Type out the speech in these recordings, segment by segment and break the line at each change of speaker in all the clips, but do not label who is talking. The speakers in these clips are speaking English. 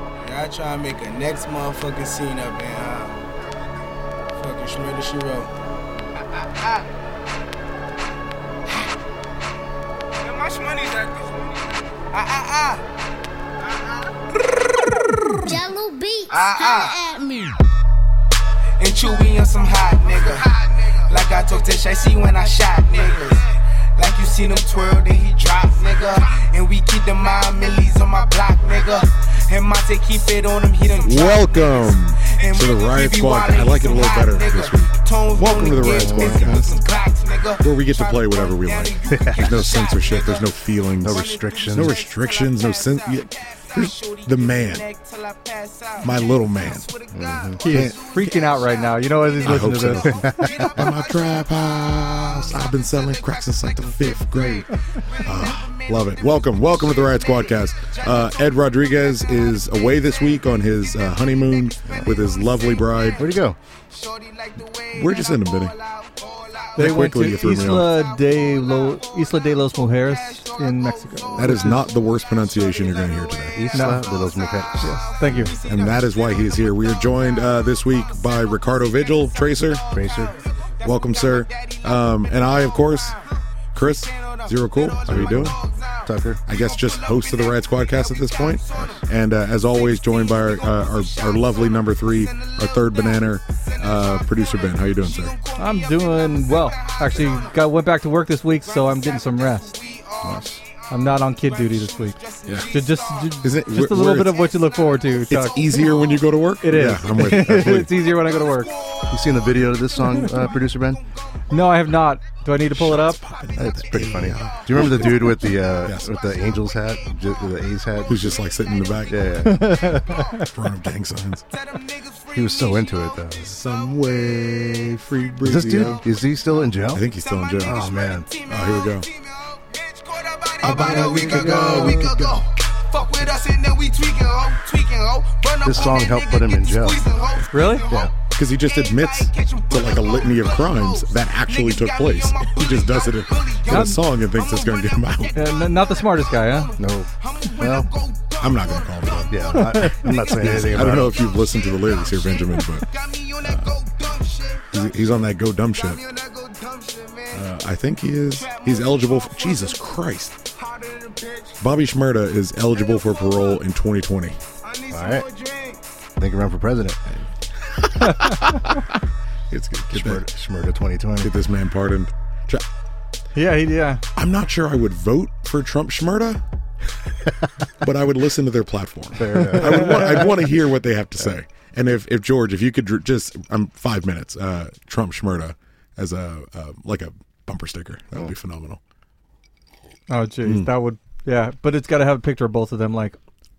I try and make a next motherfucking scene up in uh, fucking Schmurder She Wrote.
How much money is that? Ah, ah,
Jello beats
Ah,
holla at me.
And Chewy on some hot nigga. Like I talk to Shay, see when I shot niggas. Like you seen him twirl, then he drop, nigga. And we keep the mind millies on my block, nigga. And Monte keep it on him, he done drop
Welcome
And
to the
we be
Riot Squad.
wildin'
I like it a
some
little
hot
better
nigga.
this week.
Tones
Welcome to the
wanna
Riot
get
Squad,
busy with
guys.
some Glocks, nigga.
where we get to
Try
play whatever we
down and
like.
you can get
There's no
shot,
censorship.
nigga.
There's no feelings.
No restrictions.
No restrictions. No sen- yeah. There's the man. My little man. Mm-hmm.
He is freaking out right now. You know as he's
I
listening to
hope
this.
At my trap house, I've been selling crack since like the fifth grade. Ah, love it. Welcome, welcome to the Riot Squadcast. Uh, Ed Rodriguez is away this week on his uh, honeymoon with his lovely bride.
Where'd he go?
We're just in a minute.
They went
quickly
to
you threw me
Isla de, Lo, Isla de los Mujeres in Mexico.
That is not the worst pronunciation you're going to hear today.
No.
Isla de los Mujeres.
Yes, thank you.
And that is why he is here. We are joined uh, this week by Ricardo Vigil, Tracer.
Tracer.
Welcome, sir. Um, and I, of course, Chris, Zero Cool. How are you doing?
Tucker.
I guess just host of the Riot Squadcast at this point. And uh, as always, joined by our, uh, our, our lovely number three, our third banana, uh, producer Ben. How you doing, sir?
I'm doing well. Actually, got went back to work this week, so I'm getting some rest. I'm not on kid duty this week.
Yeah.
Ju- Just, ju-
Is it-
just
where-
a
where
little bit
it's-
of what you look forward to.
It's
Chuck.
easier when you go to work.
It is.
Yeah, I'm with you. Absolutely.
it's e- easier when I go to work.
You seen the video to this song, uh, producer Ben?
No, I have not. Do I need to pull it up?
It's pretty funny. Do you remember the dude with the uh,
Yes.
with the Angels hat, ju- the A's hat?
Who's just like sitting in the back,
Yeah, yeah.
in front of gang signs.
he was so into it though. Is
Some way, free Brazil.
this dude? Is he still in jail?
I think he's still in jail.
Oh man.
Oh, here we go.
About a week ago, week ago. Fuck with us and then we tweaking, ho, tweaking, ho. Run up
This
on
song
that
helped
nigga,
put him
get
in
to
jail.
squeezing, ho,
Really?
squeezing, ho.
Yeah.
Because he just admits to like a litany of crimes that actually took place. He just does it in in a song and thinks it's going to get him out.
Uh, n- not the smartest guy, huh?
No. Well,
I'm not going to call him that.
yeah. I'm not, I'm not saying anything
I
about
don't know
it.
if you've listened to the lyrics here, Benjamin, but
Got me on that go dumb shit.
he's, he's on that go dumb shit.
Got me on that go dumb shit, man.
Uh, I think he is. He's eligible. For, Jesus Christ.
Harder than a bitch.
Bobby Shmurda is eligible for parole in 2020.
I need
All
some
right.
more drink.
Think around for president.
It's good. Get,
Schmurda,
that,
Schmurda 2020.
get this man pardoned. Tra-
Yeah, he, yeah.
I'm not sure I would vote for Trump Shmurda, but I would listen to their platform. I would want, I'd want to hear what they have to say. And if, if George, if you could dr- just, I'm five minutes, uh, Trump Shmurda as a, uh, like a bumper sticker, that would be phenomenal.
Oh, jeez,
Hmm.
that would. Yeah, but it's got to have a picture of both of them, like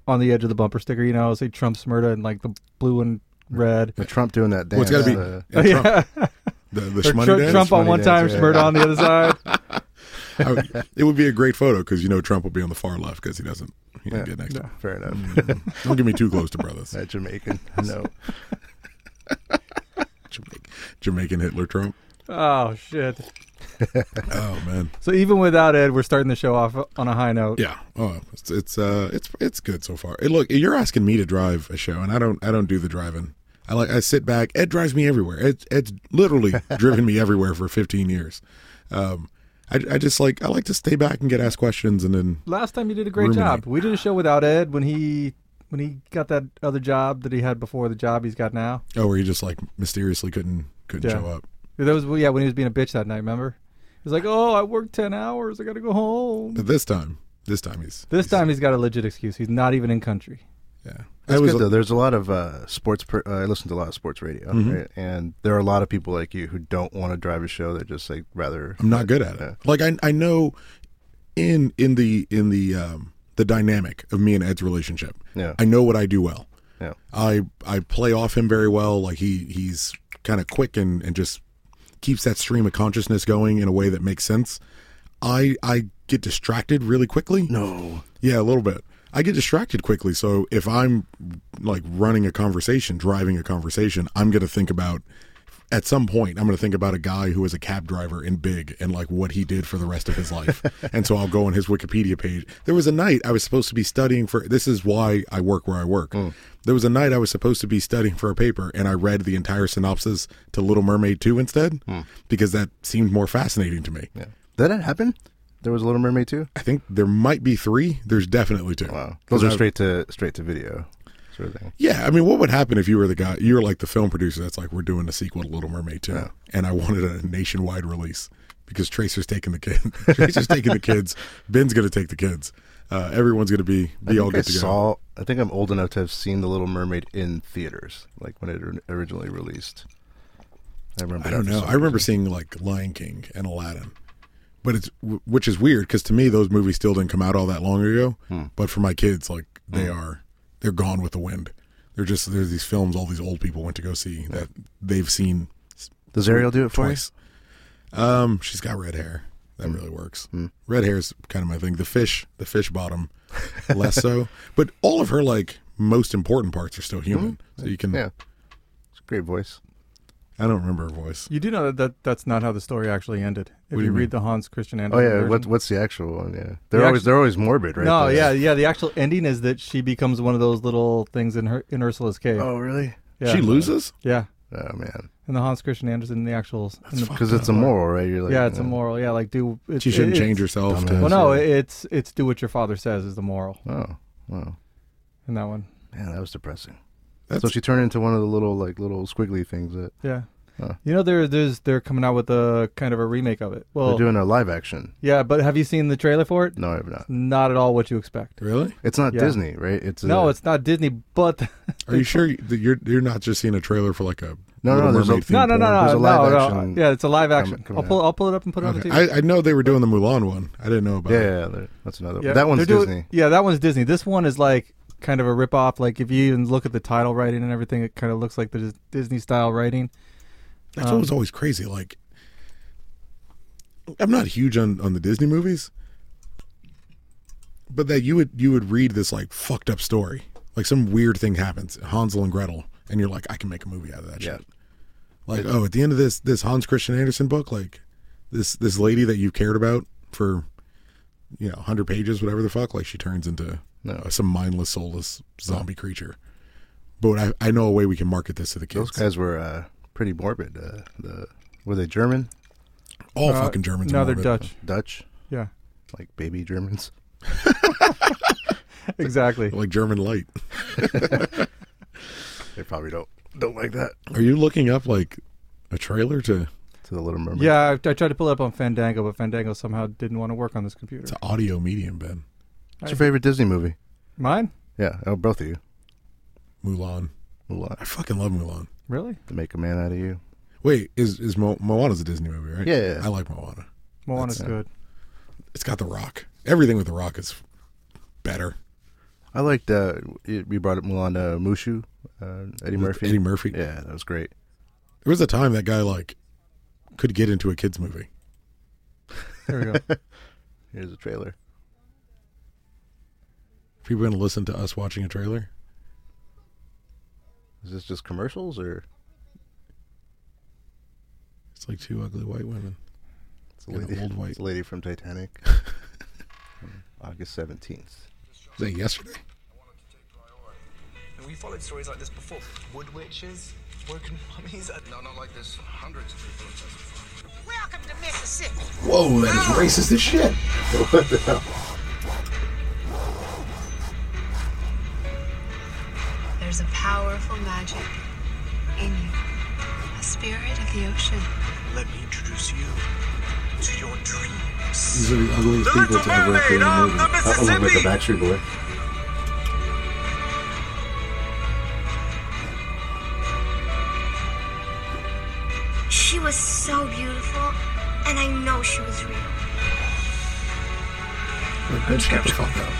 on the edge of the bumper sticker. You know, say Trump Smyrna and like the blue and red.
But Trump doing that
Well, it's
dance.
got to be
uh,
and Trump. The, the
Or
Shmoney
Tru-
dance.
Trump on
Shmoney
one
dance,
time,
yeah.
Smyrna on the other side.
I would- it would be a great photo because you know Trump will be on the far left because he doesn't. He didn't
Yeah.
get next. to him.
uh, fair enough.
Mm. Don't get me too close to brothers.
that Jamaican. No.
Jamaican, Jamaican Hitler Trump.
Oh shit!
Oh man.
So even without Ed, we're starting the show off on a high note.
Yeah. Oh, it's it's uh it's it's good so far. It, look, you're asking me to drive a show, and I don't I don't do the driving. I like I sit back. Ed drives me everywhere. Ed, Ed's literally driven me everywhere for 15 years. Um, I, I just like I like to stay back and get asked questions, and then
Last time you did a great
Ruminate.
job. We did a show without Ed when he when he got that other job that he had before the job he's got now.
oh, where he just like mysteriously couldn't couldn't
Yeah.
show up.
That was yeah when he was being a bitch that night. Remember? He was like, "Oh, I worked ten hours. I got to go home."
But this time, this time he's
This time he's got a legit excuse. He's not even in country.
yeah.
That's
I was
good though. There's a lot of uh, sports. Per- uh, I listen to a lot of sports radio,
Mm-hmm.
right? and there are a lot of people like you who don't want to drive a show. They're just like rather.
I'm not good at it.
Yeah.
Like I I know in in the in the um the dynamic of me and Ed's relationship.
Yeah.
I know what I do well.
Yeah.
I I play off him very well. Like he he's kind of quick and and just keeps that stream of consciousness going in a way that makes sense. I I get distracted really quickly.
No.
Yeah, a little bit. I get distracted quickly, so if I'm like running a conversation, driving a conversation, I'm going to think about at some point I'm going to think about a guy who was a cab driver in Big and like what he did for the rest of his life. and so I'll go on his Wikipedia page. There was a night I was supposed to be studying for this is why I work where I work.
Mm.
There was a night I was supposed to be studying for a paper and I read the entire synopsis to Little Mermaid 2 instead because that seemed more fascinating to me.
Mm. Yeah. Did that happen? There was a Little Mermaid too.
I think there might be 3, there's definitely 2.
Wow, those are
I've-
straight to straight to video sort of thing.
Yeah, I mean, what would happen if you were the guy? You were like the film producer. That's like we're doing a sequel to Little Mermaid two, and I wanted a nationwide release because Tracer's taking the kid. Tracer's taking the kids. Ben's gonna take the kids. Uh, everyone's gonna be be all
I, think I
good to go.
saw. I think I'm old enough to have seen the Little Mermaid in theaters, like when it or- originally released. I remember.
I
that
don't
for
know.
some
I remember
reason.
seeing like Lion King and Aladdin, but it's which is weird because to me those movies still didn't come out all that long ago.
Hmm.
But for my kids, like they are, they're gone with the wind. They're just there's these films all these old people went to go see that they've seen
Does Ariel do it for you?
twice. Um, she's got red hair. That
Hmm.
really works. Red hair is kind of my thing. The fish, the fish bottom, less so. But all of her like most important parts are still human. So you can.
Hmm. Yeah, it's a great voice.
I don't remember her voice.
You do know that, that that's not how the story actually ended. If
do
you
you mean?
read the Hans Christian
Oh
Andersen.
yeah, what,
version-
what's the actual one? Yeah, they're
The
always
actu-
they're always morbid, right?
No,
Those-
yeah, yeah. The actual ending is that she becomes one of those little things in her in Ursula's cave.
Oh really?
yeah.
She loses.
Yeah,
Oh man,
and the Hans Christian Andersen, the actuals. in the-
because it's immoral, right? You're like,
yeah, it's
uh,
immoral. Yeah, like do. It,
She shouldn't
it-
change herself. To,
dumbass.
Well, no,
Yeah.
it's it's do what your father says is the moral
Oh, wow,
in that one.
man, that was depressing.
That's-
so she turned into one of the little like little squiggly things that
Yeah.
Huh.
You know, there, there's they're coming out with a kind of a remake of it. Well,
they're doing a live action.
yeah, but have you seen the trailer for it?
No, I have not.
Not at all what you expect.
really?
It's not
Yeah.
Disney, right? It's
No,
uh,
it's not Disney, but
Are you sure that you're you're not just seeing a trailer for like a
No,
Little
no, there's a-
Mermaid themed
no, no, no,
porn?
no,
There's a
no,
live
no.
action
Yeah, it's a live action.
coming- coming
I'll pull, I'll pull it up and put it
Okay.
on the TV.
I, I know they were doing the Mulan one. I didn't know about
yeah,
it.
yeah, yeah, that's another.
Yeah.
one. That one's
They're doing-
Disney.
Yeah, that one's Disney. This one is like kind of a rip off. Like if you even look at the title writing and everything, it kind of looks like the Dis- Disney style writing.
That's what was
Um,
always crazy. Like, I'm not huge on on the Disney movies, but that you would you would read this like fucked up story, like some weird thing happens, Hansel and Gretel, and you're like, I can make a movie out of that
Yeah.
shit. Like, oh, at the end of this this Hans Christian Andersen book, like this this lady that you cared about for you know 100 pages, whatever the fuck, like she turns into
No.
uh, some mindless, soulless zombie creature. But I, I know a way we can market this to the
Those
kids.
guys were uh, pretty morbid. Uh, the were they German,
All
Uh,
fucking Germans. are
No, they're
morbid.
Dutch.
Dutch,
Yeah,
like baby Germans?
exactly.
like German light.
They probably don't don't like that.
Are you looking up like a trailer to,
To the Little Mermaid.
Yeah, I, I tried to pull it up on Fandango, but Fandango somehow didn't want to work on this computer.
to audio medium, Ben?
What's your favorite Disney movie?
Mine?
Yeah, oh, both of you.
Mulan. I
Mulan,
fucking love Mulan.
Really?
to make a man out of you.
Wait, is is Mo- Moana's a Disney movie, right?
Yeah, yeah.
I like Moana.
Moana's good.
It's got The Rock. Everything with The Rock is better.
I liked. Uh, you you brought up Mulan uh, Mushu, uh, Eddie Murphy.
Eddie Murphy.
Yeah, that was great.
There was a time that guy like could get into a kids movie.
There we go.
Here's a trailer.
People gonna listen to us watching a trailer?
Is this just commercials or
It's like two ugly white women.
it's a
Yeah,
lady?
old white.
It's a lady from Titanic. August seventeenth.
Is that yesterday?
And we followed stories like this before. Wood witches, broken mummies. No, not like this. Hundreds of people have testified.
Welcome to Mississippi.
Whoa, that is racist as shit.
There's a powerful magic in you, a spirit of the ocean.
Let me introduce you to your dreams.
These are the ugliest people to ever appear in a movie.
That was with the Backstreet Boy.
She was so beautiful, and I know she was real.
Bitch, get the fuck out.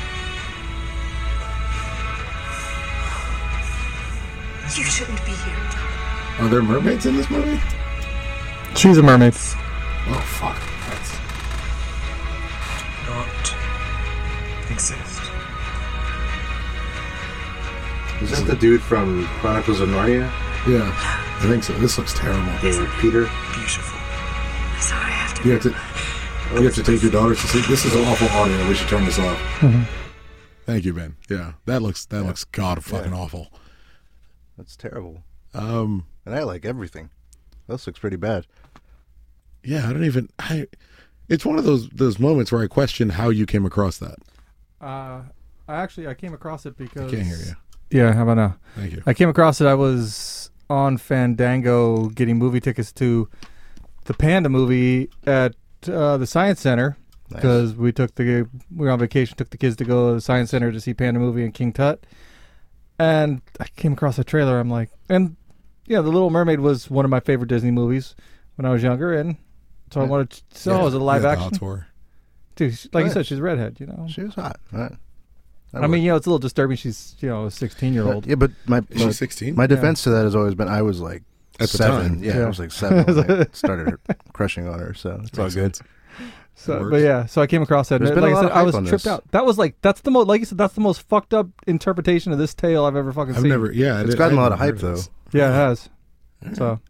You shouldn't be here.
Are there mermaids in this movie?
She's a mermaid.
Oh fuck. That's...
Not exist.
Is that the dude from Chronicles of Narnia?
Yeah. I think so. This looks terrible.
David Peter.
Beautiful.
I'm sorry, I have to.
You have to, you have to take your daughters to sleep. This is an awful audio. We should turn this off.
Mm-hmm.
Thank you, Ben. Yeah, that looks that looks god fucking awful.
That's terrible.
Um,
And I like everything. This looks pretty bad.
yeah, I don't even. I. It's one of those those moments where I question how you came across that.
Uh, I actually I came across it because
Can't hear you.
Yeah, how about now?
Thank you.
I came across it. I was on Fandango getting movie tickets to the Panda movie at uh, the Science Center because we took the we were on vacation, took the kids to go to the Science Center to see Panda movie and King Tut, and I came across a trailer. I'm like, and yeah, The Little Mermaid was one of my favorite Disney movies when I was younger, and so I wanted. To, so it was a live
yeah, the
action.
Hathor.
Dude, she- like you
Yeah.
said, she's a redhead. You know,
She was hot. Right?
I mean, you know, it's a little disturbing. She's you know a 16 year old.
yeah, but my
Is she
my-
16?
My defense to that has always been I was like
At the
seven.
time.
yeah,
Yeah.
I was like seven. when I started crushing on her, so it's all
Makes
good.
sense.
So, but
works.
yeah, so I came across that.
There's
and
been a
like I
lot
said,
of
I
hype
was
on
tripped
this.
out. That was like that's the most like you said that's the most fucked up interpretation of this tale I've ever fucking
I've
seen.
never. Yeah,
It's
did-
gotten a
hadn't
lot of hype
heard
though.
this.
Yeah, it has. So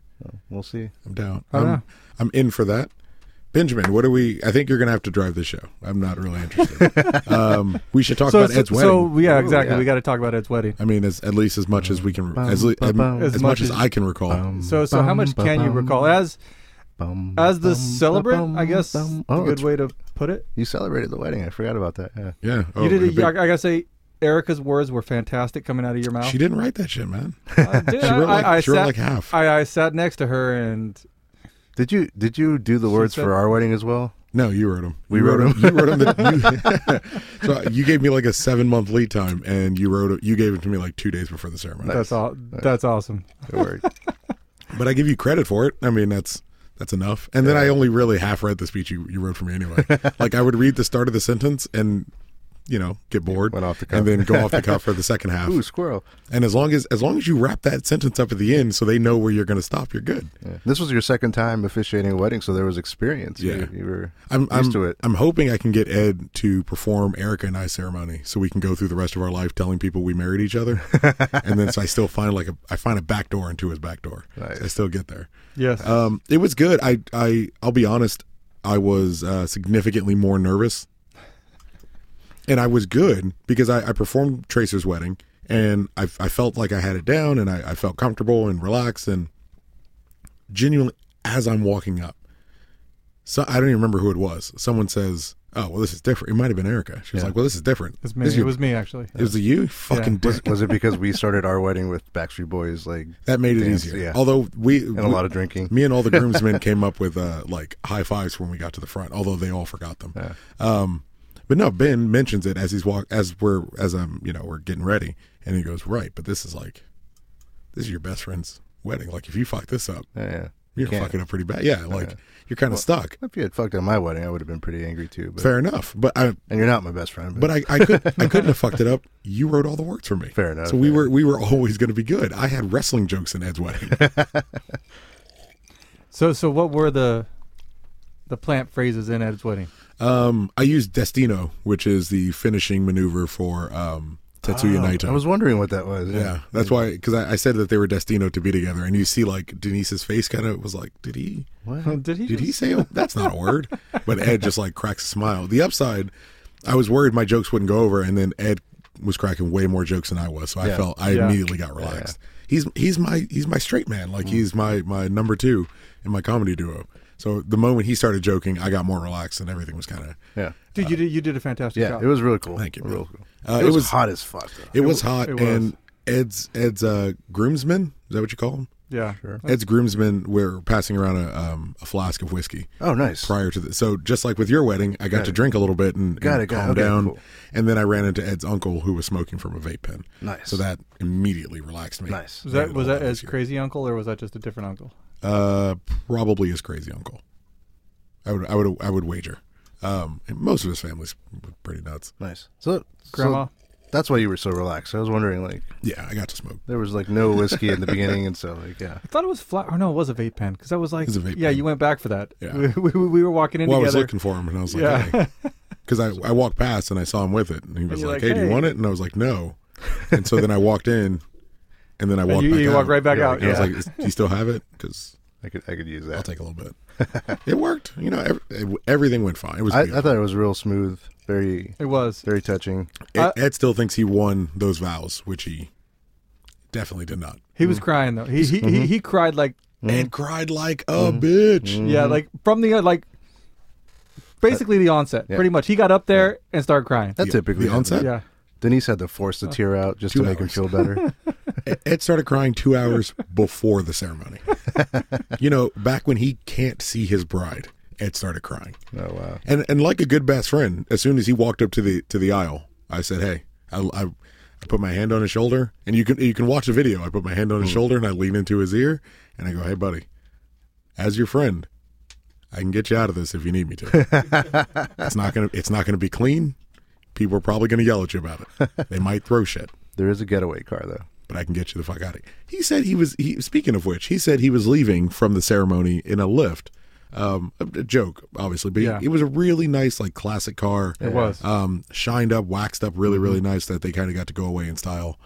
We'll see.
I'm down.
I don't
I'm,
know.
I'm in for that. Benjamin, what are we? I think you're gonna have to drive the show. I'm not really interested. um, we should talk
so
about Ed's
so,
wedding.
so, yeah, exactly.
yeah.
We got to talk about Ed's wedding.
I mean, as at least as much as we can, as, le-
bum, bum.
as,
As
much
much
as
as-
I can recall.
So so how much can you recall as
Um, Bum,
as the
bum,
celebrant?
bum,
I guess
bum.
a
Oh,
good
it's-
way to put it.
You celebrated the wedding. I forgot about that. Yeah.
yeah, oh,
you did.
and a
it-
big-
I, I gotta say, Erica's words were fantastic coming out of your mouth.
she didn't write that shit, man.
Uh, dude,
she
I-
wrote like-
I, I
she wrote
sat,
like half.
I, I sat next to her and
Did you did you do the words
said-
for our wedding as well?
No, you wrote them.
We
you
wrote 'em.
You wrote them. so you gave me like a seven month lead time, and you wrote it. You gave it to me like two days before the ceremony.
that's all. That's awesome.
It worked.
But I give you credit for it. I mean, that's that's enough. And then I only really half read the speech you, you wrote for me anyway. like I would read the start of the sentence and you know get bored,
Went off the
and
cuff.
then go off the cuff for the second half.
Ooh, squirrel.
And as long as as long as you wrap that sentence up at the end, so they know where you're going to stop, you're good.
Yeah. This was your second time officiating a wedding, so there was experience. You-
Yeah.
you, were
I'm
used
I'm,
to it.
I'm hoping I can get Ed to perform Erica and I ceremony, so we can go through the rest of our life telling people we married each other, and then so I still find like a I find a back door into his back door.
Nice.
I still get there.
Yes.
Um, it was good. I, I, I'll be honest. I was uh, significantly more nervous, and I was good because I, I performed Tracer's wedding, and I, I felt like I had it down, and I, I felt comfortable and relaxed, and genuinely as I'm walking up, so I don't even remember who it was. Someone says, "Oh, well, this is different." It might have been Erica. She was like, "Well, this is different."
It's me.
This is
It
your-
was me actually.
it was the you fucking dick.
Was it because we started our wedding with Backstreet Boys? Like
That made it
dance?
easier.
Yeah.
Although we
and a lot of drinking.
Me and all the groomsmen came up with uh, like high fives when we got to the front, although they all forgot them. Um, but no, Ben mentions it as he's walk as we're as I'm you know we're getting ready, and he goes right. But this is like this is your best friend's wedding. Like if you fuck this up,
Yeah, yeah.
you're
Can't-
fucking up pretty bad. Yeah, like you're kind of stuck.
If you had fucked up my wedding, I would have been pretty angry too. But
Fair enough, but I
and you're not my best friend.
but I, I could I couldn't have fucked it up. You wrote all the words for me.
Fair enough,
So we
yeah.
were we were always going to be good. I had wrestling jokes in Ed's wedding.
So so what were the the plant phrases in Ed's wedding?
Um, I used Destino, which is the finishing maneuver for um, Tetsuya Naito.
I Oh, was wondering what that was.
yeah, that's why because I, I said that they were Destino to be together, and you see like Denise's face kind of was like, did he?
What?
Did he?
Did he
just-
say? Oh, that's not a word. But Ed just like cracks a smile. The upside, I was worried my jokes wouldn't go over, and then Ed was cracking way more jokes than I was, so I
Yeah. Mm.
felt I
Yeah.
immediately got relaxed. He's he's my he's my straight man. Like he's my my number two in my comedy duo. So the moment he started joking, I got more relaxed, and everything was kind of
Yeah.
Dude, you did you did a fantastic
Yeah,
job.
it was really cool.
Thank you, man.
Real cool.
Uh, it
it, was
was-
hot as fuck. Though.
It was hot,
it was.
and Ed's Ed's uh, groomsmen. Is that what you call them?
yeah.
Ed's groomsmen were passing around a um, a flask of whiskey
Oh, nice.
prior to the. So just like with your wedding, I got, to
it.
drink a little bit and,
Got
and
it, got it.
calm
Okay,
down,
cool.
and then I ran into Ed's uncle who was smoking from a vape pen.
Nice.
So that immediately relaxed me.
Nice.
Was that
Made
was
a
that
lot
Ed's
easier.
crazy uncle or was that just a different uncle?
Uh, probably his crazy uncle. I would I would I would wager. Um, and most of his family's pretty nuts.
Nice. So,
Grandma?
so that's why you were so relaxed. I was wondering, like,
Yeah, I got to smoke.
there was like no whiskey in the beginning, and so like, yeah,
I thought it was flat. Or no, it was a vape pen because I was like,
was a vape
yeah,
pen.
you went back for that.
Yeah.
We, we, we were walking in
Well, I was
together.
looking for him, and I was like,
Yeah.
because I, I walked past and I saw him with it, and he was
you're
like,
like,
hey, do you
"Hey."
want it?" And I was like, "No," and so then I walked in, And then I walked
you-
back
you
out.
walk right back
Yeah,
out,
and I was
yeah.
like, "Is- do you still have it? Because
I could I could use
I'll
that.
take a little bit. it worked. You know, ev- it- everything went fine. It was
I, I
beautiful.
thought it was real smooth, very
It was.
very touching.
Ed, Ed still thinks he won those vows, which he definitely did not.
He was crying though. He he,
mm-hmm.
he, he cried like
Mm-hmm.
Ed cried like a bitch.
yeah, like from the uh, like basically the onset.
yeah.
Pretty much, he got up there and started crying.
That
The-
typically
the
happens.
onset?
Yeah,
Denise had to force the tear out just to
Two
make him
hours.
feel better. Mm-hmm.
E, Ed started crying two hours before the ceremony. you know, back when he can't see his bride, Ed started crying.
oh wow.
And and like a good best friend, as soon as he walked up to the to the aisle, I said, "Hey," I, I, I put my hand on his shoulder, and you can you can watch the video. I put my hand on his shoulder and I lean into his ear, and I go, "Hey, buddy, as your friend, I can get you out of this if you need me to. it's not gonna it's not gonna be clean. People are probably gonna yell at you about it. They might throw shit."
There is a getaway car though.
but I can get you the fuck out of here. He said he was. He speaking of which, he said he was leaving from the ceremony in a lift. Um, a, a joke, obviously, but
Yeah.
it was a really nice, like classic car. It
was.
um, shined up, waxed up, really,
Mm-hmm.
really nice. That they kind of got to go away in style.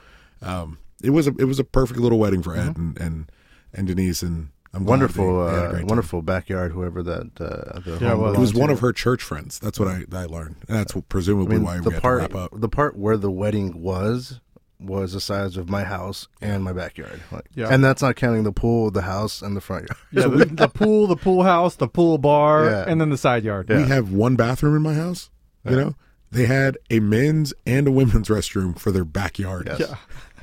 Um, it was a it was a perfect little wedding for Ed and and, and Denise and I'm glad
Mm-hmm. Wonderful,
they- they had a
uh,
great time.
wonderful backyard. Whoever that uh, the
Yeah,
home
well,
It was
belonged
one
to.
of her church friends. That's what I, I learned. And that's
I
presumably
mean,
why we
the
had
part
to wrap up.
the part where the wedding was was the size of my house and my backyard. Like,
Yeah.
and that's not counting the pool, the house, and the front yard.
yeah. we- the pool, the pool house, the pool bar,
Yeah.
and then the side yard.
We have one bathroom in my house. You know, they had a men's and a women's restroom for their backyard.
Yes.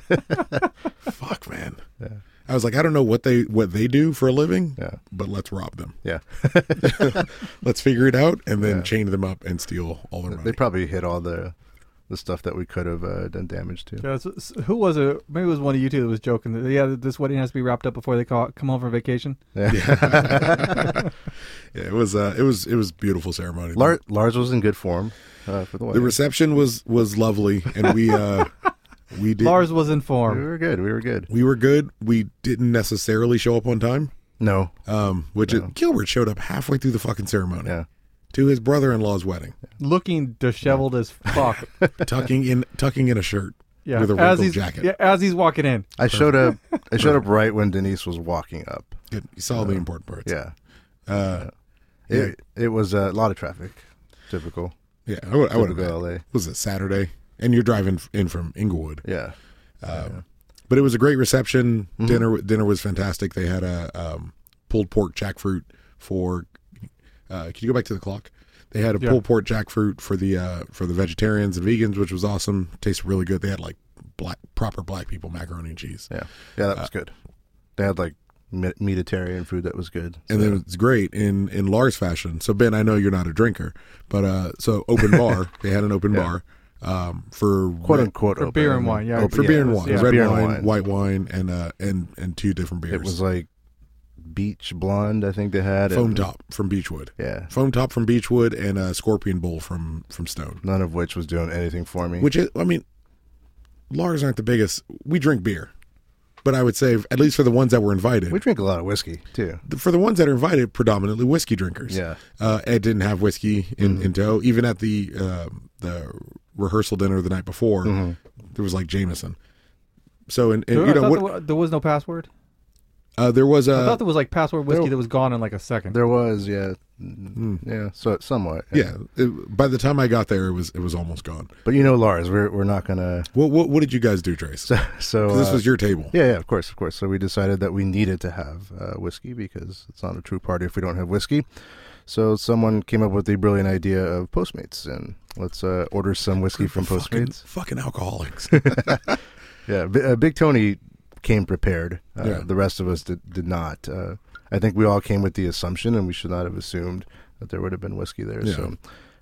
Yeah.
Fuck, man. I was like, I don't know what they what they do for a living,
Yeah.
but let's rob them.
Yeah,
Let's figure it out and then chain them up and steal all their money.
they probably hit all the the stuff that we could have uh, done damage to.
Yeah, so- so who was it? Maybe it was one of you two that was joking. That, yeah, this wedding has to be wrapped up before they call, come home from vacation.
yeah, it was uh, it was it was beautiful ceremony.
Lar- Lars was in good form uh, for the
the
wedding.
reception was was lovely, and we uh, we did
Lars was
we
informed.
were good. We were good.
we were good. We didn't necessarily show up on time.
No.
Um, which is, Gilbert showed up halfway through the fucking ceremony
Yeah.
to his brother-in-law's wedding,
looking disheveled as fuck.
tucking in tucking in a shirt
Yeah,
with a
as
wrinkled
he's
jacket.
yeah, as he's walking in.
I showed up. I showed up right when Denise was walking up.
Good. You saw the important parts.
Yeah.
Uh,
It, it was a lot of traffic. Typical.
yeah. I would. I would
Typical LA.
Was it Saturday? And you're driving f- in from Inglewood,
Yeah.
but it was a great reception.
Mm-hmm.
Dinner dinner was fantastic. They had a um, pulled pork jackfruit for. Uh, can you go back to the clock? They had a
Yeah.
pulled pork jackfruit for the uh, for the vegetarians and vegans, which was awesome. Tasted really good. They had like black proper black people macaroni and cheese.
Yeah. Yeah,
Uh,
that was good. They had like me- meatitarian food that was good.
and
So-
then it's great in in Lars fashion. So Ben, I know you're not a drinker, but uh, so open bar. they had an open bar um, for
quote
red-
unquote
For
open.
beer
I
and
mean,
wine, yeah.
open-
for beer and
it was-
wine,
yeah.
red
Beer and
wine,
wine.
white wine, and uh, and and two different beers.
It was like beach blonde. I think they had
foam
and-
top from Beechwood,
Yeah.
foam top from Beechwood, and a scorpion bowl from from Stone.
None of which was doing anything for me.
Which is, I mean, Lars aren't the biggest. We drink beer, but I would say at least for the ones that were invited,
we drink a lot of whiskey too.
for the ones that are invited, predominantly whiskey drinkers.
Yeah. Mm-hmm.
uh, Ed didn't have whiskey in, in tow. Even at the um the rehearsal dinner the night before,
Mm-hmm.
there was like Jameson. So and, and
There,
you
I
know
thought
what?
there, wa- there was no password.
uh, there was
I
a
thought there was like password whiskey that was gone in like a second.
There was, yeah, mm, yeah. So somewhat,
Hmm. yeah. it- by the time I got there, it was it was almost gone.
But you know, Lars, we're we're not gonna.
What what, what did you guys do, Trace?
So, so
'Cause this
uh,
was your table.
Yeah, yeah, of course, of course. So we decided that we needed to have uh, whiskey because it's not a true party if we don't have whiskey. So someone came up with the brilliant idea of Postmates, and let's uh, order some whiskey from
fucking,
Postmates.
fucking alcoholics.
Yeah, B- uh, Big Tony came prepared. Uh,
Yeah.
The rest of us did, did not. Uh, I think we all came with the assumption, and we should not have assumed that there would have been whiskey there.
Yeah.
So,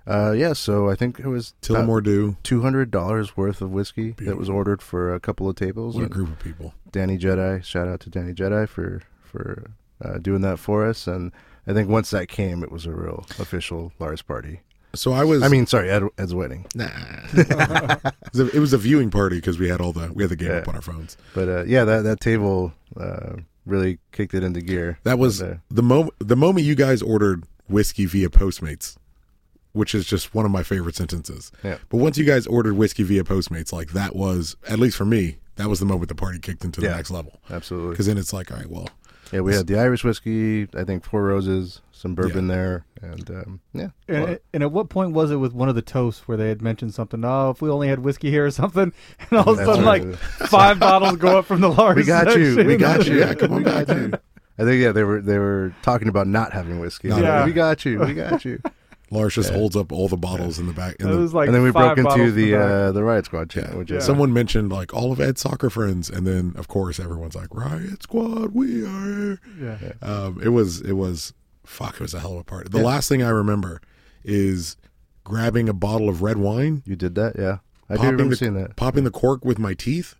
uh, yeah, so I think it was about
Tillamore Dew.
$200 worth of whiskey that was ordered for a couple of tables.
What a
and
group of people.
Danny Jedi, shout out to Danny Jedi for, for uh, doing that for us. And I think once that came, it was a real official Lars party.
So I was.
I mean, sorry, Ed, Ed's wedding.
nah. it, was a, it was a viewing party because we had all the we had the game
Yeah.
up on our phones.
But uh, yeah, that, that table uh, really kicked it into gear.
That was
there.
the moment. The moment you guys ordered whiskey via Postmates, which is just one of my favorite sentences.
Yeah.
But once you guys ordered whiskey via Postmates, like that was at least for me that was the moment the party kicked into the
Yeah.
next level.
Absolutely.
Because then it's like, all right, well,
Yeah, we had the Irish whiskey. I think Four Roses, some bourbon there, and um, yeah,
And,
well,
and at what point was it with one of the toasts where they had mentioned something? Oh, if we only had whiskey here or something, and all of a
That's
sudden,
right.
like five bottles go up from the large.
we got you, we
section.
got you.
yeah, come on
We got
back,
you.
dude.
I think yeah, they were they were talking about not having whiskey.
Not
having-
We got you, we got you.
Lars just holds up all the bottles in the back. In
It
the,
was like
and then we
five
broke into
bottles in
the
back.
uh, the Riot Squad channel, which is
Someone mentioned like all of Ed's soccer friends, and then of course everyone's like Riot Squad, we are. Here.
Yeah.
Um, it was it was fuck. It was a hell of a party. The last thing I remember is grabbing a bottle of red wine,
you did that, yeah. I do remember
the
seeing that. Mm-hmm.
popping the cork with my teeth,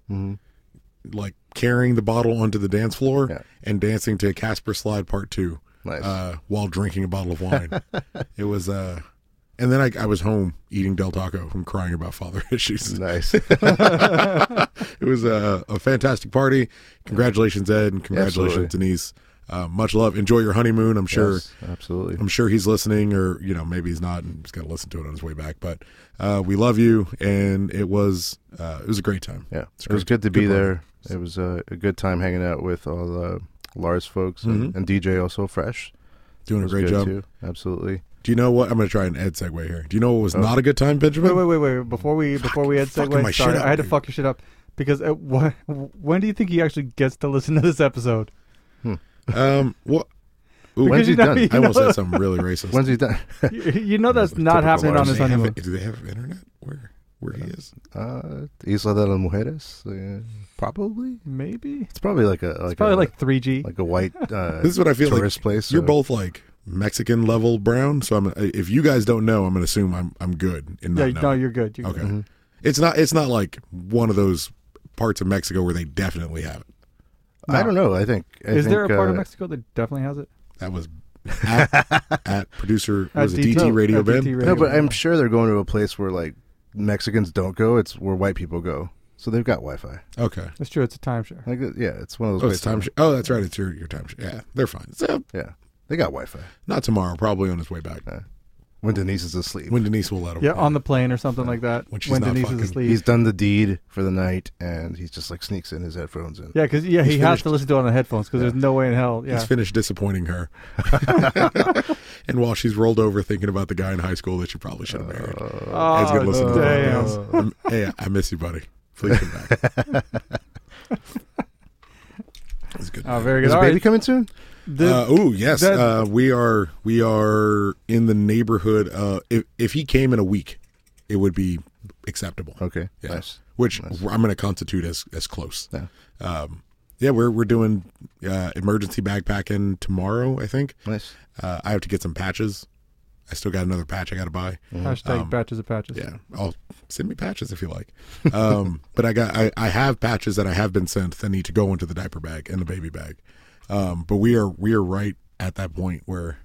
like carrying the bottle onto the dance floor
Yeah.
and dancing to Casper Slide Part Two,
Nice.
uh, while drinking a bottle of wine. it was uh, and then I, I was home eating Del Taco from crying about father issues.
Nice.
It was a, a fantastic party. Congratulations, Ed, and congratulations,
Absolutely.
Denise. Uh, much love. Enjoy your honeymoon. I'm sure.
Yes, absolutely.
I'm sure he's listening, or you know, maybe he's not, and he's got to listen to it on his way back. But uh, we love you, and it was uh, it was a great time.
Yeah,
It's
it was
great-
good to be
party.
there. It was a, a good time hanging out with all the Lars folks and, and DJ also fresh.
Doing
It
a
was
great
good,
job.
too. Absolutely.
Do you know what? I'm going to try an Ed segue here. Do you know what
Oh.
was not a good time, Benjamin?
Wait, wait, wait, wait! Before we before we had
fucking my
segue, sorry,
shit up,
I had to
dude.
fuck your shit up because at what, when do you think he actually gets to listen to this episode?
Um, what? Ooh,
When's
Because
he
you know-
done?
you
I almost
know-
said something really racist.
When's he done?
You, you know that's not
Typical
happening on
Lars.
his
Do they have-
honeymoon.
Do they have internet where where he is?
uh, Isla de las Mujeres? Uh, probably.
Maybe
It's probably like a like
probably
a,
like three G.
like a white. Uh,
This is what I feel
tourist
like.
place.
You're
so-
both like Mexican level brown, so I'm. If you guys don't know, I'm gonna assume I'm I'm good. In
Yeah,
not
no,
knowing.
you're good. You're
okay.
good.
It's not. It's not like one of those parts of Mexico where they definitely have it.
I don't know. I think. I
Is there a
think,
part
uh,
of Mexico that definitely has it?
That was at, at producer
At
was it
DT
DT Radio
at
Ben.
DT
No, but
Radio.
I'm sure they're going to a place where like Mexicans don't go. It's where white people go. So they've got Wi-Fi.
Okay.
That's true. It's a timeshare.
Like, uh, yeah, it's one of those.
Oh, it's
places.
time. Sh- oh, that's right. It's your your time. Sh- yeah, they're fine. So,
Yeah, they got Wi-Fi
not tomorrow. Probably on his way back
when Denise is asleep.
when Denise will let him.
Yeah, on the plane or something like that.
When she's
when
not
Denise
fucking-
is asleep.
he's done the deed for the night, and he's just like sneaks in his headphones and
yeah, because yeah, he has
finished.
to listen to it on the headphones because there's no way in hell.
He's
Yeah,
finished disappointing her. and while she's rolled over thinking about the guy in high school that she probably should have married. Ed's gonna
Oh,
listen to the
damn.
podcast. Um, Hey, I miss you, buddy. Please come back. That's good.
Oh, very good.
Is
All
baby
right.
coming soon?
The-
uh, oh yes,
that-
uh, we are we are in the neighborhood. Uh, if if he came in a week, it would be acceptable.
Okay,
Yeah.
nice.
Which I'm going to constitute as as close.
Yeah.
Um, yeah, we're we're doing uh, emergency backpacking tomorrow. I think.
Nice.
Uh, I have to get some patches. I still got another patch I got to buy.
hashtag patches of patches.
Yeah, I'll send me patches if you like. Um, but I got I, I have patches that I have been sent that need to go into the diaper bag and the baby bag. Um, but we are we are right at that point where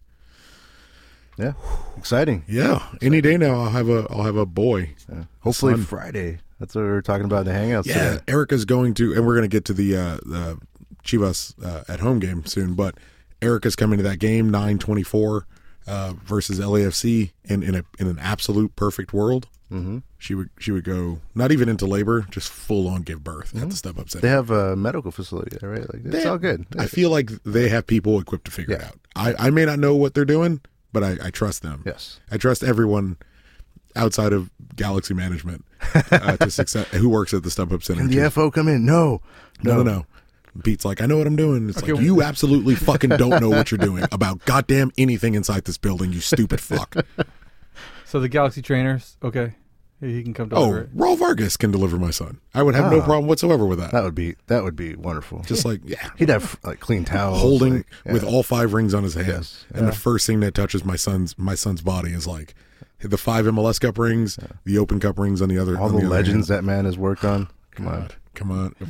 Yeah, exciting.
yeah, any day now I'll have a I'll have a boy.
Hopefully
Son.
Friday. That's what we were talking about in the hangouts.
Yeah,
today.
Erica's going to, and we're going to get to the uh, the Chivas uh, at home game soon. But Erica's coming to that game nine twenty four uh, versus LAFC, and in a in an absolute perfect world, mm-hmm. she would she would go not even into labor, just full on give birth at the step up
Mm-hmm. they
center.
have a medical facility, there, right? Like it's
They-
all good.
I feel like they have people equipped to figure it
Yeah.
out. I, I may not know what they're doing, but I, I trust them.
Yes.
I trust everyone outside of Galaxy Management uh, to success who works at the Step Up Center.
Can
to
the FO come in? No,
no, no, no. Pete's like, I know what I'm doing. It's like, you absolutely fucking don't know what you're doing about goddamn anything inside this building, you stupid fuck.
So the Galaxy trainers, okay, he he can come deliver
oh,
it.
Raul Vargas can deliver my son. I would have no
Ah.
problem whatsoever with that.
That would be that would be wonderful.
Just like, yeah.
He'd have like clean towels,
Holding
like, yeah.
with all five rings on his hand,
Yes.
and the first thing that touches my son's my son's body is like the five MLS Cup rings, the Open Cup rings on the other.
all
on
the,
other
legends
hand.
that man has worked on. Come on,
God, come on,
The-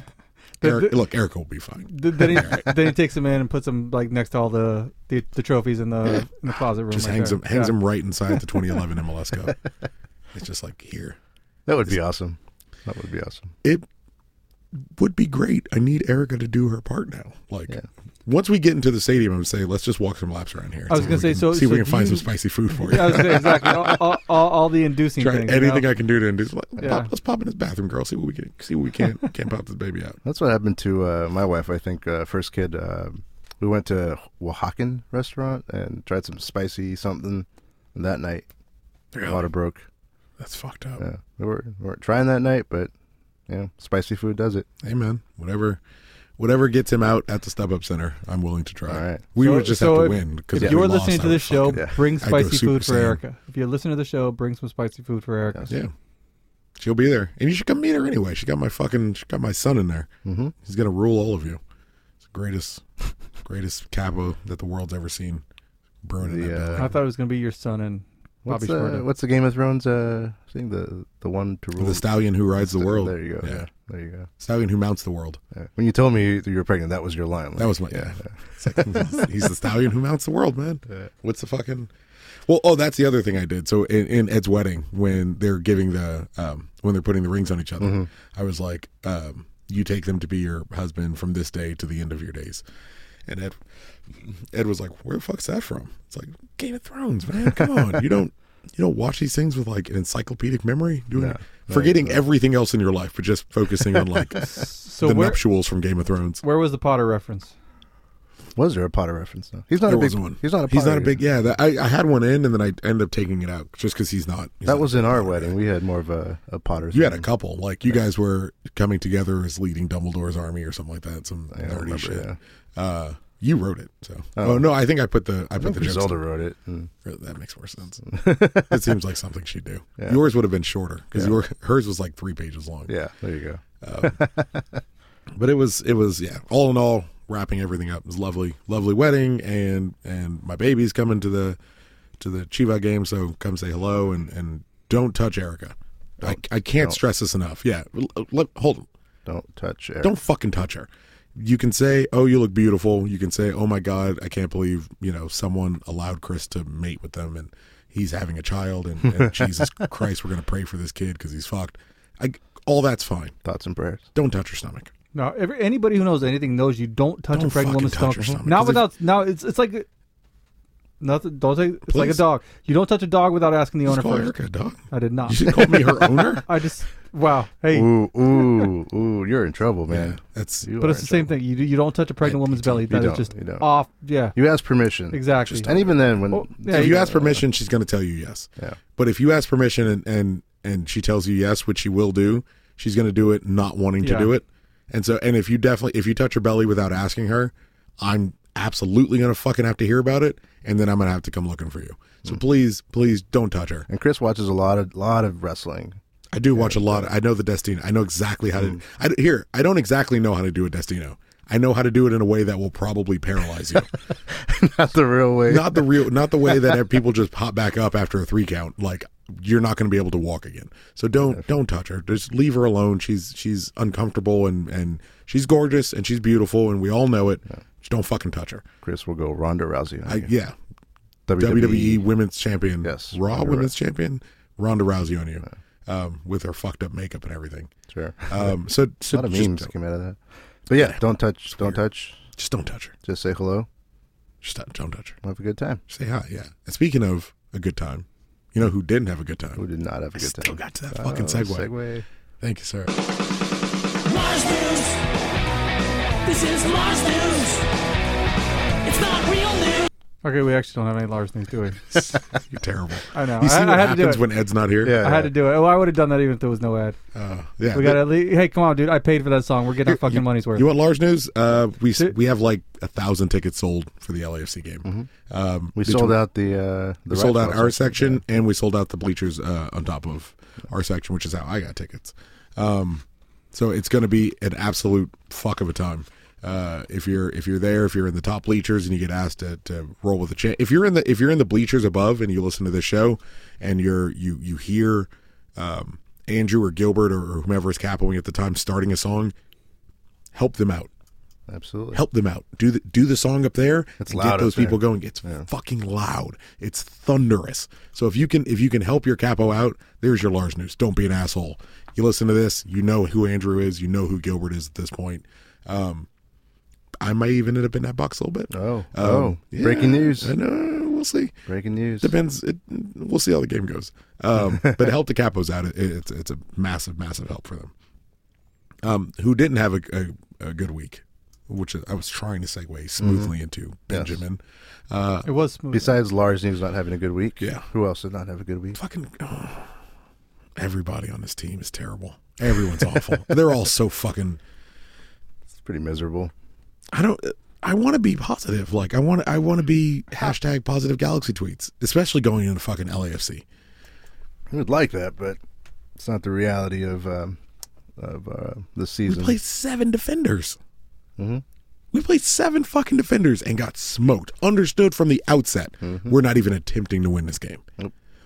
Eric,
the-
look, Erica will be fine.
Th- Then he, then he takes them in and puts them like next to all the the, the trophies in the in the closet
Oh
room.
Just
right
hangs
there.
him hangs
Yeah.
him right inside the 2011 MLS Cup. It's just like here.
that would be awesome. That would be awesome.
it would be great. I need Erica to do her part now. Like Once we get into the stadium, I'm gonna say let's just walk some laps around here.
I was
See if
gonna
we
say,
can-
so-
See
so
if we can
do
find
you-
some spicy food for
I
you.
was gonna say exactly all, all, all, all the inducing
Try
things.
anything
you know?
I can do to induce. Like,
Yeah.
pop, let's pop in this bathroom, girl. See what we can. See what we can. Can't pop this baby out.
That's what happened to uh, my wife. I think uh, first kid, uh, we went to Oaxacan restaurant and tried some spicy something. And that night,
Really?
water broke.
That's fucked up.
Yeah, we were we weren't trying that night, but you know, spicy food does it.
Hey man, whatever, whatever gets him out at the Stub Up Center, I'm willing to try.
All right.
We
So-
would just
so
have to
if-
win because
If you're listening to this show, bring
I'd go
spicy
Super
food for
Saiyan.
Erica. If you're listening to the show, bring some spicy food for Erica.
Yeah. She'll be there. And you should come meet her anyway. She got my fucking she got my son in there. Mm-hmm. He's gonna rule all of you. It's the greatest greatest capo that the world's ever seen. Brewing in
The,
that
uh,
building.
I thought it was going to be your son and
What's
Bobby
uh,
the,
Shmurda.
what's the Game of Thrones uh, thing? The the one to rule
the stallion who rides the world.
There you go.
Yeah.
Yeah, there you go.
Stallion who mounts the world.
Yeah. When you told me you were pregnant, that was your line.
That was my yeah. It's like, he's the stallion who mounts the world, man. What's the fucking? Well, oh, that's the other thing I did. So in, in Ed's wedding, when they're giving the um, when they're putting the rings on each other,
Mm-hmm.
I was like, um, "You take them to be your husband from this day to the end of your days." And Ed, Ed was like, "Where the fuck's that from?" It's like Game of Thrones, man. Come on, you don't you don't watch these things with like an encyclopedic memory, doing forgetting everything else in your life, but just focusing on like
so
the
where
nuptials from Game of Thrones.
where was the Potter reference?
Was there a Potter reference? though? He's not
There
a big
was one.
He's not a.
He's not a
Potter-
big. Yeah, that, I, I had one in, and then I ended up taking it out just because he's not. he's
That
not-
was in our wedding. We had more of a, a Potter.
You had a
thing.
couple. Like you guys were coming together as leading Dumbledore's army or something like that. Some
I
nerdy
remember,
shit. Uh, you wrote it, so. Oh. no, I think I put the I,
I
put
think
the jokes.
Griselda wrote it. and-
That makes more sense. it seems like something she'd do. Yours would have been shorter because your hers was like three pages long.
yeah, there you go.
but it was it was yeah all in all wrapping everything up it was a lovely lovely wedding and and my baby's coming to the to the chiva game so come say hello and and don't touch erica I, I can't stress this enough yeah l- l- hold on
Don't touch. Eric.
don't fucking touch her you can say oh you look beautiful you can say oh my god i can't believe you know someone allowed chris to mate with them and he's having a child and, and jesus christ we're gonna pray for this kid because he's fucked I, all that's fine
Thoughts and prayers.
don't touch her stomach
No, every, anybody who knows anything knows you don't touch
Don't
a pregnant
fucking
woman's
touch
stomach.
her stomach,
Not
'cause if-
without now it's it's like nothing. Don't take it's like a
Please.
dog. You don't touch a dog without asking the
Just
owner
call
first.
erica dog
I did not.
You should call me her owner.
I just wow. Hey,
Ooh, ooh, ooh! You're in trouble, man.
Yeah, that's
You
but
are
it's
in
the same
trouble.
thing. You do- you don't touch a pregnant woman's belly. That is
don't,
just
you don't.
off. Yeah,
You ask permission.
exactly.
And even then, when
Oh, yeah,
if
you-
you ask permission, she's going to tell you yes.
Yeah.
But if you ask permission and and and she tells you yes, which she will do, she's going to do it not wanting to
Yeah.
do it. And so, and if you definitely if you touch her belly without asking her, I'm absolutely going to fucking have to hear about it, and then I'm going to have to come looking for you. So please, please don't touch her.
and Chris watches a lot of lot of wrestling.
I do watch a lot. I know the Destino. I know exactly how to. I, here, I don't exactly know how to do a Destino. I know how to do it in a way that will probably paralyze you.
Not the real way.
not the real not the way that people just pop back up after a three count like you're not going to be able to walk again so don't don't touch her just leave her alone she's she's uncomfortable and and she's gorgeous and she's beautiful and we all know it just don't fucking touch her
Chris will go Ronda Rousey. on
I,
you. E.
yeah wwe women's champion
Yes,
raw
Ronda
women's champion ronda rousey on you um, with her fucked up makeup and everything
Sure.
um, so,
a
so
lot of
just,
memes
don't-
came out of that. But yeah, don't touch. Don't touch.
just don't touch her
Just say hello.
just don't don't touch her
Have a good time.
say hi yeah and speaking of a good time you know who didn't have a good time
Who did not have a
I
good
still
time?
got to that fucking
Oh,
segue.
Segue.
Thank you, sir.
Mars News. This is Mars News. It's not real news.
Okay, we actually don't have any large things, do we?
You're terrible.
I know.
You see
I- I
what
had to do
happens
it.
when Ed's not here?
Yeah.
I had to do it. Oh, I would have done that even if there was no ad.
Uh, yeah.
We got to Hey, come on, dude. I paid for that song. We're getting our fucking
you,
money's worth.
You want large news? Uh, we s
Dude.
we have like a thousand tickets sold for the LAFC game.
Mm-hmm.
Um,
We
did
sold
you-
out the uh, the
We sold
rifle
out our
section.
section, and we sold out the bleachers uh, on top of our section, which is how I got tickets. Um, so it's going to be an absolute fuck of a time. Uh, if you're if you're there, if you're in the top bleachers and you get asked to, to roll with the chant, if you're in the if you're in the bleachers above and you listen to this show and you're you you hear um, Andrew or Gilbert or, or whomever is capoing at the time starting a song, help them out
Absolutely.
help them out. Do the do the song up there.
It's
and
loud
Get
up
those
there.
people going. It's fucking loud. It's thunderous. So if you can if you can help your capo out, there's your large news. Don't be an asshole. You listen to this, you know who Andrew is, you know who Gilbert is at this point. Um, I might even end up in that box a little bit. Um,
Oh, oh, breaking news.
I know. We'll see.
Breaking news.
Depends. It, we'll see how the game goes. Um, but help the Capos out. It, it's it's a massive, massive help for them. Um, who didn't have a, a, a good week, which I was trying to segue smoothly into Benjamin. Uh,
It was smooth.
Besides Lars News not having a good week,
Yeah.
Who else did not have a good week?
fucking oh, everybody on this team is terrible. Everyone's awful. They're all so fucking.
It's pretty miserable.
I don't. I want to be positive. Like I want. I want to be hashtag positive galaxy tweets, especially going into fucking LAFC.
I would like that, but it's not the reality of um, of uh, the
We
season.
played seven defenders. We played seven fucking defenders and got smoked. Understood from the outset, we're not even attempting to win this game.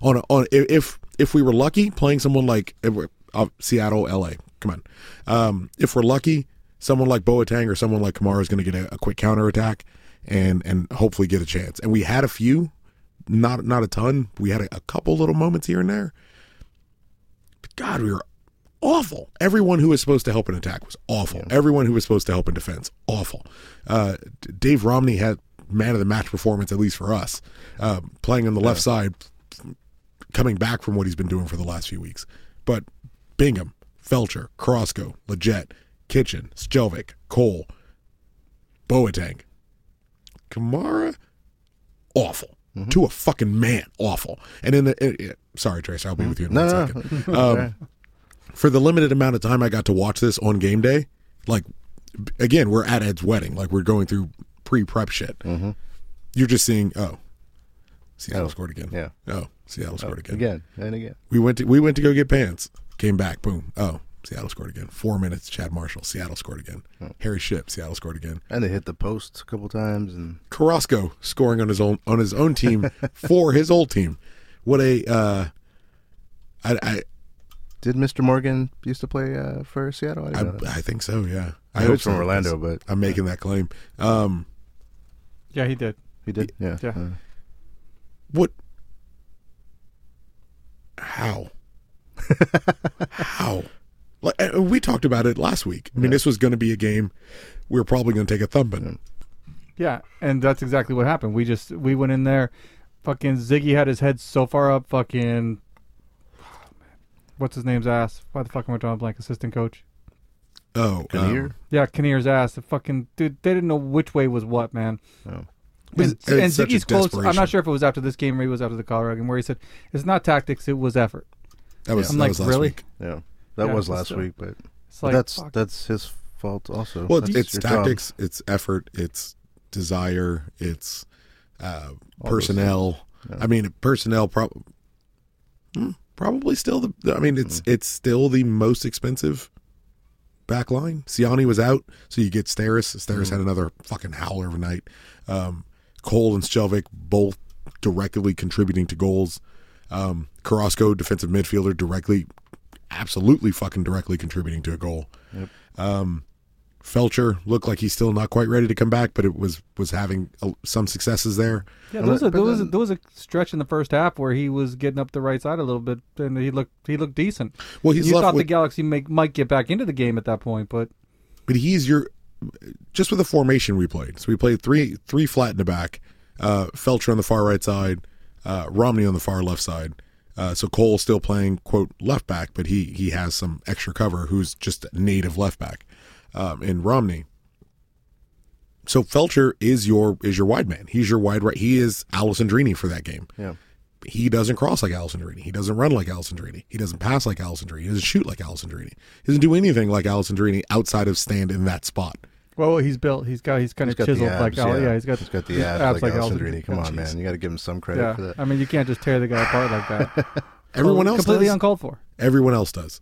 On a, on i- if if we were lucky, playing someone like if we're- uh, Seattle, L.A. Come on, um, if we're lucky, someone like Boateng or someone like Kamara is going to get a, a quick counterattack and and hopefully get a chance. And we had a few, not not a ton. We had a, a couple little moments here and there. But God, we were awful. Everyone who was supposed to help in attack was awful. Everyone who was supposed to help in defense, awful. Uh, D- Dave Romney had man of the match performance, at least for us, uh, playing on the left side, coming back from what he's been doing for the last few weeks. But Bingham, Felcher, Carrasco, Leggett, Kitchen, Stelvik, Cole, Boateng, Kamara, awful.
Mm-hmm.
To a fucking man, awful. And in the, eh, eh, sorry, Trace, I'll be with you in
No,
one
no,
second um, for the limited amount of time I got to watch this on game day, like b- again, we're at Ed's wedding, like we're going through pre-prep shit. You're just seeing, oh, Seattle
Mm-hmm. Oh,
scored again.
yeah.
Oh, Seattle scored again.
again and again.
We went to we went to go get pants. Came back, boom. Oh, Seattle scored again. Four minutes. Chad Marshall. Seattle scored again.
Oh.
Harry Ship. Seattle scored again.
And they hit the post a couple times, and
Carrasco scoring on his own on his own team for his old team. What a uh, I, I
did Mr. Morgan used to play uh, for Seattle? I
I,
didn't know that.
I think so. Yeah, I,
He
hope
was from
so.
Orlando, but-
I'm making that claim. Um,
yeah, he did.
he did. Yeah,
Yeah.
Uh,
what? How? How? Like uh, we talked about it last week. I mean, this was going to be a game we were probably going to take a thumping.
Yeah, and that's exactly what happened. We just we went in there, fucking Ziggy had his head so far up, fucking. What's his name's ass? Why the fuck am I drawing a blank? Assistant coach.
Oh, um,
Kinnear?
Yeah, Kinnear's ass. The fucking dude. They didn't know which way was what, man.
but
And,
it's- it's
and
such
Ziggy's
a
close. I'm
desperation.
not sure if it was after this game or it was after the Colorado game where he said it's not tactics, it was effort.
That was,
I'm
that
like,
was last
really?
week.
yeah. That
Yeah,
was
but
last
still.
week, but,
It's
but
like
that's
fuck.
that's his fault also.
Well,
That's
it's
your job.
tactics, it's effort, it's desire, it's uh, personnel. I mean, personnel prob- Hmm, probably still the. I mean, it's
Hmm.
it's still the most expensive back line. Siani was out, so you get Steris. Steris
Hmm.
had another fucking howler of a night. Um, Cole and Shelvick both directly contributing to goals. Um, Carrasco, defensive midfielder, directly, absolutely fucking directly contributing to a goal. Felcher looked like he's still not quite ready to come back, but it was was having uh, some successes there.
Yeah, there was, a,
But
there, was a,
then-
there was a stretch in the first half where he was getting up the right side a little bit, and he looked he looked decent.
Well, he's
you
left
thought the
with,
Galaxy make, might get back into the game at that point, but
but he's your just with the formation we played. So we played three three flat in the back, uh, Felcher on the far right side, uh, Romney on the far left side. Uh, so Cole still playing quote left back, but he he has some extra cover. Who's just a native left back, um, and Romney. So Felcher is your is your wide man. He's your wide right. He is Alessandrini for that game.
Yeah.
he doesn't cross like Allison Drini. He doesn't run like Allison Drini. He doesn't pass like Allison Drini. He doesn't shoot like Allison Drini. He doesn't do anything like Allison Drini outside of stand in that spot.
well, he's built. He's got he's kind
He's
of
got
chiseled
the abs,
like oh
yeah.
yeah. he's got
he's got the
his
abs, like,
Alcindrini.
Alcindrini. Come
Yeah,
on,
jeez.
man, you got to give him some credit for
Yeah,
that.
I mean you can't just tear the guy apart like that.
Everyone else
Oh, completely
does.
uncalled for.
Everyone else does.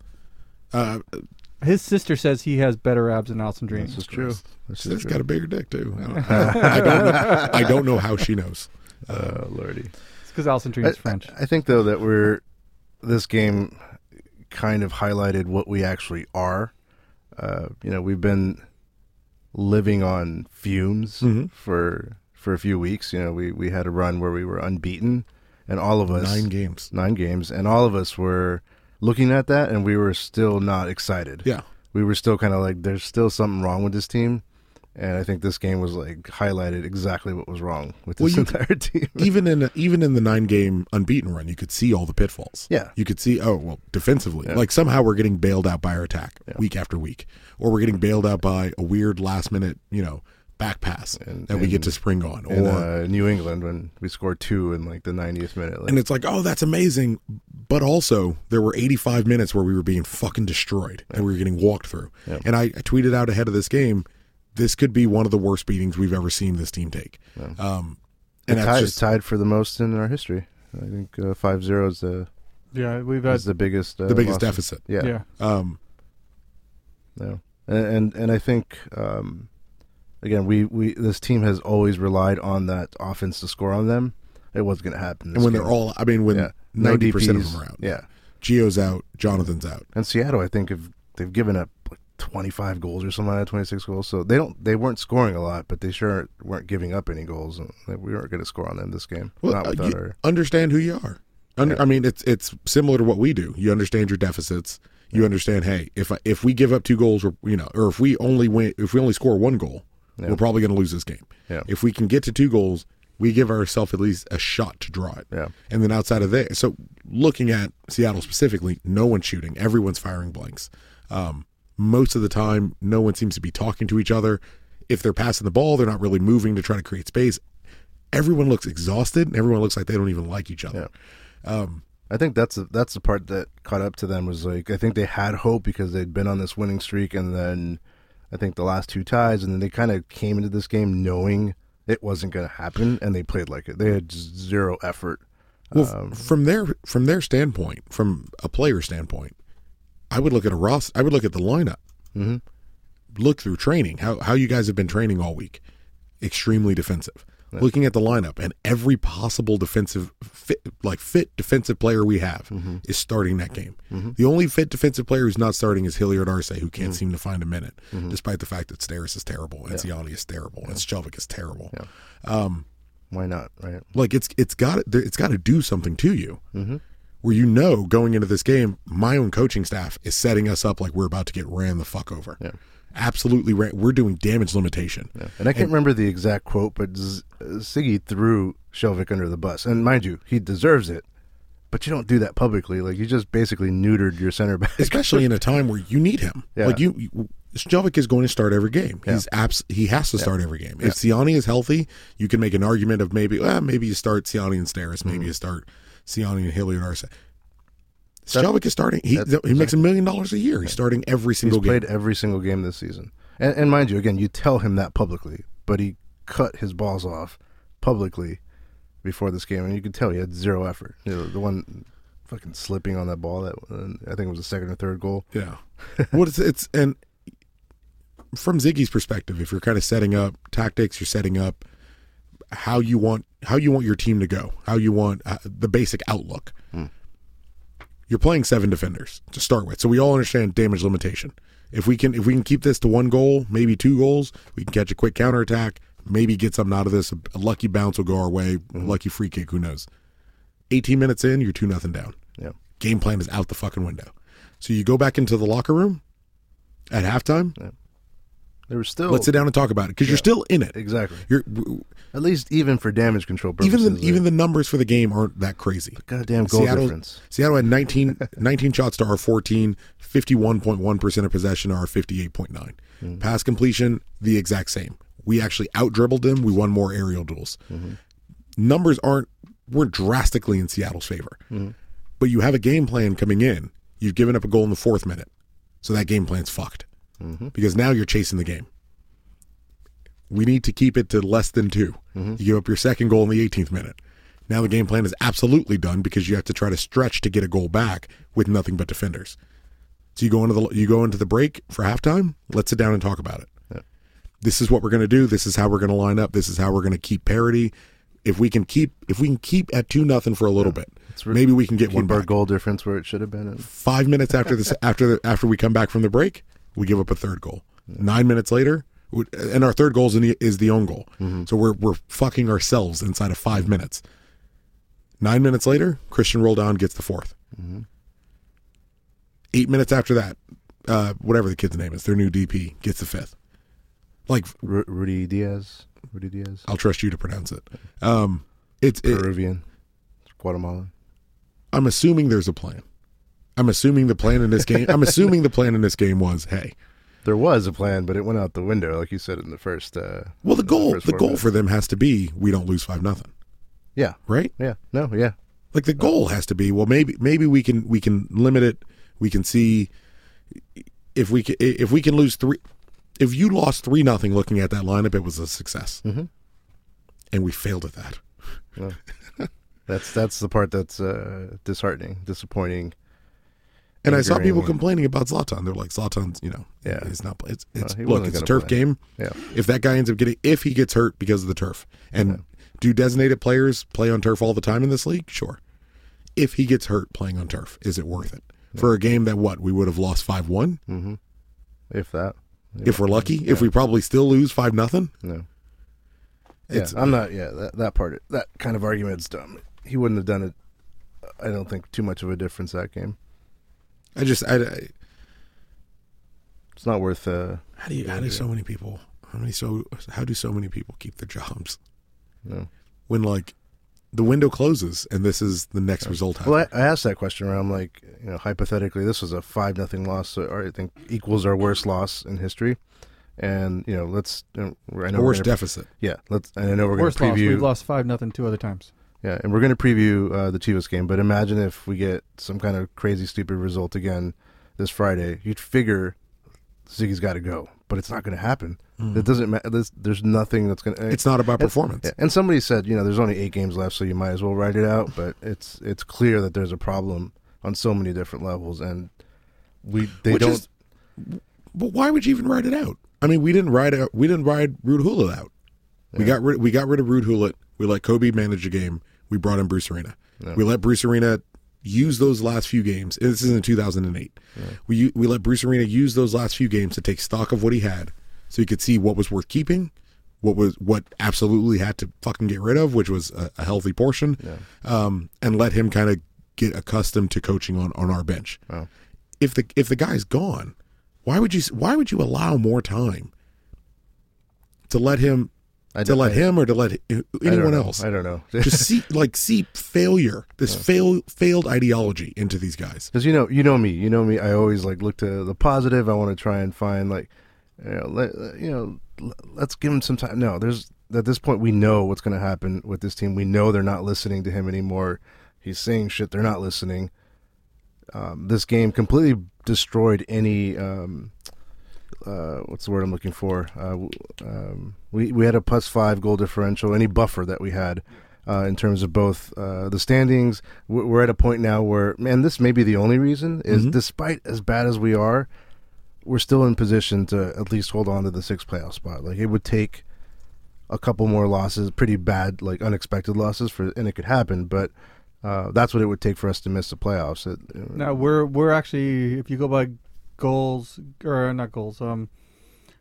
His sister says he has better abs than Alison
This is
Dream.
true. This
She's
is
got a bigger dick too. I don't, I don't know, I don't know how she knows.
uh, lordy.
It's because Alison Dream
I-
is French.
I, I think though that we're this game kind of highlighted what we actually are. Uh, you know, we've been living on fumes
Mm-hmm.
for for a few weeks. You know, we we had a run where we were unbeaten, and all of us
Nine games.
nine games, and all of us were looking at that, and we were still not excited.
Yeah.
we were still kind of like, there's still something wrong with this team. And I think this game was like highlighted exactly what was wrong with
Well,
this
you-
entire team.
even in even in the nine game unbeaten run, you could see all the pitfalls.
Yeah.
you could see. Oh well, defensively,
Yeah.
like somehow we're getting bailed out by our attack week after week, or we're getting bailed out by a weird last minute, you know, back pass that we get
and-
to spring on,
in
or
uh, New England when we scored two in like the 90th minute. Like,
and it's like, oh, that's amazing. But also, there were 85 minutes where we were being fucking destroyed and we were getting walked through.
Yeah.
And I, I tweeted out ahead of this game, this could be one of the worst beatings we've ever seen this team take. Um, and that's
It's tied,
just
tied for the most in our history. I think uh, five zero is the
Yeah, we've had
is the biggest uh,
the biggest
loss.
deficit.
Yeah,
yeah.
Um,
no, and, and and I think um, again we we this team has always relied on that offense to score on them. It wasn't going to happen.
and
this
when
game.
they're all, I mean, when
Yeah.
90% of
DPs.
them are out.
yeah.
Geo's out, Jonathan's out.
And Seattle, I think, have they've given up like 25 goals or something like that, 26 goals. So they don't they weren't scoring a lot, but they sure weren't giving up any goals. And like, we weren't going to score on them this game. Not
uh,
without
you
our
understand who you are. Under, I mean, it's it's similar to what we do. You understand your deficits. You understand, hey, if I, if we give up two goals, or you know, or if we only win, if we only score one goal, we're probably going to lose this game.
Yeah.
If we can get to two goals, we give ourselves at least a shot to draw it.
Yeah.
And then outside of there, so looking at Seattle specifically, no one's shooting. Everyone's firing blanks. Um, most of the time, no one seems to be talking to each other. If they're passing the ball, they're not really moving to try to create space. Everyone looks exhausted. And everyone looks like they don't even like each other.
I think that's the, that's the part that caught up to them was like I think they had hope because they'd been on this winning streak and then I think the last two ties and then they kind of came into this game knowing it wasn't going to happen and they played like it. They had just zero effort.
Well, f- from their from their standpoint, from a player standpoint, I would look at a Ross. I would look at the lineup. Look through training. How how you guys have been training all week? Extremely defensive. Looking at the lineup and every possible defensive fit, like fit defensive player we have is starting that game. The only fit defensive player who's not starting is Hilliard Arce, who can't seem to find a minute, despite the fact that Steris is terrible, and Ziani is terrible, and Shelvick is terrible
Why not, right?
like it's it's got to it's got to do something to you
Mm-hmm.
where you know going into this game my own coaching staff is setting us up like we're about to get ran the fuck over
Yeah.
absolutely ran, we're doing damage limitation
And I can't remember the exact quote, but Z- uh, Siggy threw Shelvick under the bus. And mind you, he deserves it. But you don't do that publicly. Like you just basically neutered your center back.
especially in a time where you need him
Yeah.
like you, you Jovic is going to start every game. He's abs- he has to start every game. If Siani is healthy, you can make an argument of maybe well, maybe you start Siani and Steris,
Mm-hmm.
maybe you start Siani and Hilliard Arce. Jovic is starting. He,
that's
he makes a million dollars a year. He's starting every
He's
single game.
played every single game this season. And, and mind you, again, you tell him that publicly, but he cut his balls off publicly before this game, and you could tell he had zero effort. You know, the one fucking slipping on that ball that uh, I think it was the second or third goal.
Yeah. well, it's, it's and from Ziggy's perspective, if you're kind of setting up tactics, you're setting up how you want how you want your team to go, how you want uh, the basic outlook. You're playing seven defenders to start with, so we all understand damage limitation. If we can if we can keep this to one goal, maybe two goals, we can catch a quick counterattack, maybe get something out of this. A, a lucky bounce will go our way, a lucky free kick, who knows. 18 minutes in, you're 2 nothing down
Yeah.
game plan is out the fucking window. So you go back into the locker room at halftime.
There was still
Let's sit down and talk about it because you're still in it.
exactly.
You're w-
At least even for damage control
even
purposes.
the even the numbers for the game aren't that crazy.
goddamn goal
Seattle,
difference.
Seattle had 19, 19 shots to our 14, 51.1% of possession to our 58.9.
Mm-hmm.
Pass completion, the exact same. We actually out dribbled them. We won more aerial duels.
Mm-hmm.
Numbers aren't, weren't drastically in Seattle's favor.
Mm-hmm.
But you have a game plan coming in. You've given up a goal in the fourth minute. So that game plan's fucked
Mm-hmm.
because now you're chasing the game. We need to keep it to less than 2
Mm-hmm.
You give up your second goal in the 18th minute. Now the game plan is absolutely done because you have to try to stretch to get a goal back with nothing but defenders. So you go into the you go into the break for halftime. Let's sit down and talk about it. This is what we're going to do. This is how we're going to line up. This is how we're going to keep parity. If we can keep if we can keep at two nothing for a little bit,
re-
maybe we can get one
keep our
back
goal difference where it should have been.
five minutes after this after the, after we come back from the break we give up a third goal nine minutes later we- and our third goal is, in the, is the own goal so we're, we're fucking ourselves inside of five minutes nine minutes later christian roldan gets the 4th eight minutes after that uh, whatever the kid's name is their new dp gets the fifth like
Ru- Rudy Diaz. Rudy Diaz.
I'll trust you to pronounce it. Um, it's it,
Peruvian. It's Guatemalan.
I'm assuming there's a plan. I'm assuming the plan in this game. I'm assuming the plan in this game was, hey,
There was a plan, but it went out the window, like you said in the first. Uh,
well, the
in
goal,
first
the
four
goal
minutes.
for them has to be we don't lose five nothing,
Yeah.
right?
Yeah. No. Yeah.
Like the goal has to be, well, maybe maybe we can we can limit it. We can see if we can, if we can lose three. If you lost three nothing, looking at that lineup, it was a success, mm-hmm. and we failed at that.
That's that's the part that's uh, disheartening, disappointing.
And I saw
Agreeing.
people complaining about Zlatan. They're like, Zlatan's, you know,
Yeah.
he's not. It's, it's
he
look,
wasn't
it's a
gonna
turf
play.
game.
Yeah.
If that guy ends up getting, if he gets hurt because of the turf, and do designated players play on turf all the time in this league? Sure. If he gets hurt playing on turf, is it worth it for a game that what we would have lost five one
Mm-hmm. If that.
if we're lucky? If we probably still lose five nothing,
No.
It's-
yeah, I'm not. Yeah, that, that part, that kind of argument's dumb. He wouldn't have done it. I don't think too much of a difference that game.
I just I, I
It's not worth. Uh,
how do you, how do so many people how many so how do so many people keep their jobs
no.
when like the window closes and this is the next result? happening?
Well, I, I asked that question around like you know hypothetically this was a five nothing loss, so or I think equals our worst loss in history, and you know let's you know, we're- I know
Or
we're
worst
gonna-
deficit.
Yeah, let's. and I know we're going
Worst
to
loss. We've
preview.
lost five nothing two other times.
Yeah, and we're going to preview uh, the Chivas game, but imagine if we get some kind of crazy stupid result again this Friday. You'd figure Ziggy's got to go, but it's not going to happen. It doesn't matter. There's, there's nothing that's going to.
Mm-hmm. It's not about performance.
Yeah, and somebody said, you know, there's only eight games left, so you might as well write it out. But it's it's clear that there's a problem on so many different levels, and we they
Which
don't.
is- But why would you even ride it out? I mean, we didn't ride out. We didn't ride Rude Hulet out. We got rid. We got rid of Rude Hulet. We let Kobe manage the game. We brought in Bruce Arena. We let Bruce Arena use those last few games. and This is in 2008. We u- we let Bruce Arena use those last few games to take stock of what he had, so he could see what was worth keeping, what was what absolutely had to fucking get rid of, which was a, a healthy portion, um, and let him kind of get accustomed to coaching on on our bench if the if the guy's gone, why would you why would you allow more time to let him
I
to
don't-
let
I-
him or to let h-
I don't
anyone
know.
else?
I don't know.
Just see like see failure, this fail failed ideology into these guys.
Because you know, you know me, you know me. I always like look to the positive. I want to try and find like, you know, let, uh, you know, l- let's give him some time. No, there's at this point we know what's going to happen with this team. We know they're not listening to him anymore. He's saying shit. They're not listening. Um, this game completely destroyed any. Um, uh, what's the word I'm looking for? Uh, w- um, we we had a plus five goal differential. Any buffer that we had uh, in terms of both uh, the standings, we're we're at a point now where, man, this may be the only reason is despite as bad as we are, we're still in position to at least hold on to the sixth playoff spot. Like it would take a couple more losses, pretty bad, like unexpected losses for, and it could happen, but. Uh, that's what it would take for us to miss the playoffs. It,
Now we're we're actually if you go by goals or not goals um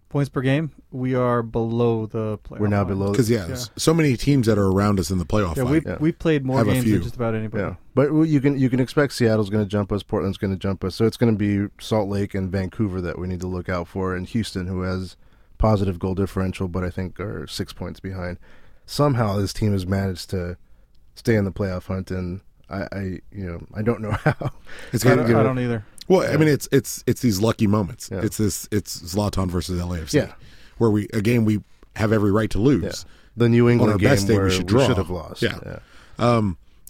points per game we are below the playoff.
we're now
line.
below
Because yeah, there's so many teams that are around us in the playoff
Yeah,
fight.
we've,
Yeah.
we've played more
Have a
games
few.
than just about anybody.
Yeah, but we- you can you can expect Seattle's going to jump us, Portland's going to jump us, so it's going to be Salt Lake and Vancouver that we need to look out for, and Houston, who has positive goal differential, but I think are six points behind. Somehow this team has managed to stay in the playoff hunt, and I, I you know I don't know how.
It's
I
gotta
don't,
give
I
it-
don't either.
Well, I mean, it's it's it's these lucky moments.
Yeah.
It's this it's Zlatan versus LAFC,
Yeah.
where we again we have every right to lose.
Yeah. The New England
our
game
best day, we
where
should draw.
should have lost.
Yeah.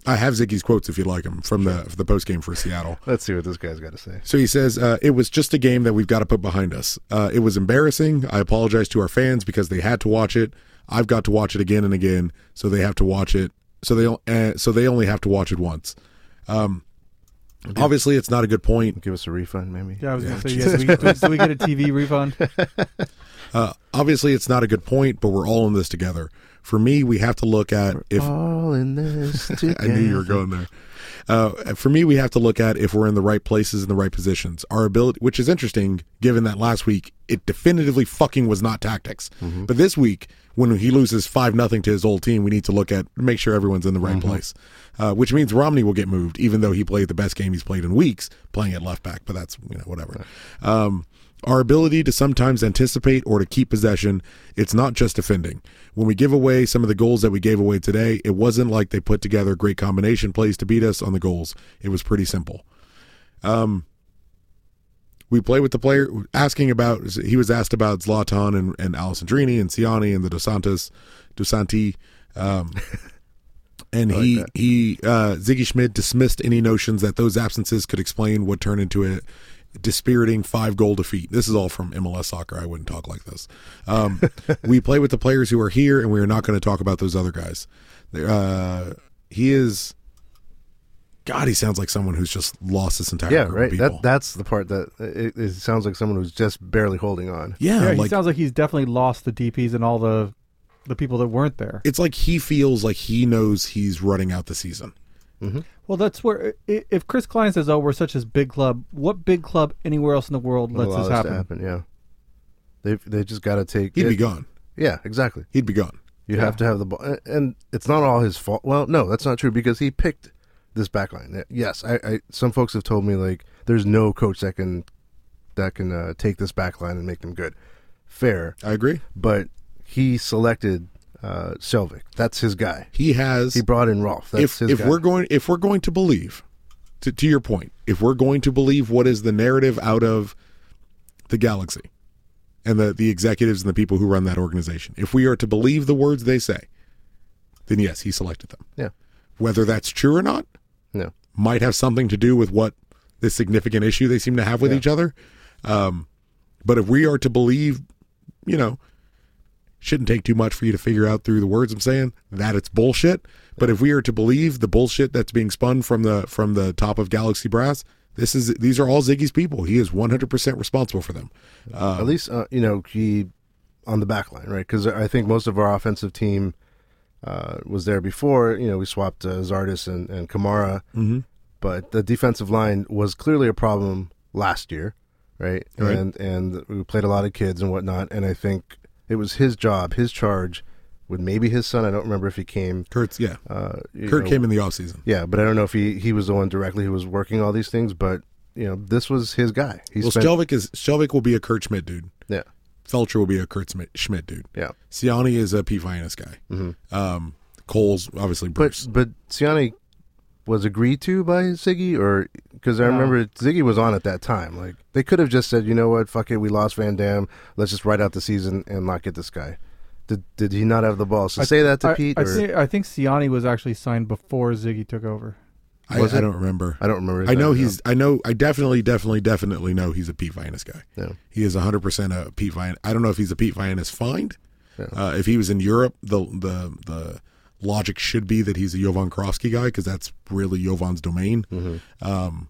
I have Ziggy's quotes if you'd like them from the the post game for Seattle.
Let's see what this guy's got to say.
So he says, uh, it was just a game that we've got to put behind us. Uh, it was embarrassing. I apologize to our fans because they had to watch it. I've got to watch it again and again, so they have to watch it. So they don't- uh, so they only have to watch it once. Um, obviously, it's not a good point.
Give us a refund, maybe.
Yeah, I was gonna say yeah. Do we, do, do we get a TV refund?
Obviously, it's not a good point. But we're all in this together. For me, we have to look at if
All in this together.
I knew you were going there. Uh, for me, we have to look at if we're in the right places in the right positions. Our ability, which is interesting, given that last week it definitively fucking was not tactics. But this week, when he loses five nothing to his old team, we need to look at make sure everyone's in the right place. Uh, which means Romney will get moved, even though he played the best game he's played in weeks, playing at left back. But that's you know whatever. Um, Our ability to sometimes anticipate or to keep possession, it's not just defending. When we give away some of the goals that we gave away today, it wasn't like they put together great combination plays to beat us on the goals. It was pretty simple. Um, we play with the player asking about he was asked about Zlatan and, and Alessandrini and Siani and the DeSantis DeSanti um, and he
that.
he uh, Ziggy Schmidt dismissed any notions that those absences could explain what turned into a dispiriting five goal defeat. This is all from MLS soccer. I wouldn't talk like this. Um, we play with the players who are here and we are not going to talk about those other guys. Uh, he is God, he sounds like someone who's just lost his entire
yeah,
group of
right.
people.
That that's the part that it, it sounds like someone who's just barely holding on.
Yeah,
Yeah, he
like
sounds like he's definitely lost the DPS and all the the people that weren't there.
it's like he feels like he knows he's running out the season.
Well, that's where i- if Chris Klein says, "Oh, we're such a big club," what big club anywhere else in the world lets
Allows
this
to
happen?
Yeah, they they just got to take.
He'd
it-
be gone.
Yeah, exactly.
He'd be gone.
You have to have the ball, and- and it's not all his fault. Well, no, that's not true because he picked this back line. Uh, Yes, I, I some folks have told me like there's no coach that can that can uh, take this back line and make them good. Fair,
I agree.
but he selected uh, Selvik. That's his guy.
He has
He brought in Rolf. That's
if
his
if
guy.
we're going if we're going to believe to, to your point, if we're going to believe what is the narrative out of the galaxy and the the executives and the people who run that organization, if we are to believe the words they say, then yes, he selected them.
yeah,
Whether that's true or not,
no,
might have something to do with what this significant issue they seem to have with each other. Um, but if we are to believe, you know, shouldn't take too much for you to figure out through the words I'm saying that it's bullshit. But if we are to believe the bullshit that's being spun from the from the top of Galaxy Brass, this is these are all Ziggy's people. He is 100% responsible for them.
at least uh, you know he on the back line, right? Because I think most of our offensive team uh, was there before. You know, we swapped uh, Zardis and, and Kamara, mm-hmm. but the defensive line was clearly a problem last year, right?
Right.
And and we played a lot of kids and whatnot. And I think it was his job, his charge, with maybe his son. I don't remember if he came.
Kurt's yeah.
Uh, you
Kurt
know,
came in the offseason.
Yeah, but I don't know if he he was the one directly who was working all these things, but. You know, this was his guy. He
Well,
spent,
Shelvick is Shelvick will be a Kurt Schmidt dude.
yeah,
Felcher will be a Kurt Schmidt, Schmidt dude.
yeah.
Siani is a Pete Vianis guy. Um, Cole's obviously Bruce.
Mm-hmm. But but Siani was agreed to by Ziggy, or because I remember Ziggy was on at that time. Like they could have just said, you know what, fuck it, we lost Van Dam. Let's just ride out the season and not get this guy. Did did he not have the balls to say that to
I,
Pete?
I,
or-
thi- I think Siani was actually signed before Ziggy took over.
I,
was
I
it?
don't remember.
I don't remember his
I know
name,
he's. I know. I definitely, definitely, definitely know he's a Pete Vianis guy.
Yeah.
He is 100 percent a Pete Vianis. I don't know if he's a Pete Vianis find. Uh, if he was in Europe, the the the logic should be that he's a Jovan Krosky guy because that's really Jovan's domain.
Mm-hmm.
Um,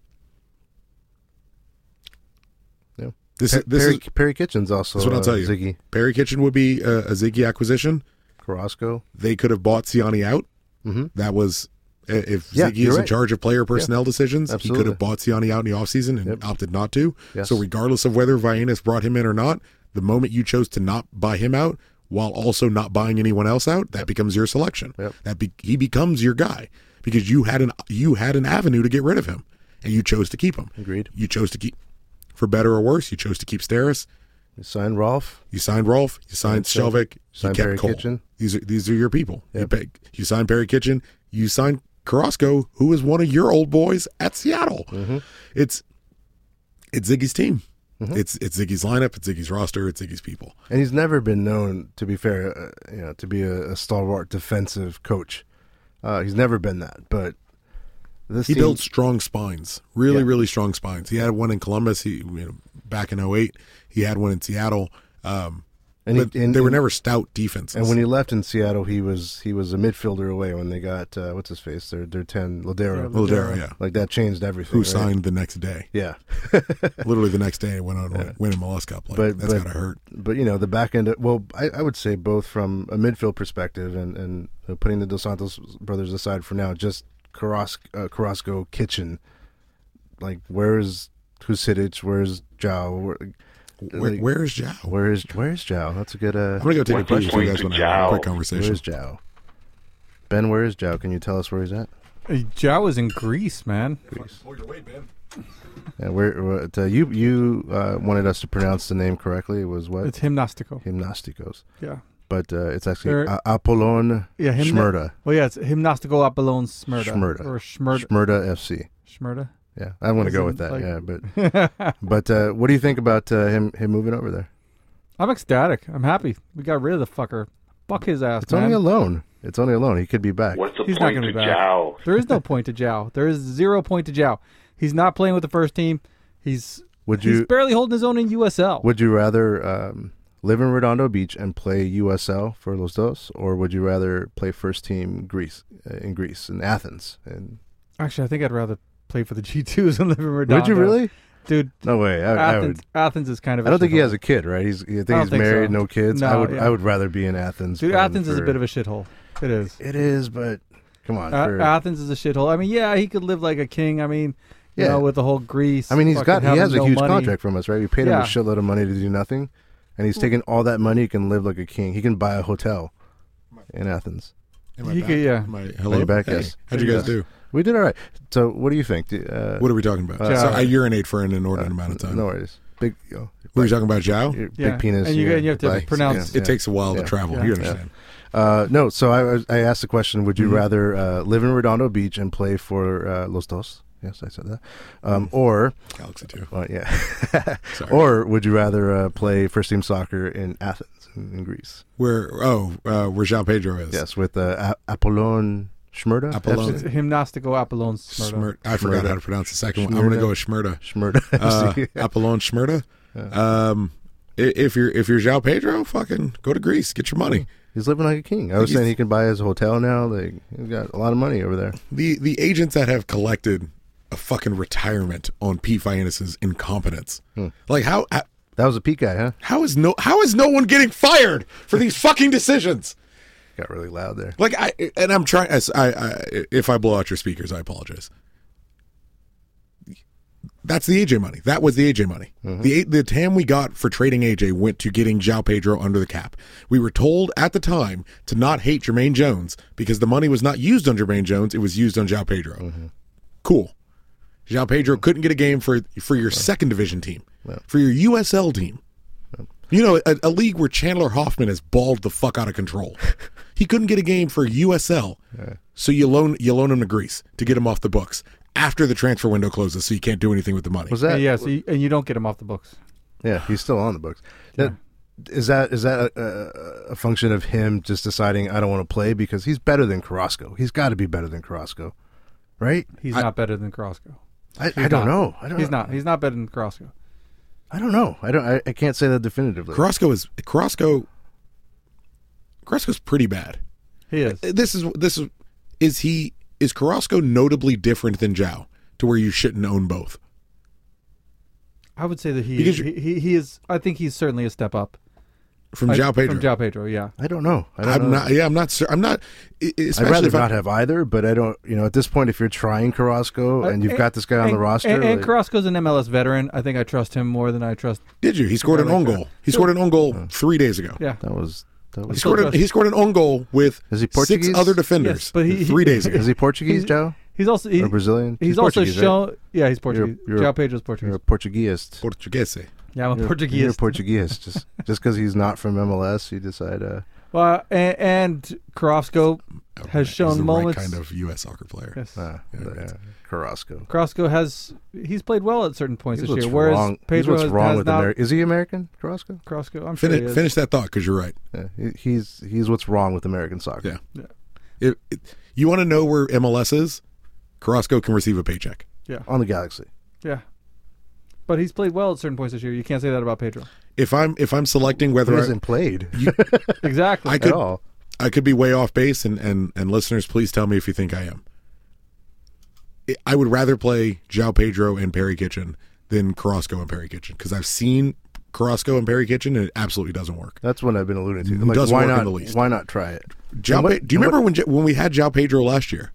Yeah.
This
Per-
is this
Perry,
is
Perry Kitchens also.
that's what I'll
uh,
tell you.
Ziggy
Barry Kitchen would be a, a Ziggy acquisition.
Carrasco.
They could have bought Siani out.
Mhm.
That was if
Yeah,
Ziggy
you're
is in
right.
charge of player personnel decisions, he
absolutely.
could have bought Siani out in the offseason and
Yep.
opted not to.
Yes.
So regardless of whether Vianis brought him in or not, the moment you chose to not buy him out while also not buying anyone else out, that becomes your selection.
Yep.
That be- he becomes your guy because you had an you had an avenue to get rid of him and you chose to keep him.
Agreed.
You chose to keep for better or worse, you chose to keep Steris.
You signed Rolf.
You signed Rolf. You signed
Signed
Shelvick. You
signed
kept
Barry
Cole.
Kitchen.
These are these are your people. You
Yep.
pick. You signed Barry Kitchen. You signed Carrasco, who is one of your old boys at Seattle.
Mm-hmm.
It's it's Ziggy's team. It's it's Ziggy's lineup. It's Ziggy's roster. It's Ziggy's people.
And he's never been known, to be fair, uh, you know, to be a, a stalwart defensive coach. Uh, he's never been that, but this
He
team,
builds strong spines. Really,
Yeah.
really strong spines. He had one in Columbus. He you know, back in 08. He had one in Seattle. Um,
and,
but
he, and
they were
and-
never stout defenses.
And when he left in Seattle, he was he was a midfielder away when they got uh, what's his face their their ten Ladero.
Ladero, yeah.
like that changed everything.
who
right?
signed the next day?
Yeah,
Literally the next day, he went on to win a MLS Cup. Like,
But-
that's
but-
gotta hurt.
but you know the back end. Well, I, I would say both from a midfield perspective and and uh, putting the Dos Santos brothers aside for now, just Carrasco, uh, Carrasco Kitchen. Like where is Husidic? Where's Jao? Where,
Where,
like,
where's Zhao?
where is where's Jao? That's a good. Uh,
I'm gonna go take a
Wait,
picture.
let's
so you
wait
guys
to
want to have a
Jao.
quick conversation.
Where's Jao? Ben, where is Jao? Can you tell us where he's at?
Uh, Jow is in Greece, man.
Hold your weight, man.
Yeah, we're, we're- uh, you you uh, wanted us to pronounce the name correctly. It was what?
It's Gymnastico.
Gymnasticos.
Yeah.
But uh, it's actually
They're-
a- Apollon
Er, Yeah, him
Shmurda.
Well, yeah, it's Gymnastico Apollon Smyrda.
Shmurda.
Or Shmurda.
Shmurda FC.
Shmurda?
Yeah, I'm going to
As
go
in,
with that.
like-
yeah, but but uh, what do you think about uh, him him moving over there?
I'm ecstatic. I'm happy. We got rid of the fucker. Fuck his ass.
It's only
man.
a loan. It's only a loan. He could be back.
He's not going to be back. There is no point to Jow. There is zero point to Jow. He's not playing with the first team. He's
Would
he's
you-
barely holding his own in USL.
Would you rather um, live in Redondo Beach and play USL for Los Dos, or would you rather play first team Greece uh, in Greece in Athens? And
Actually, I think I'd rather play for the G2s and live in Redondo.
really?
dude?
No way. I- I
Athens, Athens is kind of.
I
I
don't think he has a kid, right? He's I think
I don't
he's
think
married,
so.
no kids. I
No,
would
yeah.
I would rather be in Athens.
Dude,
playing
Athens is a
for-
bit of a shithole. It is.
It is, but come on.
A-
for-
Athens is a shithole. I mean, yeah, he could live like a king. I mean, you
Yeah.
know, with the whole Greece.
I mean, he's
fucking
got he
having
has a
no
huge
money.
contract from us, right? We paid him
Yeah. Hmm.
a shitload of money to do nothing, and he's taking all that money. He can live like a king. He can buy a hotel in Athens.
Am I
He
back?
could- yeah.
Am I-
Are
hello?
you back?
Hey,
Yes.
how'd you guys do?
We did all right. So, what do you think? Do- uh,
What are we talking about?
Uh,
so I urinate for an inordinate amount of time.
no uh, worries. Big. You know,
What are you talking about, Zhao?
your
Yeah.
Big penis.
And you-
your
and you have to
legs,
pronounce-
It takes a while to travel. You understand.
Uh, no, so I was- I asked the question: Would you
Mm-hmm.
rather uh, live in Redondo Beach and play for uh, Los Dos? Yes, I said that.
Mm.
Um, or
Galaxy 2.
Well, yeah. or would you rather uh, play first team soccer in Athens, in, in Greece?
Where, oh, uh, where Zhao Pedro is.
Yes, with uh, A- Apollon Shmurda.
Apollon.
It's Gymnastico Apollon Smyrna.
Smir- I forgot
Shmurda.
how to pronounce the second one. I'm going to
Shmurda.
go with Shmurda.
Shmurda.
Uh,
FC.
Apollon Shmurda. Um, i- if you're if you're Zhao Pedro, fucking go to Greece, get your money.
He's living like a king. I was
He's-
saying he can buy his hotel now. Like he's got a lot of money over there.
The the agents that have collected a fucking retirement on Pete Fianis's incompetence, like how
That was a peak guy, huh?
how is no how is no one getting fired for these fucking decisions?
Got really loud there.
Like I and I'm trying. I, I if I blow out your speakers, I apologize. That's the AJ money. That was the AJ money. The the TAM we got for trading AJ went to getting Jao Pedro under the cap. We were told at the time to not hate Jermaine Jones because the money was not used on Jermaine Jones; it was used on Jao Pedro. Cool. Jao Pedro couldn't get a game for for your second division team, for your USL team. You know, a, a league where Chandler Hoffman is balled the fuck out of control. he couldn't get a game for USL, so you loan you loan him to Greece to get him off the books after the transfer window closes, so you can't do anything with the money.
Was that?
yeah, so you, and you don't get him off the books.
Yeah, he's still on the books. That, is that is that a, a, a function of him just deciding I don't want to play because he's better than Carrasco? He's got to be better than Carrasco, right?
He's
I- Uh,
not better than Carrasco.
I,
He's
I don't
not.
know. I don't
He's
know.
not. He's not better than Carrasco.
I don't know. I don't. I, I can't say that definitively.
Carrasco is Carrasco. Carrasco's pretty bad.
He is.
This is this is is he is Carrasco notably different than Jao to where you shouldn't own both.
I would say that he
Because
he,
you're-
he he is. I think he's certainly a step up
From
I-
Jao Pedro,
From Jao Pedro, yeah.
I don't know. I don't
I'm
know.
not. Yeah, I'm not. Sure, I'm not. i- i-
I'd
Especially
rather
if I-
not have either, but I don't. You know, at this point, if you're trying Carrasco and you've got this guy on
Uh, And-
the roster,
and, and
like-
Carrasco's an MLS veteran. I think I trust him more than I trust.
Did you? He scored an own goal. He scored an own goal three days ago.
Yeah,
that was that
He
was.
scored, an, he scored an own goal with
Is he
six
Portuguese?
other defenders
Yes, but he-
three days ago.
Is he Portuguese, Joe?
He's also he,
Or Brazilian?
He's,
He's
also
Portuguese, right?
shown. Yeah, he's Portuguese.
You're- you're-
Jao Pedro's Portuguese.
You're a Portuguese.
Portuguese.
yeah, I'm a
You're-
Portuguese.
You're Portuguese. just just because he's not from MLS, you decide. Uh,
well, and, and Carrasco has
Oh, He's
shown
the
moments.
right kind of U.S. soccer player.
yes.
uh, yeah, Carrasco.
Carrasco has he's played well at certain points
Here's
this
what's
year. Whereas
wrong, here's
Pedro
what's
has,
wrong
has
with
not.
Ameri- Is he American, Carrasco?
Carrasco, I'm sure he
Finish,
is.
finish that thought because you're right.
Yeah, he- he's he's what's wrong with American soccer.
Yeah. If, if- you want to know where MLS is? Carrasco can receive a paycheck.
On the Galaxy.
Yeah, but he's played well at certain points this year. You can't say that about Pedro.
If I'm if I'm selecting
He
whether I,
hasn't played
Exactly.
I
at
could
all.
I could be way off base, and and and listeners, please tell me if you think I am. I- I would rather play Jao Pedro and Perry Kitchen than Carrasco and Perry Kitchen because I've seen Carrasco and Perry Kitchen and it absolutely doesn't work.
That's what I've been alluding to.
Who
Like,
doesn't
why
work in
not?
the least?
Why not try it?
Jao,
And what-
Pe- do you
and
remember when Ja- when we had Jao Pedro last year?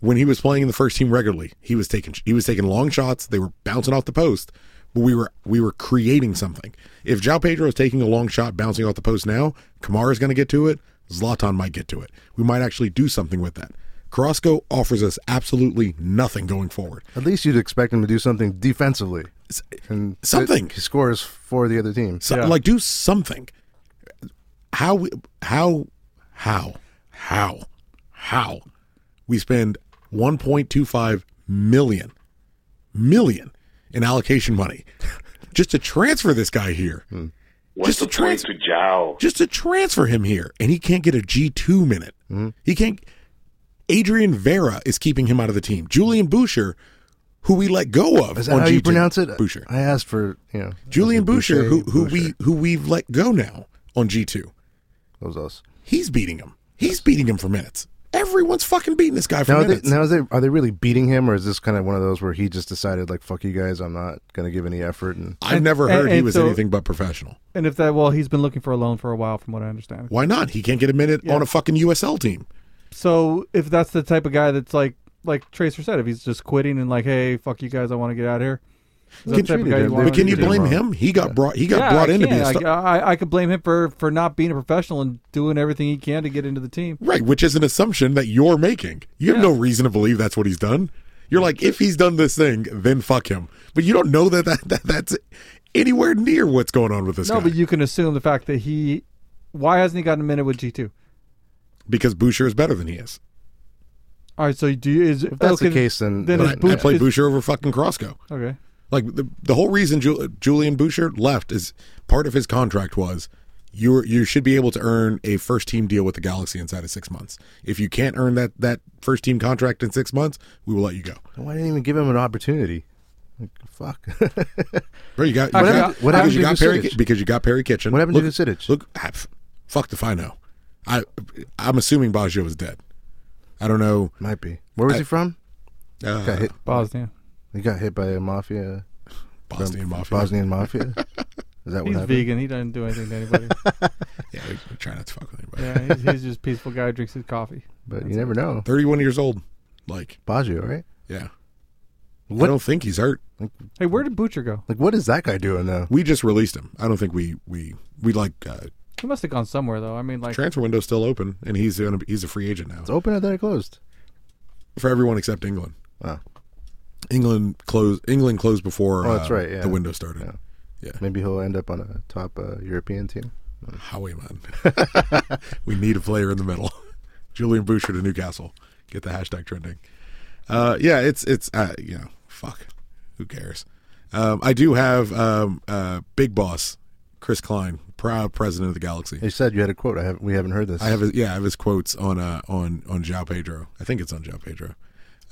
When he was playing in the first team regularly, he was taking he was taking long shots. They were bouncing off the post, but we were we were creating something. If Jao Pedro is taking a long shot bouncing off the post now, Kamara's going to get to it. Zlatan might get to it. We might actually do something with that. Carrasco offers us absolutely nothing going forward.
At least you'd expect him to do something defensively. And
Something.
He scores for the other team.
So, Like do something. How how how how how we spend 1.25 million million in allocation money just to transfer this guy here.
Hmm.
What's
Just a
the point
trans-
to Jao?
Just to transfer him here and he can't get a G2 minute.
Hmm.
He can't Adrian Vera is keeping him out of the team. Julian Boucher who we let go of
Is that
on
how
G2.
you pronounce it?
Boucher.
I asked for, you know.
Julian Boucher,
Boucher,
who who we who we've let go now on G two.
That was us.
He's beating him. He's beating him for minutes. Everyone's fucking beating this guy for
Now, are
minutes.
they, now is they, are they really beating him, or is this kind of one of those where he just decided, like, fuck you guys, I'm not going to give any effort? And
I've never
And-
heard he
and
was
so-
anything but professional.
And if that, well, he's been looking for a loan for a while, from what I understand.
Why not? He can't get a minute on a fucking USL team.
So if that's the type of guy that's like, like Tracer said, if he's just quitting and like, hey, fuck you guys, I want to get out of here. Is that
Can-
the type of guy you want
but can
to
you
do?
blame him? He got brought. He got
Yeah,
brought
I
in to be a
can't.
star,
I, I, I could blame him for for not being a professional and doing everything he can to get into the team.
right, which is an assumption that you're making. You have no reason to believe that's what he's done. You're like, if he's done this thing, then fuck him. But you don't know that, that, that that's anywhere near what's going on with this
no,
guy
but you can assume the fact that he. Why hasn't he gotten a minute with G two?
because Boucher is better than he is.
All right, so do you, is if
that's the case, then-
then
But
is
I, I
Bouch-
played
is-
Boucher over fucking Crosco.
Okay.
Like the the whole reason Ju- Julian Boucher left is part of his contract was you are you should be able to earn a first team deal with the Galaxy inside of six months. If you can't earn that that first team contract in six months, we will let you go.
why didn't even give him an opportunity? Like, fuck.
Bro, you got you got-
What happened- what
because
happened
you
to
got Perry
Vucevic?
because you got Perry Kitchen.
What happened to
look,
Vucevic?
Look, ah, f- fuck if I know. I I'm assuming Baggio is dead. I don't know.
Might be. Where was
I-
he from?
Uh,
got hit. um,
Bosnia.
He got hit by a mafia. um,
Bosnian mafia.
Bosnian mafia. Is that what
He's
happened?
vegan. He doesn't do anything to anybody.
Yeah, we, we try not to fuck with anybody.
yeah, he's, he's just a peaceful guy. who Drinks his coffee.
But you never know.
Thirty one years old. Like
Baggio, right?
yeah, I
What-
don't think he's hurt.
Hey, where did Butcher go?
Like, what is that guy doing though?
We just released him. I don't think we we we like uh,
He must have gone somewhere though. I mean, like
transfer window's still open, and he's gonna be, he's a free agent now
It's open. I thought it closed.
for everyone except England.
Wow.
England closed. England closed before.
Oh, that's
uh,
right, yeah.
The window started.
Yeah.
Yeah.
Maybe he'll end up on a top uh, European team.
Howie man, we need a player in the middle. Julian Boucher to Newcastle. Get the hashtag trending. Uh, yeah, it's it's uh, you know fuck. Who cares? Um, I do have um, uh, big boss Chris Klein, proud president of the Galaxy.
They said you had a quote. I haven't. We haven't heard this.
I have his, yeah, I have his quotes on uh on on Jao Pedro. I think it's on Jao Pedro.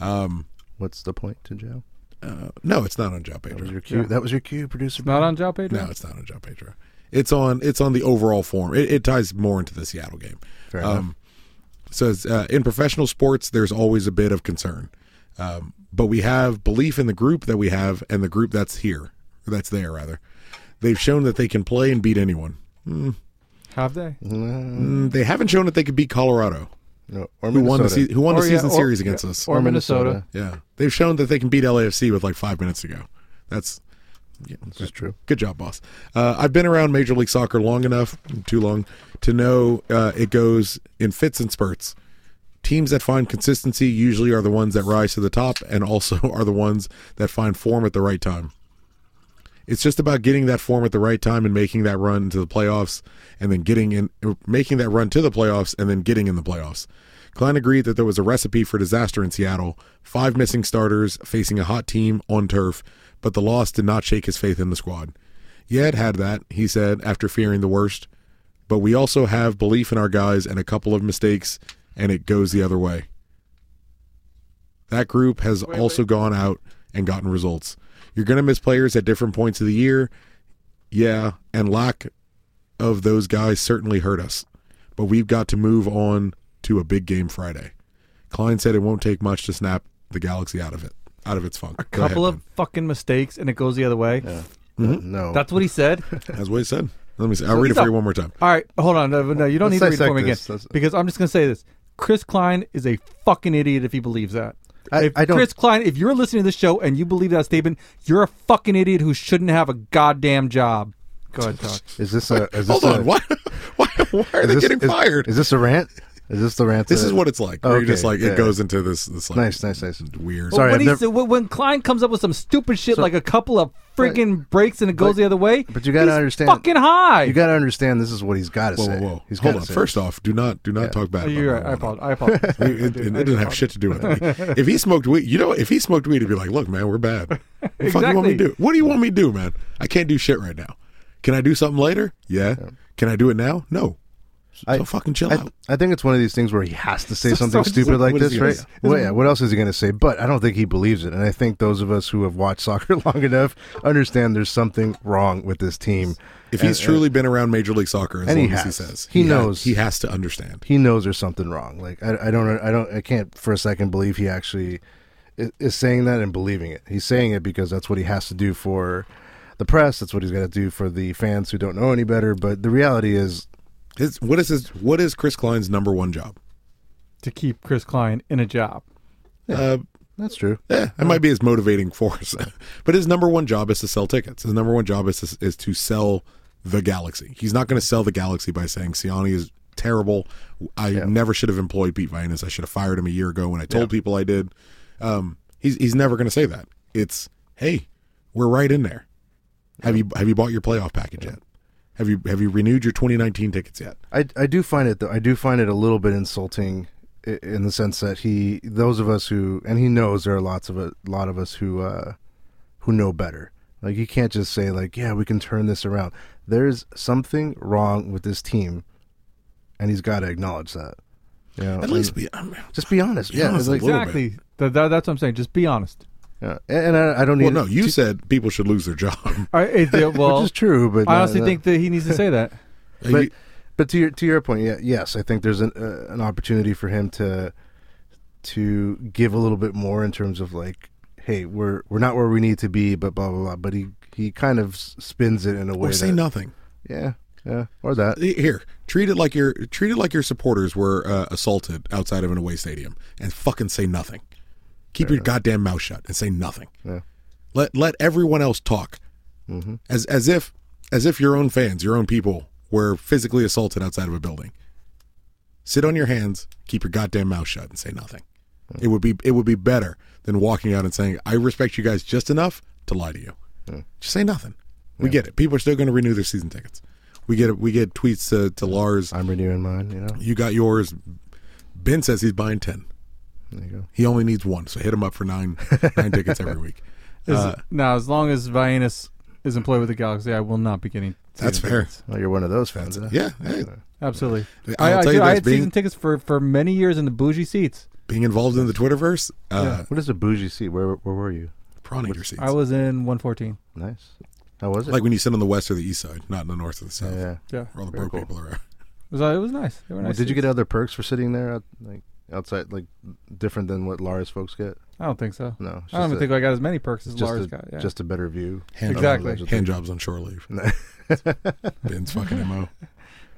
Um,
What's the point to Joe?
uh, no, it's not on Jao
That was
Pedro.
your cue. That was your cue, producer.
not on job page.
No, it's not on Jao Pedro. It's on it's on the overall form. It, it ties more into the Seattle game.
Fair
um, says uh, in professional sports, there's always a bit of concern, um, but we have belief in the group that we have and the group that's here, that's there rather. They've shown that they can play and beat anyone.
Have they?
Mm, They haven't shown that they could beat Colorado,
No, or
who won the
Minnesota.
se- who won the
Or, yeah,
season
or-
series against us,
Or Minnesota.
Yeah, they've shown that they can beat LAFC with like five minutes to go. That's
This is true.
good job, boss. Uh, I've been around Major League Soccer long enough, too long, to know uh, it goes in fits and spurts. Teams that find consistency usually are the ones that rise to the top, and also are the ones that find form at the right time. It's just about getting that form at the right time and making that run to the playoffs, and then getting in, or making that run to the playoffs, and then getting in the playoffs. Klein agreed that there was a recipe for disaster in Seattle: five missing starters facing a hot team on turf, but the loss did not shake his faith in the squad. Yeah, it had that, he said after fearing the worst, but we also have belief in our guys and a couple of mistakes, and it goes the other way. That group has also gone out and gotten results. You're going to miss players at different points of the year. Yeah, and lack of those guys certainly hurt us. But we've got to move on to a big game Friday. Klein said it won't take much to snap the Galaxy out of it, out of its funk. A
Couple of fucking mistakes and it goes the other way.
No,
That's what he said.
That's what he said. Let me see. I'll read it for you one more time.
All right, hold on. No, no, you don't
Let's
need to read it for
dissect
me again
this. Let's-
because I'm just going to say this. Chris Klein is a fucking idiot if he believes that.
I-
if
I don't-
Chris Klein, if you're listening to this show and you believe that statement, you're a fucking idiot who shouldn't have a goddamn job. Go ahead, talk.
is this a? Is this
Hold on.
a-
Why, why, why are
is
they
this-
getting
is-
fired?
Is this a rant? Is this the rant?
This
that-
is what it's like.
Oh,
where you're just like
okay, yeah.
it goes into this this like
Nice, nice, nice.
weird.
Sorry,
But when,
I've
he's-
never-
when- when Klein comes up with some stupid shit,
So- uh,
like a couple of freaking breaks and it goes
but-
the other way,
But you gotta
he's
understand.
fucking high.
You gotta understand. This is what he's got to
Whoa,
say.
whoa, whoa!
He's
Hold
gotta
on.
say
First
this.
off, do not do not talk bad.
Oh, you're right. I
about
apologize. I apologize. I
it, it,
do-
it
I do
doesn't have
apologize.
shit to do with anything. if he smoked weed, you know, if he smoked weed, he'd be like, "Look, man, we're bad. What the fuck do you want me to
Exactly.
do? What do you want me to do, man? I can't do shit right now. Can I do something later? Yeah. Can I do it now? No. So
I-
fucking chill
I,
out.
I think it's one of these things where he has to say
So-
something
so-
stupid
what-
like
what is
this,
he
right?
gonna
Well, yeah, what else is he going to say? But I don't think he believes it. And I think those of us who have watched soccer long enough understand there's something wrong with this team.
If he's
And-
truly been around Major League Soccer as
And
long
he
as he
has.
says,
He
ha-
knows.
he has to understand.
he knows there's something wrong. Like I, I don't, I don't, I can't for a second believe he actually i- is saying that and believing it. He's saying it because that's what he has to do for the press. That's what he's got to do for the fans who don't know any better. But the reality is,
His, what is his? What is Chris Klein's number one job?
to keep Chris Klein in a job.
Uh,
that's true.
yeah, that might be his motivating force, but his number one job is to sell tickets. His number one job is to, is to sell the Galaxy. He's not going to sell the Galaxy by saying Siani is terrible. I never should have employed Pete Vianis. I should have fired him a year ago when I told people I did. Um, he's he's never going to say that. It's hey, we're right in there. Have you have you bought your playoff package yet? Have you have you renewed your 2019 tickets yet?
I, I do find it though. I do find it a little bit insulting i- in the sense that he, those of us who, and he knows there are lots of a lot of us who, uh, who know better. Like you can't just say like, yeah, we can turn this around. There's something wrong with this team, and he's got to acknowledge that. You know,
At
and
least be. I mean,
just be honest. Yeah,
honest,
it's like,
little bit.
Exactly. That, that, that's what I'm saying. Just be honest.
yeah. and and I, I don't
well,
need.
no, you said people should lose their job.
I, it, it- well,
which is true, but
I
no,
honestly
no.
think that he needs to say that.
but but to your to your point, yeah, yes, I think there's an uh, an opportunity for him to to give a little bit more in terms of like, hey, we're we're not where we need to be, but blah blah blah. But he he kind of s- spins it in a way.
or say
that-
nothing.
Yeah, yeah, or that.
Uh, eh, Here, treat it like your treat it like your supporters were uh, assaulted outside of an away stadium, and fucking say nothing. Keep your goddamn mouth shut and say nothing.
Yeah.
Let let everyone else talk, as as if as if your own fans, your own people, were physically assaulted outside of a building. Sit on your hands, keep your goddamn mouth shut, and say nothing.
Hmm.
It would be it would be better than walking out and saying I respect you guys just enough to lie to you.
Hmm.
Just say nothing. We get it. People are still going to renew their season tickets. We get we get tweets to, to Lars.
I'm renewing mine. You know,
You got yours. Ben says he's buying ten.
there you go.
He only needs one, so hit him up for nine nine tickets every week. Uh,
As- now, as long as Vianis is employed with the Galaxy, I will not be getting.
That's
season
fair.
tickets.
Well, Oh, you're one of those fans. huh?
Yeah, hey,
Absolutely.
I'll
I,
tell you
I, did- I
this,
had
being-
season tickets for, for many years in the bougie seats.
being involved in the Twitterverse, uh,
What is a bougie seat? Where where were you?
prawn eater seats.
I was in 114.
Nice. How was it?
like when you sit on the west or the east side, not in the north or the south.
yeah.
Yeah.
where all the
Very
broke
cool.
people are.
It was, uh, it was nice. They were nice.
Did you
seats.
get other perks for sitting there, out, like outside, like different than what Lara's folks get?
I don't think so.
No, it's
I
just
don't even
a-
think I got as many perks as
Just
Lars
a,
got. Yeah.
just a better view.
Hand
Exactly.
jobs, hand jobs on shore leave.
No.
Ben's fucking mo.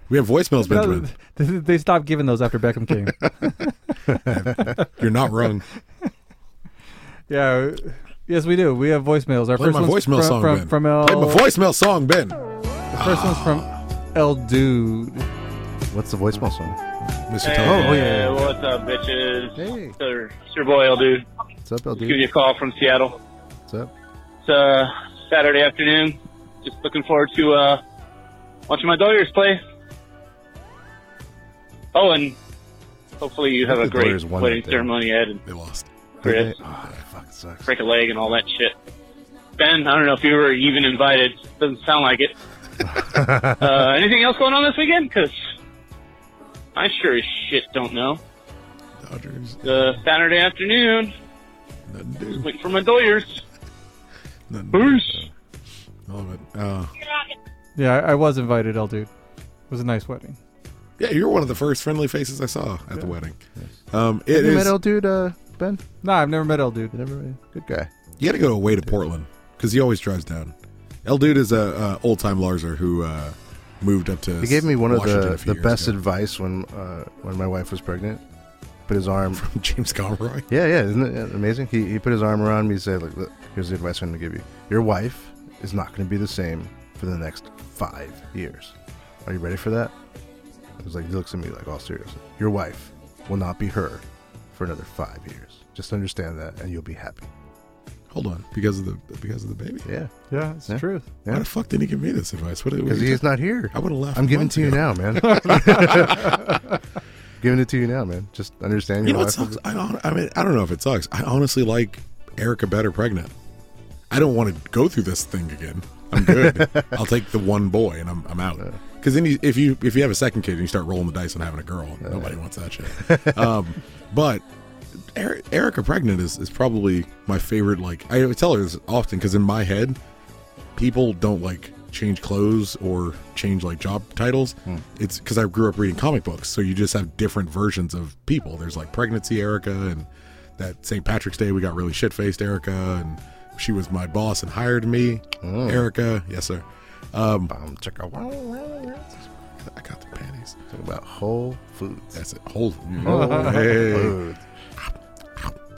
We have voicemails, Benjamin.
they, they stopped giving those after Beckham came.
You're not wrong.
yeah. uh, Yes, we do. We have voicemails. Our
Play
first
my
one's
voicemail
from,
song,
from,
Ben.
from El.
Play my voicemail song, Ben.
The first one's from El Dude.
What's the voicemail song?
Mr. Telephone.
Oh,
Oh, yeah.
what's up, bitches?
Hey.
It's your- it's your boy, L dude.
What's up,
Just giving you
LD?
a call from Seattle.
What's up?
It's uh, Saturday afternoon. Just looking forward to uh, watching my Dodgers play. Oh, and hopefully you have
I
a
think the
great
Warriors won
wedding
that day.
ceremony ahead and
They lost.
Chris,
Oh, fuck, it sucks.
break a leg and all that shit. Ben, I don't know if you were even invited. Doesn't sound like it. uh, anything else going on this weekend? Because I sure as shit don't know.
Dodgers.
Uh, Saturday afternoon,
Nothing to do.
waiting for my Dodgers.
Nothing to do.
Peace.
Love it. Uh,
Yeah, I, I was invited, El Dude. It was a nice wedding.
yeah, you're one of the first friendly faces I saw at the wedding. Um,
Have
it
you
is.
met old dude, uh, Ben?
No, I've never met El Dude.
You never really? Good guy.
You got to go away to Portland because he always drives down. El Dude is a uh, old time Larzer who uh, moved up to.
He gave me one of
Washington
the,
a few
the
years
best
ago.
advice when uh, when my wife was pregnant. Put his arm.
James Conroy.
Yeah, yeah, isn't it amazing? He, he put his arm around me and said, like, look, here's the advice I'm going to give you. Your wife is not going to be the same for the next five years. Are you ready for that? It was like, he looks at me like, all serious. Your wife will not be her for another five years. Just understand that, and you'll be happy.
Hold on, because of the because of the baby.
Yeah,
yeah, it's
Yeah.
the truth.
Why the fuck didn't he give me this advice? What- what are
Because
you
he's
talking-
not here.
I would have left.
I'm giving
months
to you
ago.
now, man. giving it to you now, man. Just understand.
You
Your
know what
wife will
sucks? I, don't, I mean, I don't know if it sucks. I honestly like Erica better pregnant. I don't want to go through this thing again. I'm good. I'll take the one boy and I'm, I'm out. Because then, you, if you if you have a second kid and you start rolling the dice on having a girl, nobody wants that shit. um, but Eri- Erica pregnant is, is probably my favorite. Like I always tell her this often because in my head, people don't like change clothes or change like job titles. It's because I grew up reading comic books, so you just have different versions of people. There's like pregnancy Erica, and that St. Patrick's Day we got really shit faced Erica, and she was my boss and hired me, Erica. Yes, sir. Um,
check out.
I got the panties.
Talk about Whole Foods.
That's it. Whole,
Whole
Hey.
Foods.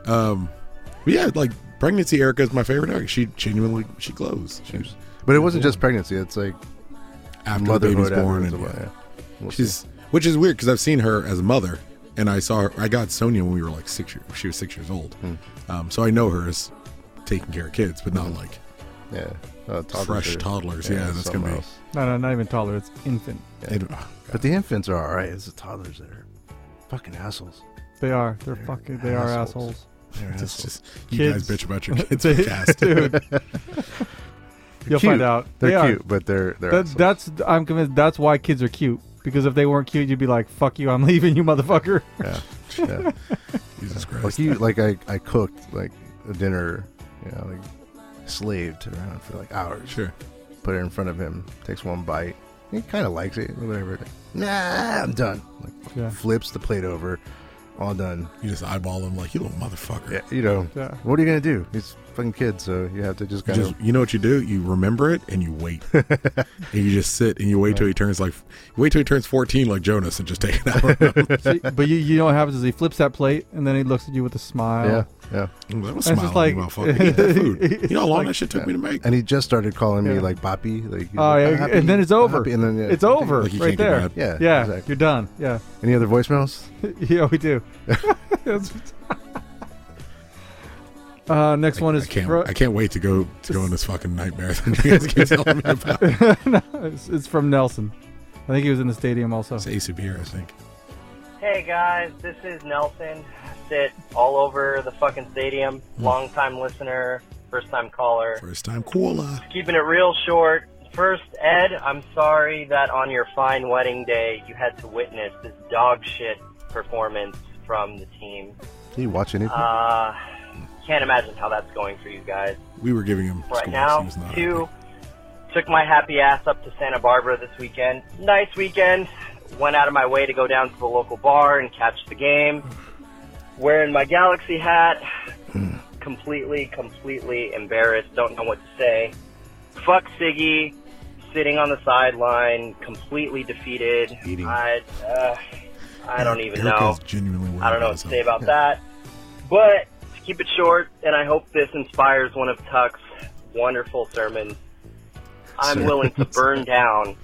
Um, but yeah, like pregnancy Erica is my favorite. Erica. She genuinely she glows. She's,
But it wasn't just pregnancy. It's like
after
motherhood
the baby's born,
afterwards
and
as well,
yeah.
yeah. We'll
she's which is weird because I've seen her as a mother, and I saw her. I got Sonia when we were like six. Year, she was six years old, um, so I know her as taking care of kids, but not like
yeah, uh, toddlers
fresh
are-
toddlers. Yeah, that's gonna
something
be.
else.
No, no, not even taller. It's infant.
and, uh,
But the infants are all right. It's the toddlers that are fucking assholes.
They are. They're fucking. They are assholes.
They're
it's
assholes.
just you guys bitch about your kids.
They-
cast.
dude. You'll
Cute.
find out.
They're
They are.
cute, but they're they're
That,
assholes.
that's. I'm convinced. That's why kids are cute. Because if they weren't cute, you'd be like, "Fuck you! I'm leaving you, motherfucker."
yeah. yeah.
Jesus
like
Christ.
you like I, I cooked like a dinner you know like slaved around for like hours
Sure.
put it in front of him takes one bite he kind of likes it whatever nah i'm done like
Yeah.
flips the plate over all done
You just eyeball them like you little motherfucker.
yeah you know
Yeah.
what are you gonna do he's a fucking kid so you have to just
You
kind
just you know what you do? You remember it and you wait. and you just sit and you wait till he turns like wait till he turns fourteen like Jonas and just take it out.
See, but you, you know what happens is he flips that plate and then he looks at you with a smile.
of yeah yeah
that was
That's
smiling
just
like,
like-
motherfucker. Eat that food. You know how long that shit took me to make?
and he just started calling me
Yeah.
like boppy like he's
Oh,
like,
yeah,
"Boppy,
and then it's over.
Boppy," and then yeah,
it's over
Like you
right
can't get
there.
mad.
yeah
Yeah,
exactly.
you're done. Yeah,
any other voicemails
yeah, we do. That's- uh, next one is
I can't.
fro-
I can't wait to go to go on this fucking nightmare that you guys keep telling me about.
it's, it's from Nelson. I think he was in the stadium also.
It's Ace of Beer, I think.
Hey guys, this is Nelson. I sit all over the fucking stadium. Long time listener, first time caller.
First time koala.
Keeping it real short. First, Ed, I'm sorry that on your fine wedding day you had to witness this dog shit performance from the team.
Can you watch anything
Uh, can't imagine how that's going for you guys
We were giving him scores.
right
he
now.
was not
Two, took my happy ass up to Santa Barbara this weekend. Nice weekend. Went out of my way to go down to the local bar and catch the game. Wearing my Galaxy hat. completely, completely embarrassed. Don't know what to say. Fuck Siggy. Sitting on the sideline, completely defeated.
Eating.
I, uh, I don't
Eric-
even
Eric
know.
is genuinely worried
I don't know
about
what to say
himself.
about that. But to keep it short, and I hope this inspires one of Tuck's wonderful sermons. I'm
Sermons.
willing to burn down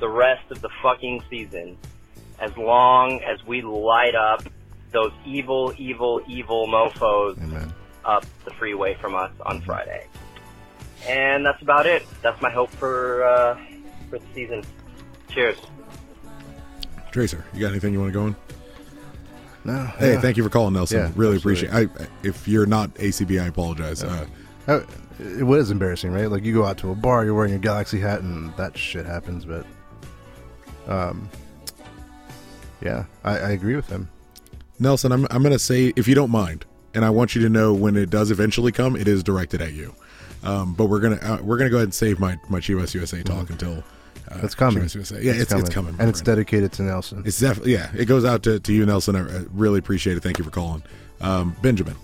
the rest of the fucking season as long as we light up those evil, evil, evil mofos
amen
up the freeway from us on Friday. And that's about it. That's my hope for uh, for the season. Cheers.
Tracer, you got anything you want to go on?
no
Hey,
yeah.
thank you for calling, Nelson.
Yeah,
really
absolutely.
appreciate. I, if you're not ACB, I apologize. Uh,
Uh, It was embarrassing, right? Like you go out to a bar, you're wearing a galaxy hat, and that shit happens. But, um, yeah, I, I agree with him.
Nelson, I'm I'm gonna say if you don't mind, and I want you to know when it does eventually come, it is directed at you. Um, but we're gonna uh, we're gonna go ahead and save my my Chivas USA talk until uh,
It's Mm-hmm. coming.
Chivas USA. Yeah, it's it's coming, my
and it's
friend.
dedicated to Nelson.
It's definitely yeah. It goes out to, to you, Nelson. I, I really appreciate it. Thank you for calling, um, Benjamin.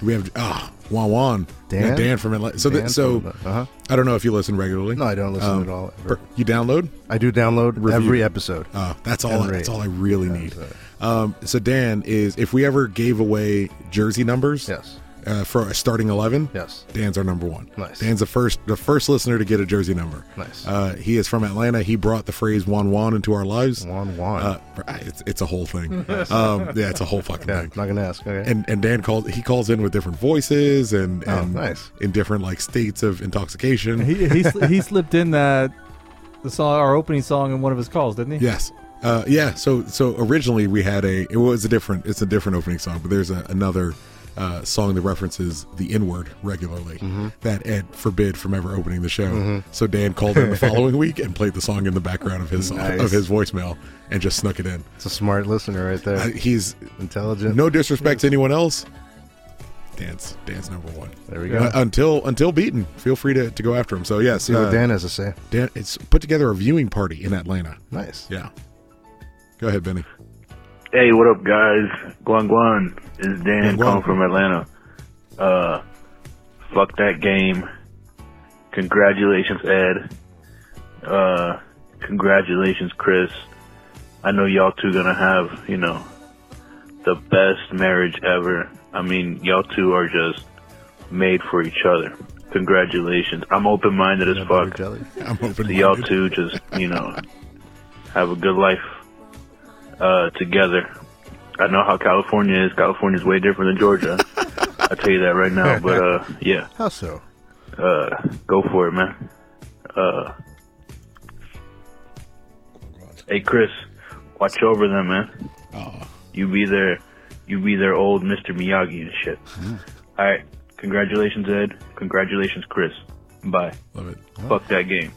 Do we have ah Juan Juan
Dan?
Yeah, Dan from Atlanta? So
Dan
that, so
from Atla- uh-huh.
I don't know if you listen regularly. Um,
No, I don't listen at all, ever.
per- You download?
I do download
Review.
every episode.
Uh, that's all.
And rate.
That's all I really need.
so-
Um, so Dan is if we ever gave away jersey numbers,
Yes.
uh, for our starting eleven.
Yes,
Dan's our number one.
Nice.
Dan's the first the first listener to get a jersey number.
Nice.
Uh, he is from Atlanta. He brought the phrase "Juan Juan" into our lives.
Juan Juan.
Uh, for- I- it's, it's a whole thing.
Nice.
um, yeah, it's a whole fucking thing.
Not gonna ask. Okay.
And and Dan calls he calls in with different voices and,
Oh,
and
nice.
in different like states of intoxication.
He he, sli- he slipped in that the song, our opening song, in one of his calls, didn't he?
Yes. Uh, yeah. So so originally we had a it was a different it's a different opening song, but there's a, another uh, song that references the N word regularly
Mm-hmm.
that Ed forbid from ever opening the show.
Mhm.
So Dan called in the following week and played the song in the background of his
Nice.
of his voicemail and just snuck it in.
It's a smart listener right there.
Uh, he's
intelligent.
No disrespect to anyone else. Dance, dance number one.
There we go.
Uh, until until beaten, feel free to, to go after him. So yes,
See what Dan has to say.
Dan, it's put together a viewing party in Atlanta.
Nice.
Yeah. Go ahead, Benny.
Hey, what up, guys? Guan Guan is Dan
Guan Guan.
calling from Atlanta. Uh, fuck that game. Congratulations, Ed. Uh, congratulations, Chris. I know y'all two gonna have, you know, the best marriage ever. I mean, y'all two are just made for each other. Congratulations. I'm open-minded as fuck.
I'm open.
So y'all two just, you know, have a good life uh, together. I know how California is. California's way different than Georgia. I'll tell you that right now. But uh, yeah,
How so?
uh, go for it, man. Uh, hey, Chris, watch over them, man. You be their, you be their old Mister Miyagi and shit. All right, congratulations, Ed. Congratulations, Chris. Bye.
Love it.
Fuck that game.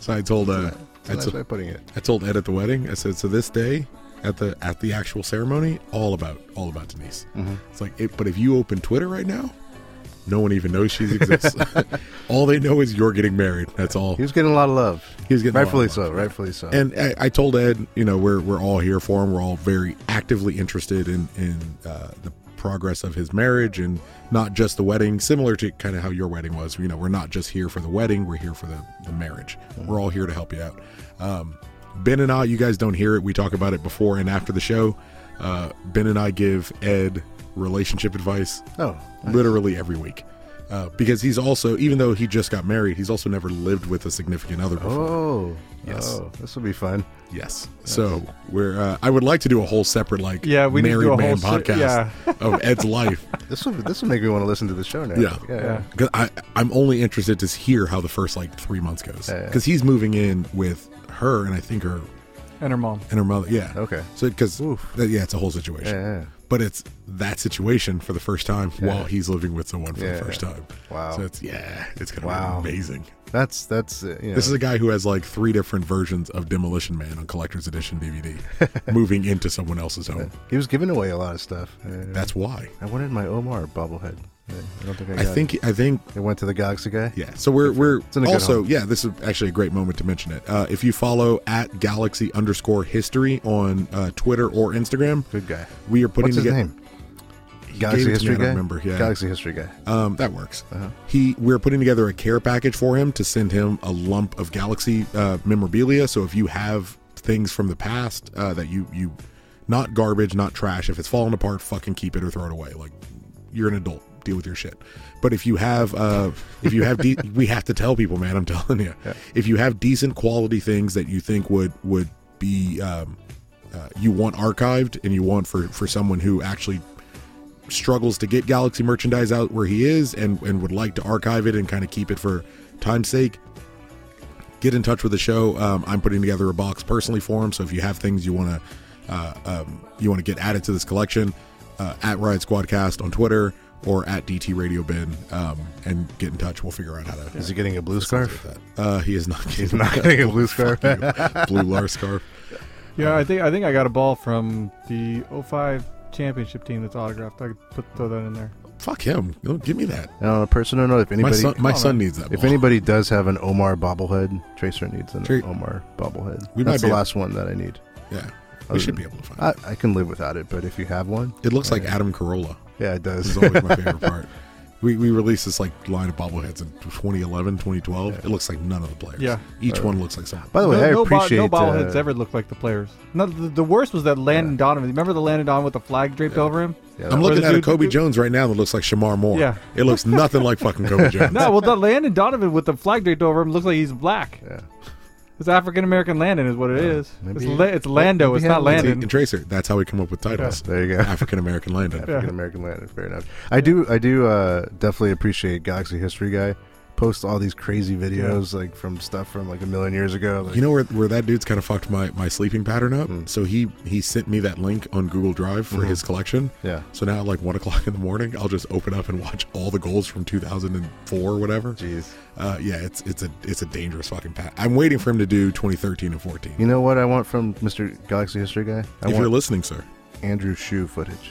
So I told uh,
a
I
nice
told-
way of putting it.
I told Ed at the wedding. I said, so this day at the at the actual ceremony, all about all about Denise.
Mhm.
It's like, it, but if you open Twitter right now, no one even knows she exists. all they know is you're getting married. That's all. He
was getting a lot of love.
He was getting a lot of
rightfully
love.
so. Rightfully so.
And I, I told Ed, you know, we're we're all here for him. We're all very actively interested in in uh, the progress of his marriage and not just the wedding. Similar to kind of how your wedding was. You know, we're not just here for the wedding. We're here for the the marriage. We're all here to help you out. Um, ben and I, you guys don't hear it. We talk about it before and after the show. Uh, ben and I give Ed relationship advice.
Oh,
literally every week. Uh, because he's also, even though he just got married, he's also never lived with a significant other before.
oh,
Yes.
Oh, this will be fun.
Yes. So we're. Uh, I would like to do a whole separate like
Yeah, we need to
married
do a
man
whole se-
podcast
yeah.
of Ed's life.
This will this will make me want to listen to the show now.
Yeah,
Yeah. yeah.
'Cause I I'm only interested to hear how the first like three months goes because
Yeah, yeah.
he's moving in with her and I think her
And her mom.
and her mother. Yeah.
Okay.
So because yeah, it's a whole situation.
Yeah, yeah.
But it's that situation for the first time
Yeah.
while he's living with someone for
Yeah.
the first time.
Wow.
So it's yeah, it's gonna
Wow.
be amazing.
That's that's uh, you know,
This is a guy who has like three different versions of Demolition Man on collector's edition DVD, moving into someone else's home.
he was giving away a lot of stuff. Uh,
That's why
I wanted my Omar bobblehead. Yeah, I don't think I,
I
got it.
think I think
it went to the Galaxy guy.
Yeah. So we're we're
in a good
also
home.
yeah. This is actually a great moment to mention it. Uh, if you follow at Galaxy underscore History on uh, Twitter or Instagram,
good guy.
We are putting
What's his
together.
name?
He
Galaxy
gave it to me,
History
I don't
guy.
remember, yeah.
Galaxy History guy.
Um, that works.
Uh-huh.
He we're putting together a care package for him to send him a lump of Galaxy uh, memorabilia. So if you have things from the past uh, that you you not garbage, not trash. If it's falling apart, fucking keep it or throw it away. Like you're an adult, deal with your shit. But if you have uh, if you have de- we have to tell people, man. I'm telling you, if you have decent quality things that you think would would be um, uh, you want archived and you want for for someone who actually struggles to get Galaxy merchandise out where he is and, and would like to archive it and kind of keep it for time's sake, get in touch with the show. Um, I'm putting together a box personally for him. So if you have things you want to uh, um, you want to get added to this collection, uh, at Riot Squadcast on Twitter or at DT Radio Bin, um, and get in touch. We'll figure out how to.
Is he getting a blue scarf?
Uh, he is not.
He's not getting a blue scarf.
Fuck you. blue lar scarf.
Yeah, I think I think I got a ball from the 05 championship team that's autographed. I could put throw that in there.
Fuck him. No, give me that.
And on a personal note, if anybody,
son- my Come on, son Oh, man. needs that
If
ball.
anybody does have an Omar bobblehead, Tracer needs an
Tra-
Omar bobblehead.
We might
That's
be
the
able-
last one that I need.
Yeah. We
Other
should be
than-
able to find
I, I can live without it, but if you have one,
It looks like
yeah.
Adam Carolla.
Yeah, it does.
This is always my favorite part. We, we released this like line of bobbleheads in 2011, 2012. It looks like none of the players.
Yeah.
each one looks like something.
By the way,
no,
Oh, I
no bo-
appreciate.
no bobbleheads
uh,
ever looked like the players. No, the, the worst was that Landon Donovan. Remember the Landon Donovan with the flag draped over him?
I'm
Where
looking
the
at a
dude-
Kobe Jones right now that looks like Shamar Moore.
Yeah.
it looks nothing like fucking Kobe Jones.
no, well, the Landon Donovan with the flag draped over him looks like he's black.
Yeah.
It's African American Landon is what it is. It's,
maybe-
La- it's Lando. It's not Landon.
See, and Tracer. That's how we come up with titles.
Yeah, there you go.
African American Landon.
African American landed. Fair enough. I do. I do uh, definitely appreciate Galaxy History Guy. Posts all these crazy videos like from stuff from like a million years ago. Like,
You know where, where that dude's kind of fucked my, my sleeping pattern up.
Hmm.
So he he sent me that link on Google Drive for
Mhm.
his collection.
Yeah.
So now at like one o'clock in the morning, I'll just open up and watch all the goals from 2004 or whatever.
Jeez.
Uh, yeah, it's it's a it's a dangerous fucking pat. I'm waiting for him to do 2013 and 14.
You know what I want from Mr. Galaxy History Guy? I
If
want
you're listening, sir,
Andrew Shoe footage.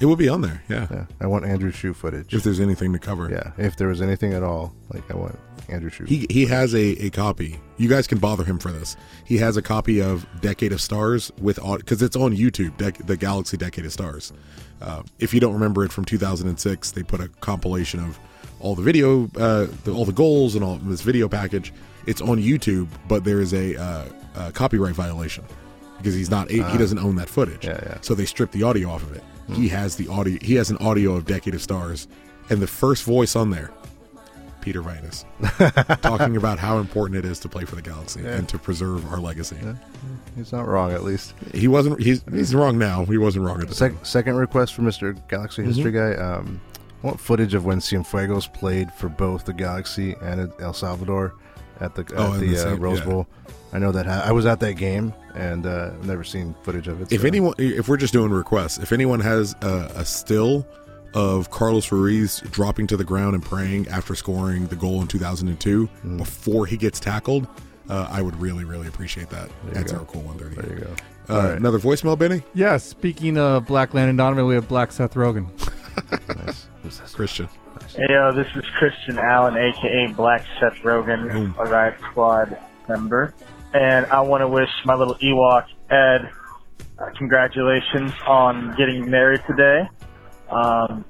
it will be on there. Yeah.
I want Andrew Shoe footage.
If there's anything to cover.
Yeah, if there was anything at all, like I want Andrew Shoe.
He he has a, a copy. You guys can bother him for this. He has a copy of Decade of Stars with because it's on YouTube. Dec- the Galaxy Decade of Stars. Uh, if you don't remember it from 2006, they put a compilation of all the video, uh, the, all the goals, and all this video package. It's on YouTube, but there is a, uh, a copyright violation because he's not he
Ah. Hmm.
doesn't own that footage. So they stripped the audio off of it. He has the audio. He has an audio of Decade of Stars, and the first voice on there Peter Vitus, talking about how important it is to play for the Galaxy
Yeah.
and to preserve our legacy.
He's not wrong, at least.
He wasn't. He's he's wrong now. He wasn't wrong at the
Sec- second request for Mr. Galaxy
Mm-hmm.
History Guy. Um, I want footage of when Cienfuegos played for both the Galaxy and El Salvador at the at
Oh, in
the,
the
uh,
same-
Rose
yeah.
Bowl. I know that ha- I was at that game and uh, I've never seen footage of it.
If
so-
anyone, if we're just doing requests, if anyone has a, a still of Carlos Ruiz dropping to the ground and praying after scoring the goal in 2002
Mm.
before he gets tackled, uh, I would really, really appreciate that. That's
go.
our cool 130.
there you go.
Uh, Another voicemail, Benny.
yeah, speaking of Black Landon Donovan, we have Black Seth Rogen.
Christian.
Hey, yo, this is Christian Allen, aka Black Seth Rogen, a Riot Squad member. And I want to wish my little Ewok, Ed, uh, congratulations on getting married today. Um,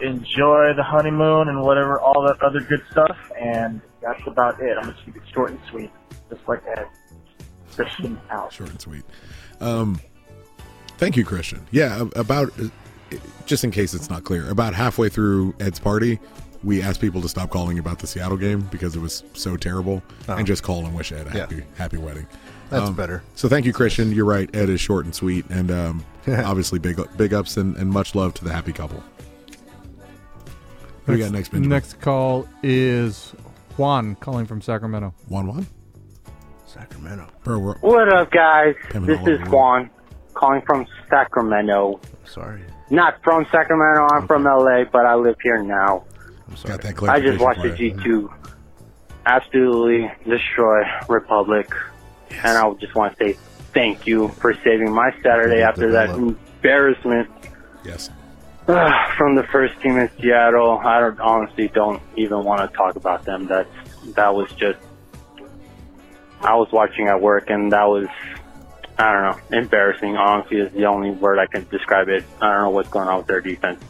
enjoy the honeymoon and whatever, all that other good stuff. And that's about it. I'm going to keep it short and sweet, just like Ed. Christian out.
Short and sweet. Um, thank you, Christian. Yeah, a- about uh, just in case it's not clear, about halfway through Ed's party, we asked people to stop calling about the Seattle game because it was so terrible,
Uh-huh.
and just call and wish Ed a
Yeah.
happy happy wedding.
That's
um,
better.
So thank you, Christian. You're right. Ed is short and sweet, and um, obviously big big ups and, and much love to the happy couple. Who we got next, Benjamin?
Next call is Juan calling from Sacramento.
Juan Juan?
Sacramento.
Bro, we're-
What up, guys?
Coming
This
all
is
over.
Juan calling from Sacramento.
Sorry.
Not from Sacramento. I'm from LA, but I live here now.
got that
I just
clarification
watched the
for you.
G2 absolutely destroy Republic, and I just want to say thank you for saving my Saturday after that embarrassment ah,
Yes.
from the first team in Seattle. I don't, honestly don't even want to talk about them. That's that was just I was watching at work, and that was I don't know embarrassing. Honestly, is the only word I can describe it. I don't know what's going on with their defense.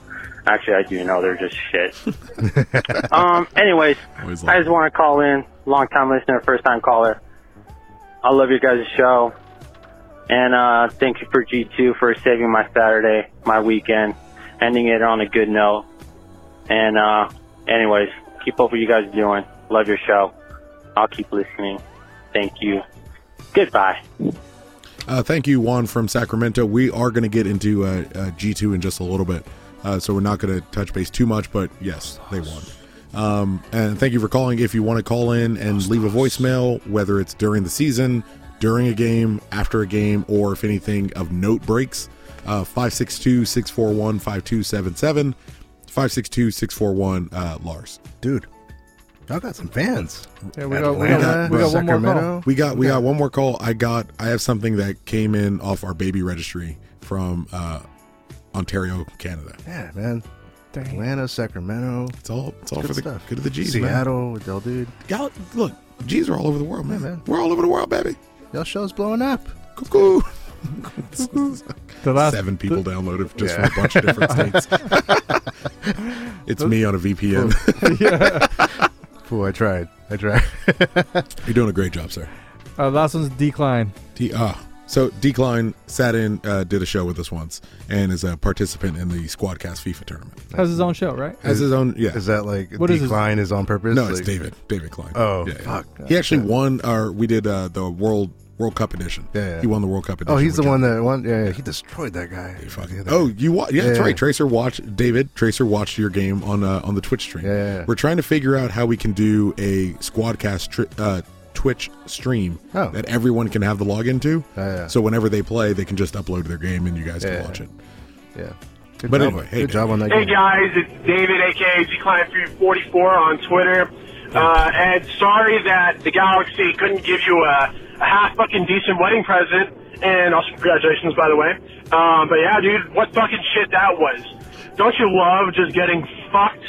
Actually, I do know they're just shit. um. Anyways,
Always
I just want to call in, long time listener, first time caller. I love your guys' show, and uh, thank you for G two for saving my Saturday, my weekend, ending it on a good note. And uh, anyways, keep up what you guys are doing. Love your show. I'll keep listening. Thank you. Goodbye.
Uh, thank you, Juan from Sacramento. We are going to get into uh, uh, G2 in just a little bit, uh, so we're not going to touch base too much, but yes, they won. Um, and thank you for calling. If you want to call in and leave a voicemail, whether it's during the season, during a game, after a game, or if anything of note breaks, uh, 562 641 5277, 562 641 uh, Lars.
Dude, y'all got some fans.
Yeah, we got- we
Atlanta,
got- we got one more
Sacramento.
call.
We got we got one more call. I got I have something that came in off our baby registry from uh, Ontario, Canada.
Yeah, man. Atlanta, Sacramento.
It's all it's all for the good of the G's, man.
Seattle, with Del Dude.
Y'all, look, G's are all over the world, man.
Yeah, man.
We're all over the world, baby.
Y'all show's blowing up.
Cuckoo.
The last
Seven people
the-
downloaded just
Yeah.
from a bunch of different states. It's me on a VPN.
yeah. Ooh, I tried. I tried.
You're doing a great job, sir.
Uh, last one's Decline.
D- ah. So Decline sat in, uh, did a show with us once, and is a participant in the Squadcast FIFA tournament.
Has his own show,
Uh,
right?
As his own, yeah.
Is that like
What is his-
decline is, on purpose?
No, it's
Like-
David. David Klein.
Oh,
Yeah, yeah.
fuck.
He actually won. Our we did uh, the World World Cup edition.
Yeah, yeah.
He won the World Cup edition.
Oh, he's
with
the
John.
one that won. Yeah, yeah, he destroyed that guy.
Oh, you watch? Yeah, that's
Yeah.
right. Tracer watched David. Tracer watched your game on uh, on the Twitch stream.
Yeah.
We're trying to figure out how we can do a Squadcast tri- uh, Twitch stream
Oh.
that everyone can have the login to.
yeah.
So whenever they play, they can just upload their game and you guys
Yeah.
can watch it.
Yeah.
but
job.
anyway, hey,
Good job on that
Hey guys, it's David, aka GClient344 on Twitter. Uh, and sorry that the Galaxy couldn't give you a, a half fucking decent wedding present, and also congratulations, by the way. Um, but yeah, dude, what fucking shit that was. Don't you love just getting fucked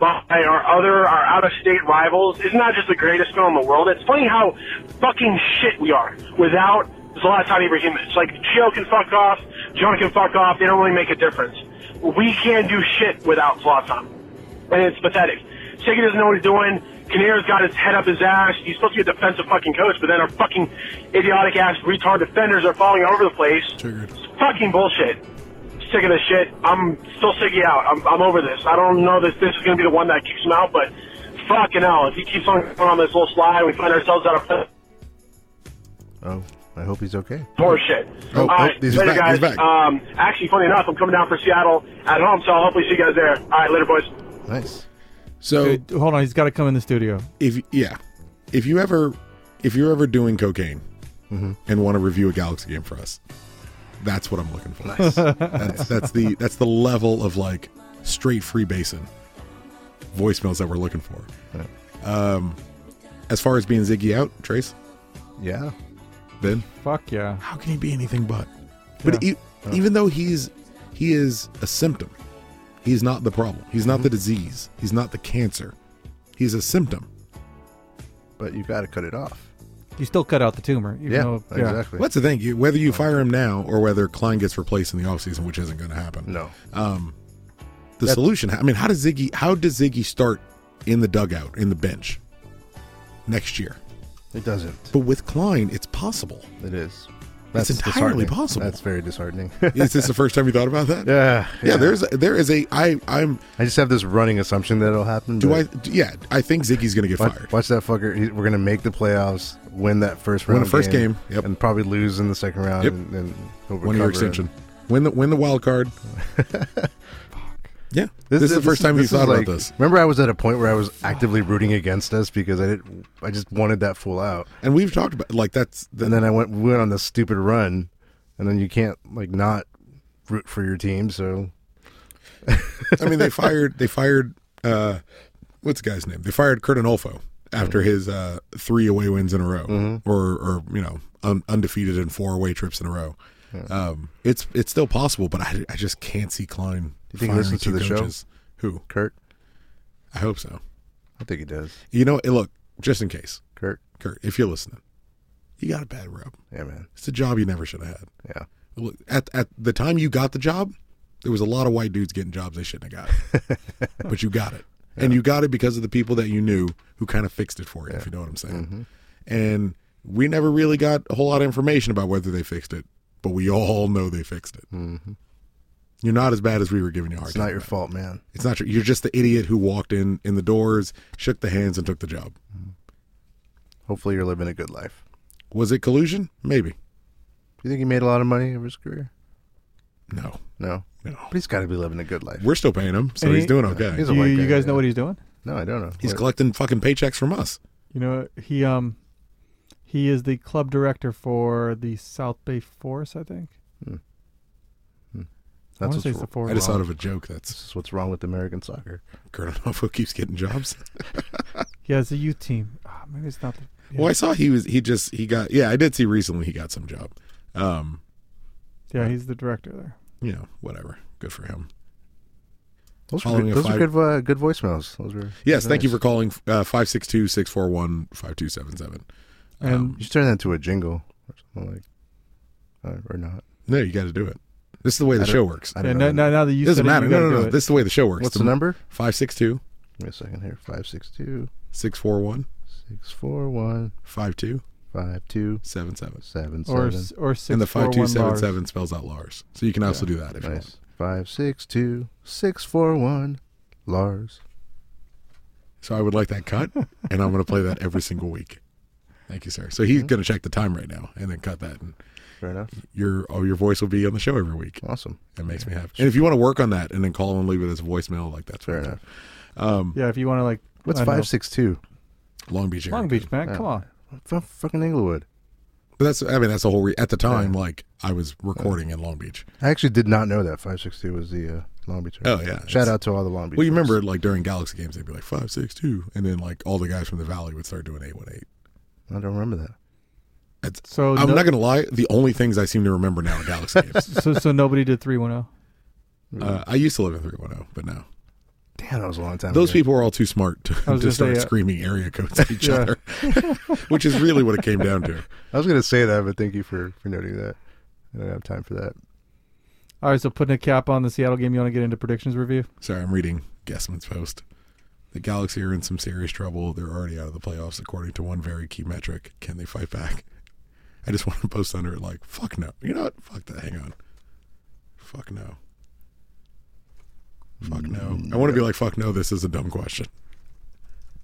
by our other, our out of state rivals? Isn't that just the greatest film in the world? It's funny how fucking shit we are without Zlatan Ibrahimovic. It's like, Chio can fuck off, John can fuck off, they don't really make a difference. We can't do shit without Zlatan. And it's pathetic. Shaker doesn't know what he's doing. Canaro's got his head up his ass. He's supposed to be a defensive fucking coach, but then our fucking idiotic ass retard defenders are falling all over the place. It's fucking bullshit. Sick of this shit. I'm still sick of you out. I'm, I'm over this. I don't know that this is going to be the one that kicks him out, but fucking hell. If he keeps on going on this little slide, we find ourselves out of
Oh, I hope he's okay.
more shit.
Oh,
All right,
oh, he's
later,
back,
guys.
he's back.
Um, actually, funny enough, I'm coming down for Seattle at home, so I'll hopefully see you guys there. All right, later, boys.
Nice.
So
Dude, hold on, he's got to come in the studio.
If yeah, if you ever if you're ever doing cocaine and want to review a Galaxy game for us, that's what I'm looking for.
Nice.
that's, that's the that's the level of like straight free basin voicemails that we're looking for. Um, as far as being Ziggy out, Trace.
Yeah.
Ben.
Fuck yeah.
How can he be anything but? But e- even though he's he is a symptom, he's not the problem. He's not the disease. He's not the cancer. He's a symptom.
But you've got to cut it off.
You still cut out the tumor. Even
Yeah,
though,
exactly.
What's the thing? You, whether
Oh.
you fire him now or whether Klein gets replaced in the offseason, which isn't going to happen.
No.
Um, the
That-
solution. I mean, how does Ziggy? How does Ziggy start in the dugout in the bench next year?
It doesn't.
But with Klein, it's possible.
It is.
That's it's entirely
disheartening.
possible.
That's very disheartening.
is this the first time you thought about that?
Yeah,
Yeah.
yeah.
There's there is a I I'm
I just have this running assumption that it'll happen.
do
but-
I d- yeah I think Ziggy's going to get
Watch,
fired.
watch that fucker. He, we're gonna make the playoffs, win that first
Win
round,
the first game,
and probably lose in the second round,
Yep.
and then he'll
One year
recover.
extension. Win the win the wild card. Yeah. This, is the first time you
this is
thought
like-
about this.
Remember, I was at a point where I was actively rooting against us because I didn't. I just wanted that fool out.
And we've talked about like that's.
and then I went we went on this stupid run, and then you can't like not root for your team. So
I mean, they fired they fired uh, what's the guy's name? They fired Kurt Anolfo after his uh, three away wins in a row,
Mm-hmm.
or or you know un- undefeated and four away trips in a row. Um, it's it's still possible, but I, I just can't see Klein.
You think he
firing
listens to
two
the show?
Who?
Kurt.
I hope so.
I think he does.
You know, eh, look, just in case,
Kurt,
Kurt, if you're listening, you got a bad rep.
Yeah, man.
It's a job you never should have had.
Yeah.
Look, at at the time you got the job, there was a lot of white dudes getting jobs they shouldn't have got, but you got it, and you got it because of the people that you knew who kind of fixed it for you. If you know what I'm saying.
Mm-hmm.
And we never really got a whole lot of information about whether they fixed it, but we all know they fixed it. Mm-hmm. You're not as bad as we were giving you a hard
it's
time
not your
about.
fault, man.
It's not true. You're just the idiot who walked in in the doors, shook the hands, and took the job.
Hopefully, you're living a good life.
Was it collusion? Maybe.
You think he made a lot of money over his career?
No.
No.
No.
But he's got to be living a good life.
We're still paying him, so
And
he's
he-
doing okay.
He's a white guy, yeah.
he's doing?
No, I don't know.
He's
What-
collecting fucking paychecks from us.
You know, he um, he is the club director for the South Bay Force, I think. I wanna say it's the four
I just
wrong.
thought of a joke. That's
This is what's wrong with American soccer.
Kurt Anofo keeps getting jobs.
He has a youth team. Ah, maybe it's not. The, yeah.
Well, I saw he was he just he got yeah I did see recently he got some job. Um,
Yeah, he's the director there.
you know whatever, good for him.
Those were
Following
good,
a
those were
five-
good, uh, good voiceemails. Those were
Yes, thank you
nice.
for calling uh, 562 641 5277.
And
You should turn that into a jingle or something like, uh, or not.
No, you got to do it. This is the way the
I don't-
show works.
I don't Yeah, know. now- now- now that you
doesn't
said it,
matter.
you
no,
gotta
no,
do
no.
it.
This is the way the show works.
What's the number?
Five six two.
Wait a second here. Five six two
Six four one.
six four one
Five two.
five two
seven seven
seven
Or
seven.
s- or
and the
641
5277 spells out Lars. So you can also do that if you want.
Five six two six four one Lars.
So I would like that cut, and I'm going to play that every single week. Thank you, sir. So he's going to check the time right now and then cut that. And
Fair enough.
Your oh, your voice will be on the show every week.
Awesome.
That makes me happy. And if you want to work on that and then call and leave it as a voicemail, like that's fair enough. Um,
yeah, if you want to like,
What's
I don't know.
five six two?
Long Beach.
Long Beach, man, come on.
From fucking Inglewood.
But that's I mean that's the whole re- at the time like I was recording in Long Beach.
I actually did not know that five six two was the uh, Long Beach.
Oh
area.
yeah.
Shout
It's-
out to all the Long Beach.
Well, you remember like during Galaxy games they'd be like five six two, and then like all the guys from the Valley would start doing eight one eight.
I don't remember that.
So
I'm
no-
not gonna lie. The only things I seem to remember now are Galaxy games.
so so nobody did three one oh. zero.
Uh, I used to live in 310, but no.
Damn, that was a long time.
Those
ago.
people were all too smart to,
I was
to
gonna
start
say, uh,
screaming area codes at each
Yeah.
other, which is really what it came down to.
I was going to say that, but thank you for for noting that. I don't have time for that.
All right, so putting a cap on the Seattle game, you want to get into predictions review?
Sorry, I'm reading Guessman's post. The Galaxy are in some serious trouble. They're already out of the playoffs, according to one very key metric. Can they fight back? I just want to post under it like, fuck no. You know what? Fuck that. Hang on. Fuck no. Fuck no. I want to be like, fuck no, this is a dumb question.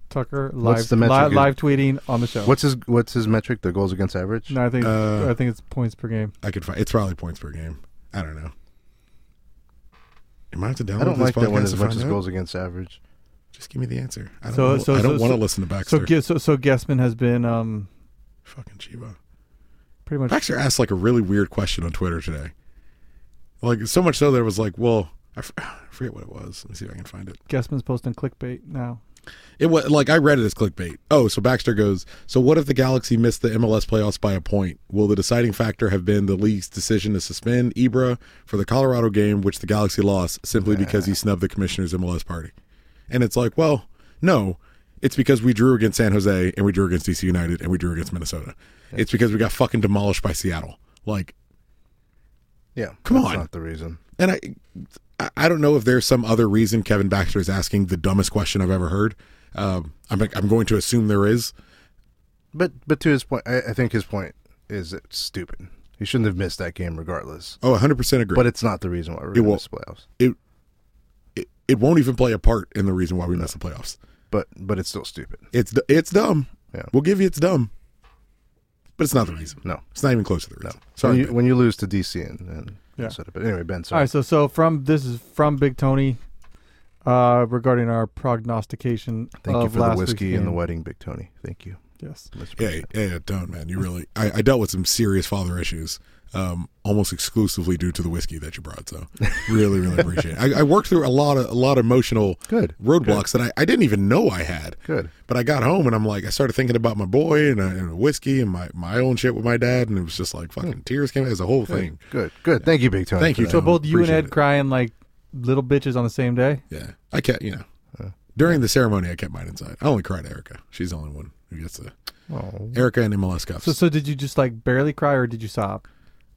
Tucker
What's
live
the
li-
metric?
live, tweeting on the show.
What's his What's his metric? The goals against average.
No, I think I think it's points per game.
I could find it's probably points per game. I don't know. Am I have to download
I don't
this
like that one
podcast
as
to
much
find
as
out?
goals against average.
Just give me the answer. I don't, know- I don't want to listen to Baxter.
So, Ge- so so Guessman has been um
fucking Chiba.
Pretty much
Baxter asked like a really weird question on Twitter today. Like so much so that it was like, well, I, f- I forget what it was. Let me see if I can find it.
Guessman's posting clickbait now.
It was like I read it as clickbait. Oh, so Baxter goes. So what if the Galaxy missed the MLS playoffs by a point? Will the deciding factor have been the league's decision to suspend Ibra for the Colorado game, which the Galaxy lost simply because he snubbed the commissioner's MLS party? And it's like, well, no. It's because we drew against San Jose and we drew against DC United and we drew against Minnesota. It's because we got fucking demolished by Seattle. Like,
Yeah,
Come
that's
on.
Not the reason.
and I, I- I don't know if there's some other reason Kevin Baxter is asking the dumbest question I've ever heard. Um, I'm I'm going to assume there is.
But but to his point, I, I think his point is it's stupid. He shouldn't have missed that game regardless.
Oh, 100% agree.
But it's not the reason why we're
it
going to
will
miss the playoffs.
It, it it won't even play a part in the reason why we miss the playoffs.
But but it's still stupid.
It's d- it's dumb.
Yeah.
We'll give you it's dumb. But it's not the reason.
No.
It's not even close to the reason.
Sorry,
Sorry.
when you, when you lose to DC and, and
Yeah.
Minnesota. But anyway, Ben.
All
Sorry.
right, so so from this is from Big Tony uh regarding our prognostication
Thank
of
you for the
last
whiskey
week's
and the
game.
wedding, Big Tony. Thank you.
Yes.
Yeah, yeah, yeah, don't man. You really I, I dealt with some serious father issues. Um, almost exclusively due to the whiskey that you brought, so really, really appreciate it. I, I worked through a lot of a lot of emotional
Good.
roadblocks that I, I didn't even know I had.
Good.
But I got home and I'm like, I started thinking about my boy and, uh, and whiskey and my, my own shit with my dad, and it was just like fucking tears came. It was a whole thing.
Hmm. Good. Good. Thank you, Big Tony.
Thank
for
you,
that.
So both you and
Appreciate
Ed crying like little bitches on the same day.
Yeah, I kept you know
Uh.
during the ceremony I kept mine inside. I only cried at Erica. She's the only one who gets the
Oh.
Erica and MLS cups.
So so did you just like barely cry or did you sob?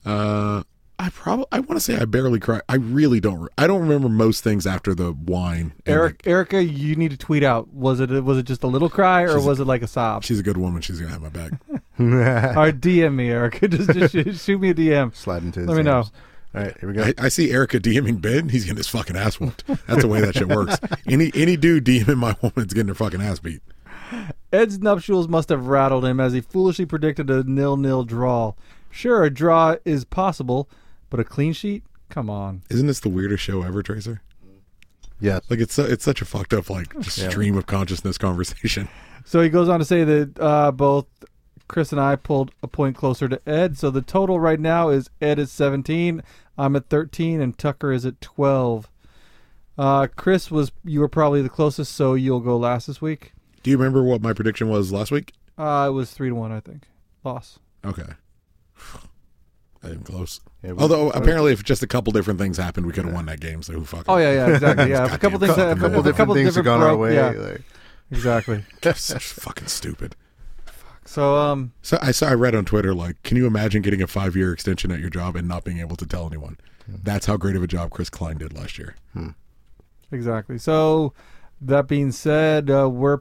Uh, I probably I want to say I barely cry. I really don't. Re- I don't remember most things after the wine. and
Eric, Erica, you need to tweet out. Was it was it just a little cry or
She's-
was it like a sob?
She's a good woman. She's gonna have my back.
All right, DM me, Erica. Just, just shoot, shoot me a DM.
Slide into. His
Let me know.
DMs. All right, here we go.
I, I see Erica DMing Ben. He's getting his fucking ass whooped. That's the way that shit works. Any any dude DMing my woman's getting her fucking ass beat.
Ed's nuptials must have rattled him as he foolishly predicted a nil-nil draw. Sure, a draw is possible, but a clean sheet? Come on.
Isn't this the weirdest show ever, Tracer?
Yeah.
Like it's so, it's such a fucked up like just
Yeah.
stream of consciousness conversation.
So he goes on to say that uh, both Chris and I pulled a point closer to Ed. So the total right now is Ed is 17, I'm at 13, and Tucker is at 12. Uh, Chris was you were probably the closest, so you'll go last this week.
Do you remember what my prediction was last week?
Uh, it was three to one, I think. Loss.
Okay. I didn't close.
Yeah, we-
Although
we-
apparently, if just a couple different things happened, we could have won that game. So who fucking?
Oh yeah, yeah, exactly. Yeah, if a
Goddamn
couple things,
fucking
if a
Millwall.
couple different broke, yeah. exactly.
Such fucking stupid.
So um
So I saw I read on Twitter like, can you imagine getting a five year extension at your job and not being able to tell anyone?
Mm-hmm.
That's how great of a job Chris Klein did last year.
Exactly. So that being said, uh, we're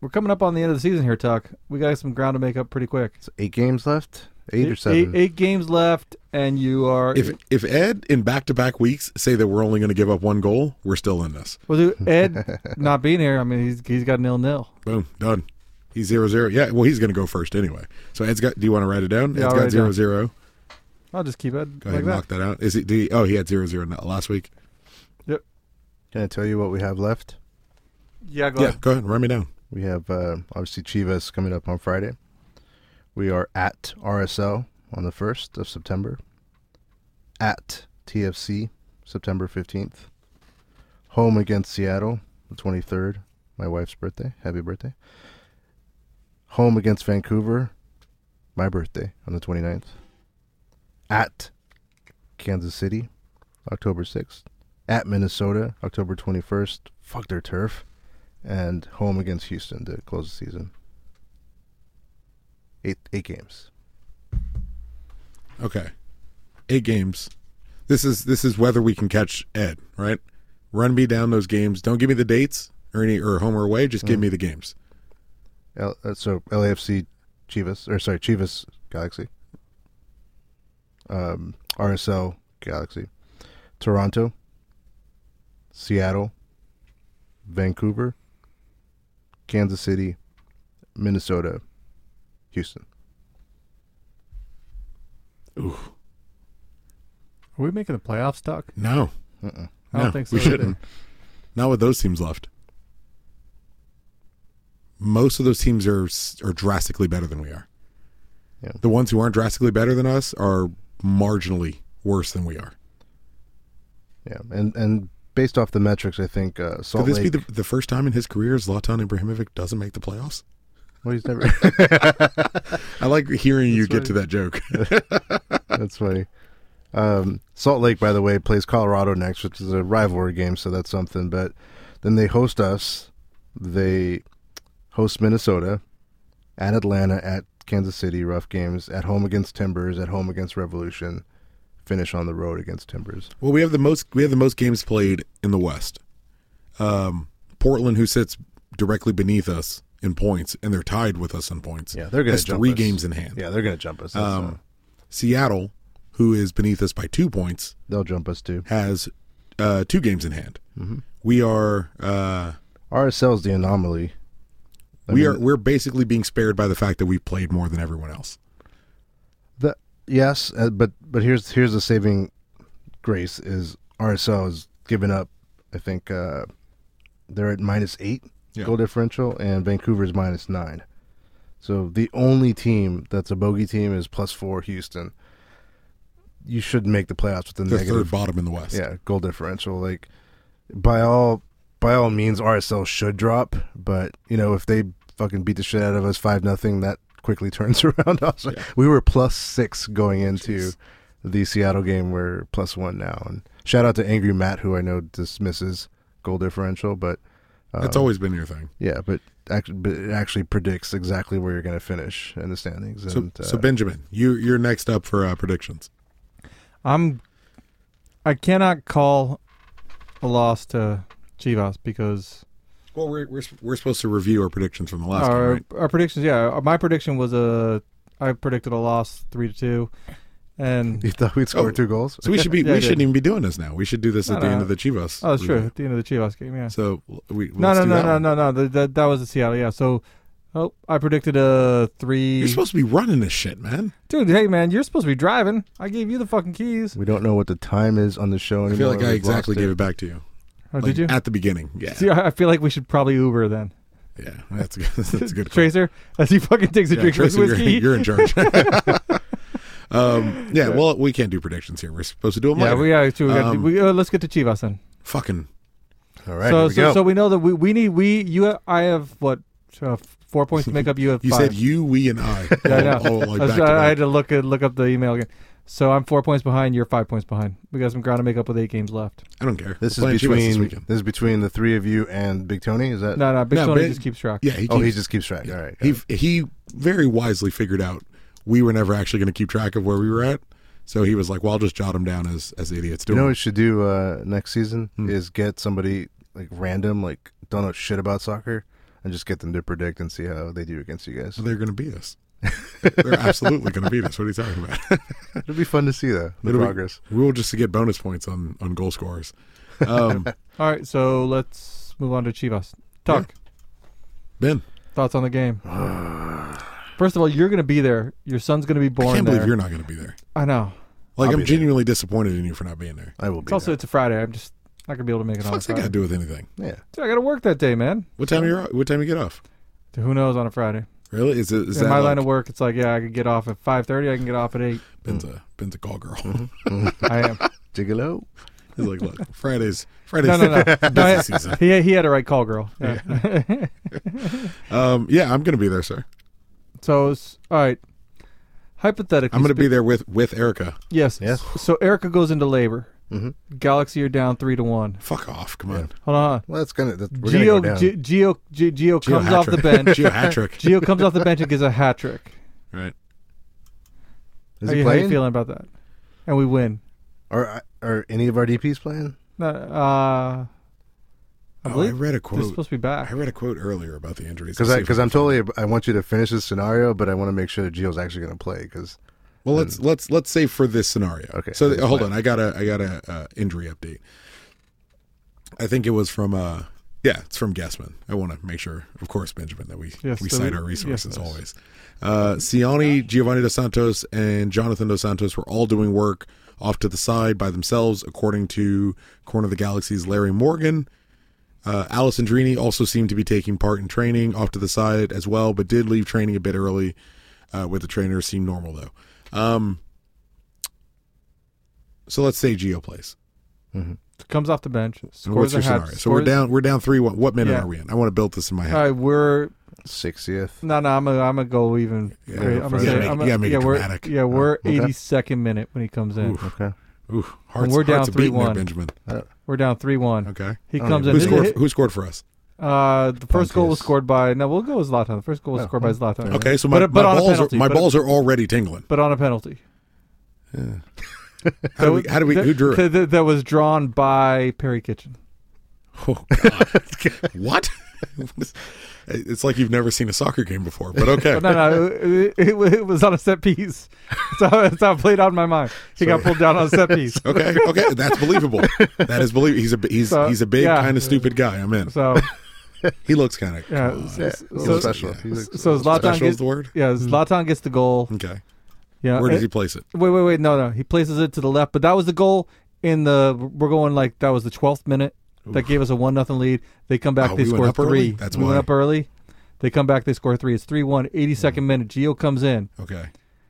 we're coming up on the end of the season here, Tuck. We got some ground to make up pretty quick.
eight games left, eight or
Eight,
seven.
eight games left, and you are.
If if Ed in back to back weeks say that we're only going to give up one goal, we're still in this.
well, dude, Ed not being here, I mean, he's he's got nil nil.
Boom, done. He's zero zero. Yeah, well, he's going to go first anyway. So Ed's got. Do you want to write it down? Ed's
Yeah, I'll write
got
it
zero
down.
zero.
I'll just keep Ed
Go ahead
like
and
that.
knock that out. Is he? Do you, oh, he had zero zero n- last week.
Can I tell you what we have left?
Yeah, go
yeah,
ahead.
go ahead. Run me down.
We have uh, obviously Chivas coming up on Friday. We are at RSL on the 1st of September, at TFC September 15th, home against Seattle the 23rd, my wife's birthday. Happy birthday. Home against Vancouver, my birthday on the 29th, at Kansas City October 6th, at Minnesota October 21st. Fuck their turf. And home against Houston to close the season. Eight eight games.
Okay. Eight games. This is this is whether we can catch Ed, right? Run me down those games. Don't give me the dates or any or home or away. Just
Mm.
give me the games.
L- uh, so LAFC Chivas or sorry Chivas Galaxy. Um, RSL Galaxy, Toronto, Seattle, Vancouver, Kansas City, Minnesota, Houston.
Are we making the playoffs, Tuck?
No.
Uh-uh.
I don't
No,
think so.
We
either.
shouldn't. Not with those teams left. Most of those teams are s- are drastically better than we are.
Yeah.
The ones who aren't drastically better than us are marginally worse than we are.
Yeah, and and based off the metrics, I think uh, Salt
Could this
Lake.
be the, the first time in his career Zlatan Ibrahimovic doesn't make the playoffs?
Well, he's never.
I like hearing you get
That's
to that joke.
that's funny. Um, Salt Lake, by the way, plays Colorado next, which is a rivalry game, so that's something. But then they host us. They host Minnesota, at Atlanta, at Kansas City, rough games, at home against Timbers, at home against Revolution, finish on the road against Timbers.
Well, we have the most we have the most games played in the West. Um, Portland, who sits directly beneath us in points, and they're tied with us in points. Yeah,
they're gonna
has
jump
three
us.
games in hand.
Yeah, they're gonna jump us. That's, uh,
Um, Seattle, who is beneath us by two points,
they'll jump us too.
Has uh, two games in hand.
Mm-hmm.
We are uh,
RSL's the anomaly. I
we
mean-
are we're basically being spared by the fact that we've played more than everyone else.
The yes, uh, but but here's here's the saving grace is RSL is giving up. I think uh, they're at minus eight
Yeah.
goal differential, and Vancouver's minus nine. So the only team that's a bogey team is plus four Houston. You should make the playoffs with the
They're
negative
third bottom in the West.
Yeah, goal differential. Like by all by all means, RSL should drop, but you know if they fucking beat the shit out of us five nothing, that quickly turns around. Also, we were plus six going
Oh,
into the Seattle game. We're plus one now. And shout out to Angry Matt, who I know dismisses goal differential, but Uh,
That's always been your thing.
Yeah, but actually, but it actually predicts exactly where you're going to finish in the standings.
So,
and,
so
uh,
Benjamin, you you're next up for uh, predictions.
I'm. I cannot call a loss to Chivas because
Well, we're we're, we're supposed to review our predictions from the last game,
our,
right?
our predictions. Yeah, uh, my prediction was a. I predicted a loss three to two, and
you thought we'd score
Oh,
two goals.
So we should be
Yeah, I
we
did.
shouldn't even be doing this now. We should do this
No,
at the
no.
end of the Chivas.
Oh, that's true.
review.
At the end of the Chivas game, yeah.
So we
no,
let's
no,
do
no,
that
no,
one.
no, no, That That that was the Seattle. Yeah. So, oh, I predicted a three.
You're supposed to be running this shit, man.
dude. Hey, man, you're supposed to be driving. I gave you the fucking keys. Oh,
We don't know what the time is on the show
I
anymore.
feel like I
We've
exactly
lost
gave it back to you.
Oh,
Like,
did you?
at the beginning? Yeah,
See, I I feel like we should probably Uber then.
yeah. That's a good. That's a good. call.
Tracer, as he fucking takes a
Yeah,
drink
Tracy,
of
you're,
his whiskey.
you're in charge. um, E. yeah, Well, we can't do predictions here. We're supposed to do them.
yeah,
later.
we are too. We gotta do-
Um,
we, uh, let's get to Chivas then.
fucking.
All right.
so,
here we
so,
go.
so we know that we, we need we you ha- I have what uh, four points to make up. You have
You
five.
said you, we, and I.
Yeah, I know.
All, all, like,
That's
back to
why I
back.
had to look at, look up the email again. So I'm four points behind. You're five points behind. We got some ground to make up with eight games left.
I don't care.
This
We're playing Chivas
is
this
between this,
weekend.
is between the three of you and Big Tony. Is that
No, no, Big Tony
but-
just keeps track.
Yeah, he
oh, he just keeps track. All right.
He he very wisely figured out we were never actually going to keep track of where we were at, so he was like, "Well, I'll just jot them down as as idiots."
You
Do it.
know what
Hmm.
we should do uh, next season is get somebody like random, like don't know shit about soccer, and just get them to predict and see how they do against you guys.
They're going to beat us. They're absolutely going to beat us. What are you talking about?
It'll be fun to see though the
It'll be-
progress.
we will just get bonus points on on goal scorers. Um,
All right, so let's move on to Chivas. Tuck.
Ben.
Thoughts on the game? First of all, you're going to be there. Your son's going to be born.
I can't believe
there.
you're not going to be there.
I know.
Like
I'll
i
be Oh,
am genuinely disappointed in you for not being there.
I will
It's also it's a Friday. I'm just not going to be able to make it on.
What's
a
that got to
Friday.
do with anything?
Yeah.
Dude, I got to work that day, man.
What time you what time you get off?
Who knows on a Friday?
Really? Is it is
In
that
my
like,
line of work, it's like yeah, I could get off at five thirty. I can get off at eight.
Ben's a Ben's a call girl.
Mm-hmm. I am.
Gigolo.
He's like, look, Fridays Fridays
no, no, no.
busy
no I-
season.
he he had a right call, girl. Yeah.
Um, yeah, I'm going to be there, sir.
so it's- all right. Hypothetically,
I'm going to be
speak-
there with with Erica.
Yes.
Yes.
So Erica goes into labor.
Mhm.
Galaxy are down three to one.
Fuck off! Come on.
Hold on.
Well, that's gonna. That's,
we're gonna go
Geo,
down.
Ge- Geo, Ge- Geo
Gio
comes
hat
off the
trick.
bench.
Gio hat trick.
Gio comes off the bench and gets a hat trick.
Right.
Is
how
he
you, How
playing?
you feeling about that? And we win.
Are are any of our DPS playing?
No, uh, I
Oh, I
believe
read a quote.
They're supposed to be back.
I read a quote earlier about the injuries.
Because
Let's see if-
because I'm totally. I want you to finish this scenario, but I want to make sure that Gio's actually going to play. Because
Well, let's let's let's say for this scenario. Okay. So
that's
hold
fine.
on, I got a I got a uh, injury update. I think it was from uh yeah, it's from Guessman. I want to make sure, of course, Benjamin, that we
Yes,
we
so
cite
we-
our resources
yes, yes.
always. Uh, Siani, Giovanni dos Santos, and Jonathan dos Santos were all doing work off to the side by themselves, according to Corner of the Galaxy's Larry Morgan. Uh, Allison Drini also seemed to be taking part in training off to the side as well, but did leave training a bit early uh, with the trainer. Seemed normal though. Um, so let's say Geo plays.
Comes off the bench.
What's
Scores a
your
hat.
scenario? So we're
scores-
down. We're down three one. What minute
Yeah.
are we in? I want to build this in my
All
head.
right, we're
sixtieth.
No, no, I'm gonna I'm gonna go even.
Yeah,
great.
go
I'm
for
gonna
it.
say,
Yeah, make it-
I'm
yeah,
gonna,
make it
yeah, we're
dramatic. Uh,
yeah we're
Okay.
82nd minute when he comes in.
Oof. Ooh, hearts,
and we're down
hearts are
three
beating there,
one.
Benjamin.
We're down three one.
Okay.
He
All
comes
right.
in.
Who
His-
scored-
his-
who scored for us?
Uh, the first goal was scored by no. We'll go with Zlatan. The first goal was
Oh,
scored by Zlatan.
Okay, so my,
But-
my
but on a
balls
penalty,
are my
but-
balls are already tingling.
But on a penalty.
How do we? How do we? Who drew it?
That, that- that was drawn by Perry Kitchen.
Oh God! what? it's like you've never seen a soccer game before. But okay.
no, no, it, it, it was on a set piece. That's how, that's how it played out in my mind. He got pulled down on a set piece.
okay, okay, that's believable. That is believable. He's a he's
So,
he's a big
yeah.
kind of stupid guy. I'm in.
So
he looks kind of
Yeah, so, so, so Zlatan
Oh, Special
gets
is the word.
Yeah, Zlatan gets the goal.
Okay.
Yeah.
Where does
eh,
he place it?
Wait, wait, wait. No, no. He places it to the left, but that was the goal in the. We're going like that was the twelfth minute that
Oof.
gave us a one nothing lead. They come back.
Oh,
they
we went
score
up early?
three.
That's
we
why.
went up early. They come back. They score three. It's three one. Eighty
Hmm.
second minute. Geo comes in.
Okay.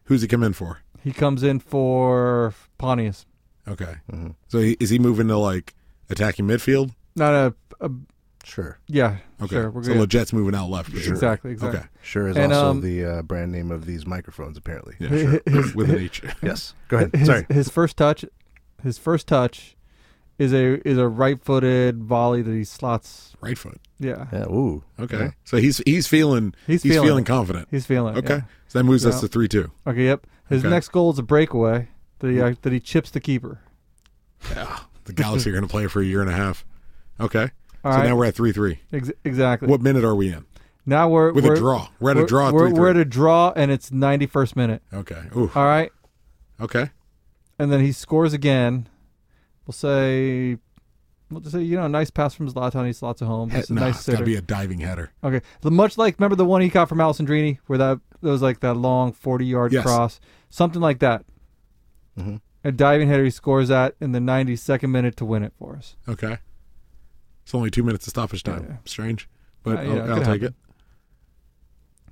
Who's he come in for?
He comes in for Pontius.
Okay.
Mm-hmm.
So he, is he moving to like attacking midfield?
No, no. Uh,
sure.
Yeah.
Okay.
Sure, we're
so
good.
Leggett's moving out left.
Sure. Exactly, exactly.
Okay.
Sure is
And,
also
um,
the uh, brand name of these microphones, apparently.
Yeah, sure. With an H.
yes. Go ahead.
His,
Sorry.
His first touch, his first touch, is a is a right footed volley that he slots.
Right foot.
Yeah.
Yeah. Ooh.
Okay.
Yeah.
So he's he's feeling
He's,
feeling,
feeling, it.
confident.
He's feeling. it,
Okay.
yeah.
So that moves us
Yeah.
to three two.
Okay. Yep. His
Okay. Mm-hmm.
next goal is a breakaway that he uh, that he chips the keeper.
Yeah. The Galaxy are going to play for a year and a half. Okay.
All
so
right.
now we're at three three.
Ex- exactly.
What minute are we in?
Now we're
With a
we're-
draw. We're at a draw at
We're,
3-3.
we're at a Uh, draw, and it's ninety first minute.
Okay. Ooh.
All right.
Okay.
And then he scores again. We'll say, we'll just say you know, nice pass from Zlatan. He slots it home.
Heck
It's a
nah,
nice
it's gotta
sitter.
be a diving header.
Okay. The, much like remember the one he got from Alessandrini, where that that was like that long forty yard
Yes.
cross, something like that.
Mhm.
A diving header he scores that in the ninety second minute to win it for us.
Okay. It's only two minutes of stoppage time. Strange, but
Uh,
I'll,
yeah, it
I'll
could
take
happen.
it.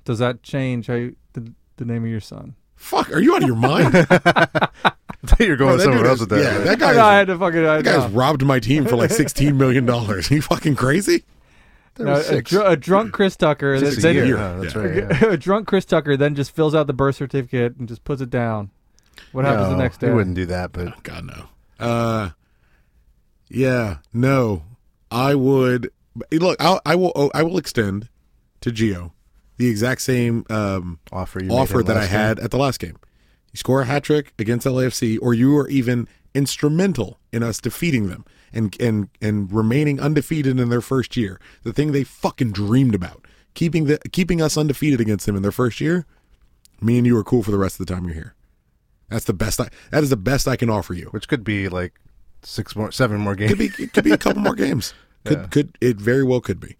Does that change how you, the, the name of your son?
Fuck, are you out of your mind?
you were going
that
somewhere
dude
else
is-
with that.
Yeah, that guy.
I,
is-
know, I had to fucking. I
that guy's
know.
robbed my team for like sixteen million dollars. You fucking crazy?
There
No,
was
a,
six.
dr- a drunk Chris Tucker.
Six
then-
a
then-
year. Oh, that's right,
a drunk Chris Tucker then just fills out the birth certificate and just puts it down. What happens the
No,
next day?
He wouldn't do that, but
God no. Uh, yeah, no, I would hey, look. I'll, I will. oh, I will extend to Geo the exact same um,
offer you made
offer
him
that I
last
had at the last game. You score a hat trick against LAFC, or you are even instrumental in us defeating them and and and remaining undefeated in their first year. The thing they fucking dreamed about keeping the keeping us undefeated against them in their first year. Me and you are cool for the rest of the time you're here. That's the best. I, that is the best I can offer you.
Which could be like six more, seven more games.
Could be, it could be a couple more games. Could
Yeah.
could it very well could be.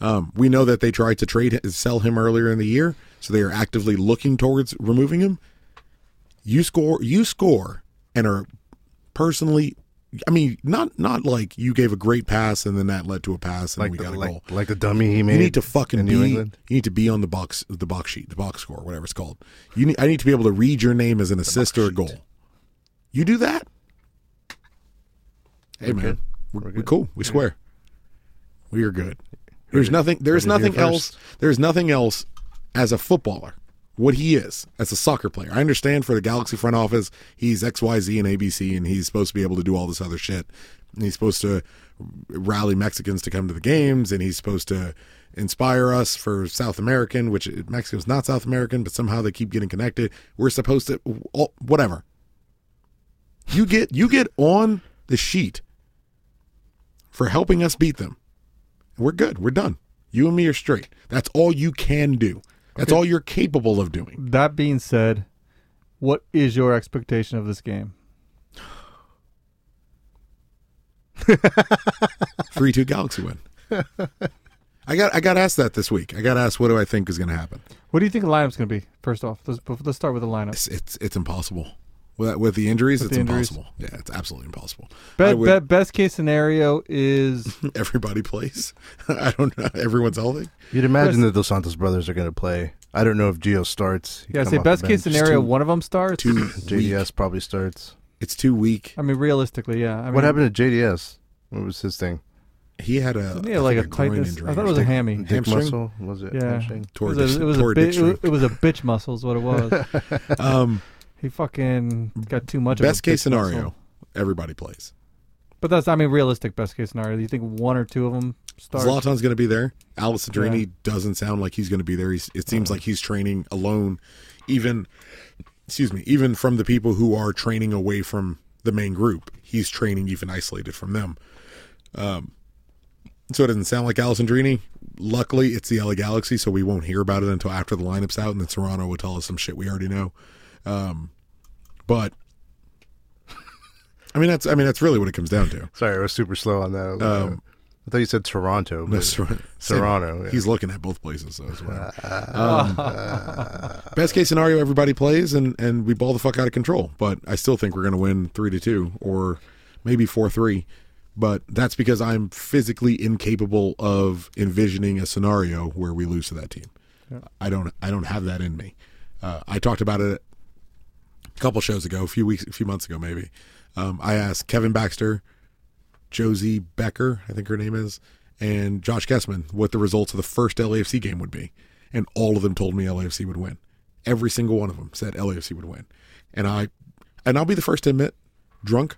Um, we know that they tried to trade sell him earlier in the year, so they are actively looking towards removing him. You score, you score, and are personally. I mean, not not like you gave a great pass and then that led to a pass and we got a
like,
goal.
like the dummy he
You
made.
need to fucking
in New
be,
England.
You need to be on the box, the box sheet, the box score, whatever it's called. You need. I need to be able to read your name as an assist or a goal. You do that. Hey
We're
man,
good.
we're,
We're
we're
good.
cool. We swear, we are good. There's
it-
nothing. There's
heard it here
nothing else.
first.
There's nothing else as a footballer. What he is as a soccer player. I understand for the Galaxy front office, he's XYZ and ABC, and he's supposed to be able to do all this other shit. And he's supposed to rally Mexicans to come to the games, and he's supposed to inspire us for South American, which Mexico's not South American, but somehow they keep getting connected. We're supposed to, all- whatever. You get you get on the sheet for helping us beat them. We're good. We're done. You and me are straight. That's all you can do. That's all you're capable of doing.
That being said, what is your expectation of this game?
Three two Galaxy win. I got I got asked that this week. I got asked what do I think is going to happen.
What do you think the lineup's going to be? First off, let's let's start with the lineup.
It's it's, it's impossible with, with the injuries.
With
it's
the injuries.
impossible. Yeah, it's absolutely impossible. I
Be,
would-
be- best case scenario is
everybody plays. I don't know. Everyone's healthy.
You'd imagine that those Santos brothers are going to play. I don't know if Gio starts. He'd
yeah.
come
Say
off the
best case
bench.
scenario, one of them starts.
Too
JDS probably starts.
It's too weak.
I mean, realistically, yeah. I mean,
what happened to JDS? What was his thing?
He had a
Didn't he have like a tightness? I thought it was a hammy.
Dick
Hamstring?
muscle was it?
Yeah.
hamstring?
It was a, it was a
tore
bi-
dick string.
it was a bitch muscle, is what it was.
Um,
he fucking got too much.
Best
of a bitch
case scenario,
muscle.
everybody plays.
But that's, I mean, realistic best case scenario. You think one or two of them start?
Zlatan's going to be there. Alice Adrini
Yeah. Uh-huh.
doesn't sound like he's going to be there. He's, it seems like he's training alone, even excuse me, even from the people who are training away from the main group. He's training even isolated from them. Um, so it doesn't sound like Alice Andrini. Luckily, it's the LA Galaxy, so we won't hear about it until after the lineup's out, and then Serrano will tell us some shit we already know. Um, but I mean, that's I mean that's really what it comes down to.
Sorry, I was super slow on that.
Um,
I thought you said Toronto.
No,
but
Ser-
Serrano. yeah.
He's looking at both places, so it's whatever. Um, best case scenario, everybody plays and and we ball the fuck out of control. But I still think we're going to win three to two or maybe four three. But that's because I'm physically incapable of envisioning a scenario where we lose to that team.
Yeah.
I don't I don't have that in me. Uh, I talked about it a couple shows ago, a few weeks, a few months ago, maybe. Um, I asked Kevin Baxter, Josie Becker, I think her name is, and Josh Kessman what the results of the first LAFC game would be, and all of them told me LAFC would win. Every single one of them said LAFC would win, and I, and I'll be the first to admit, drunk.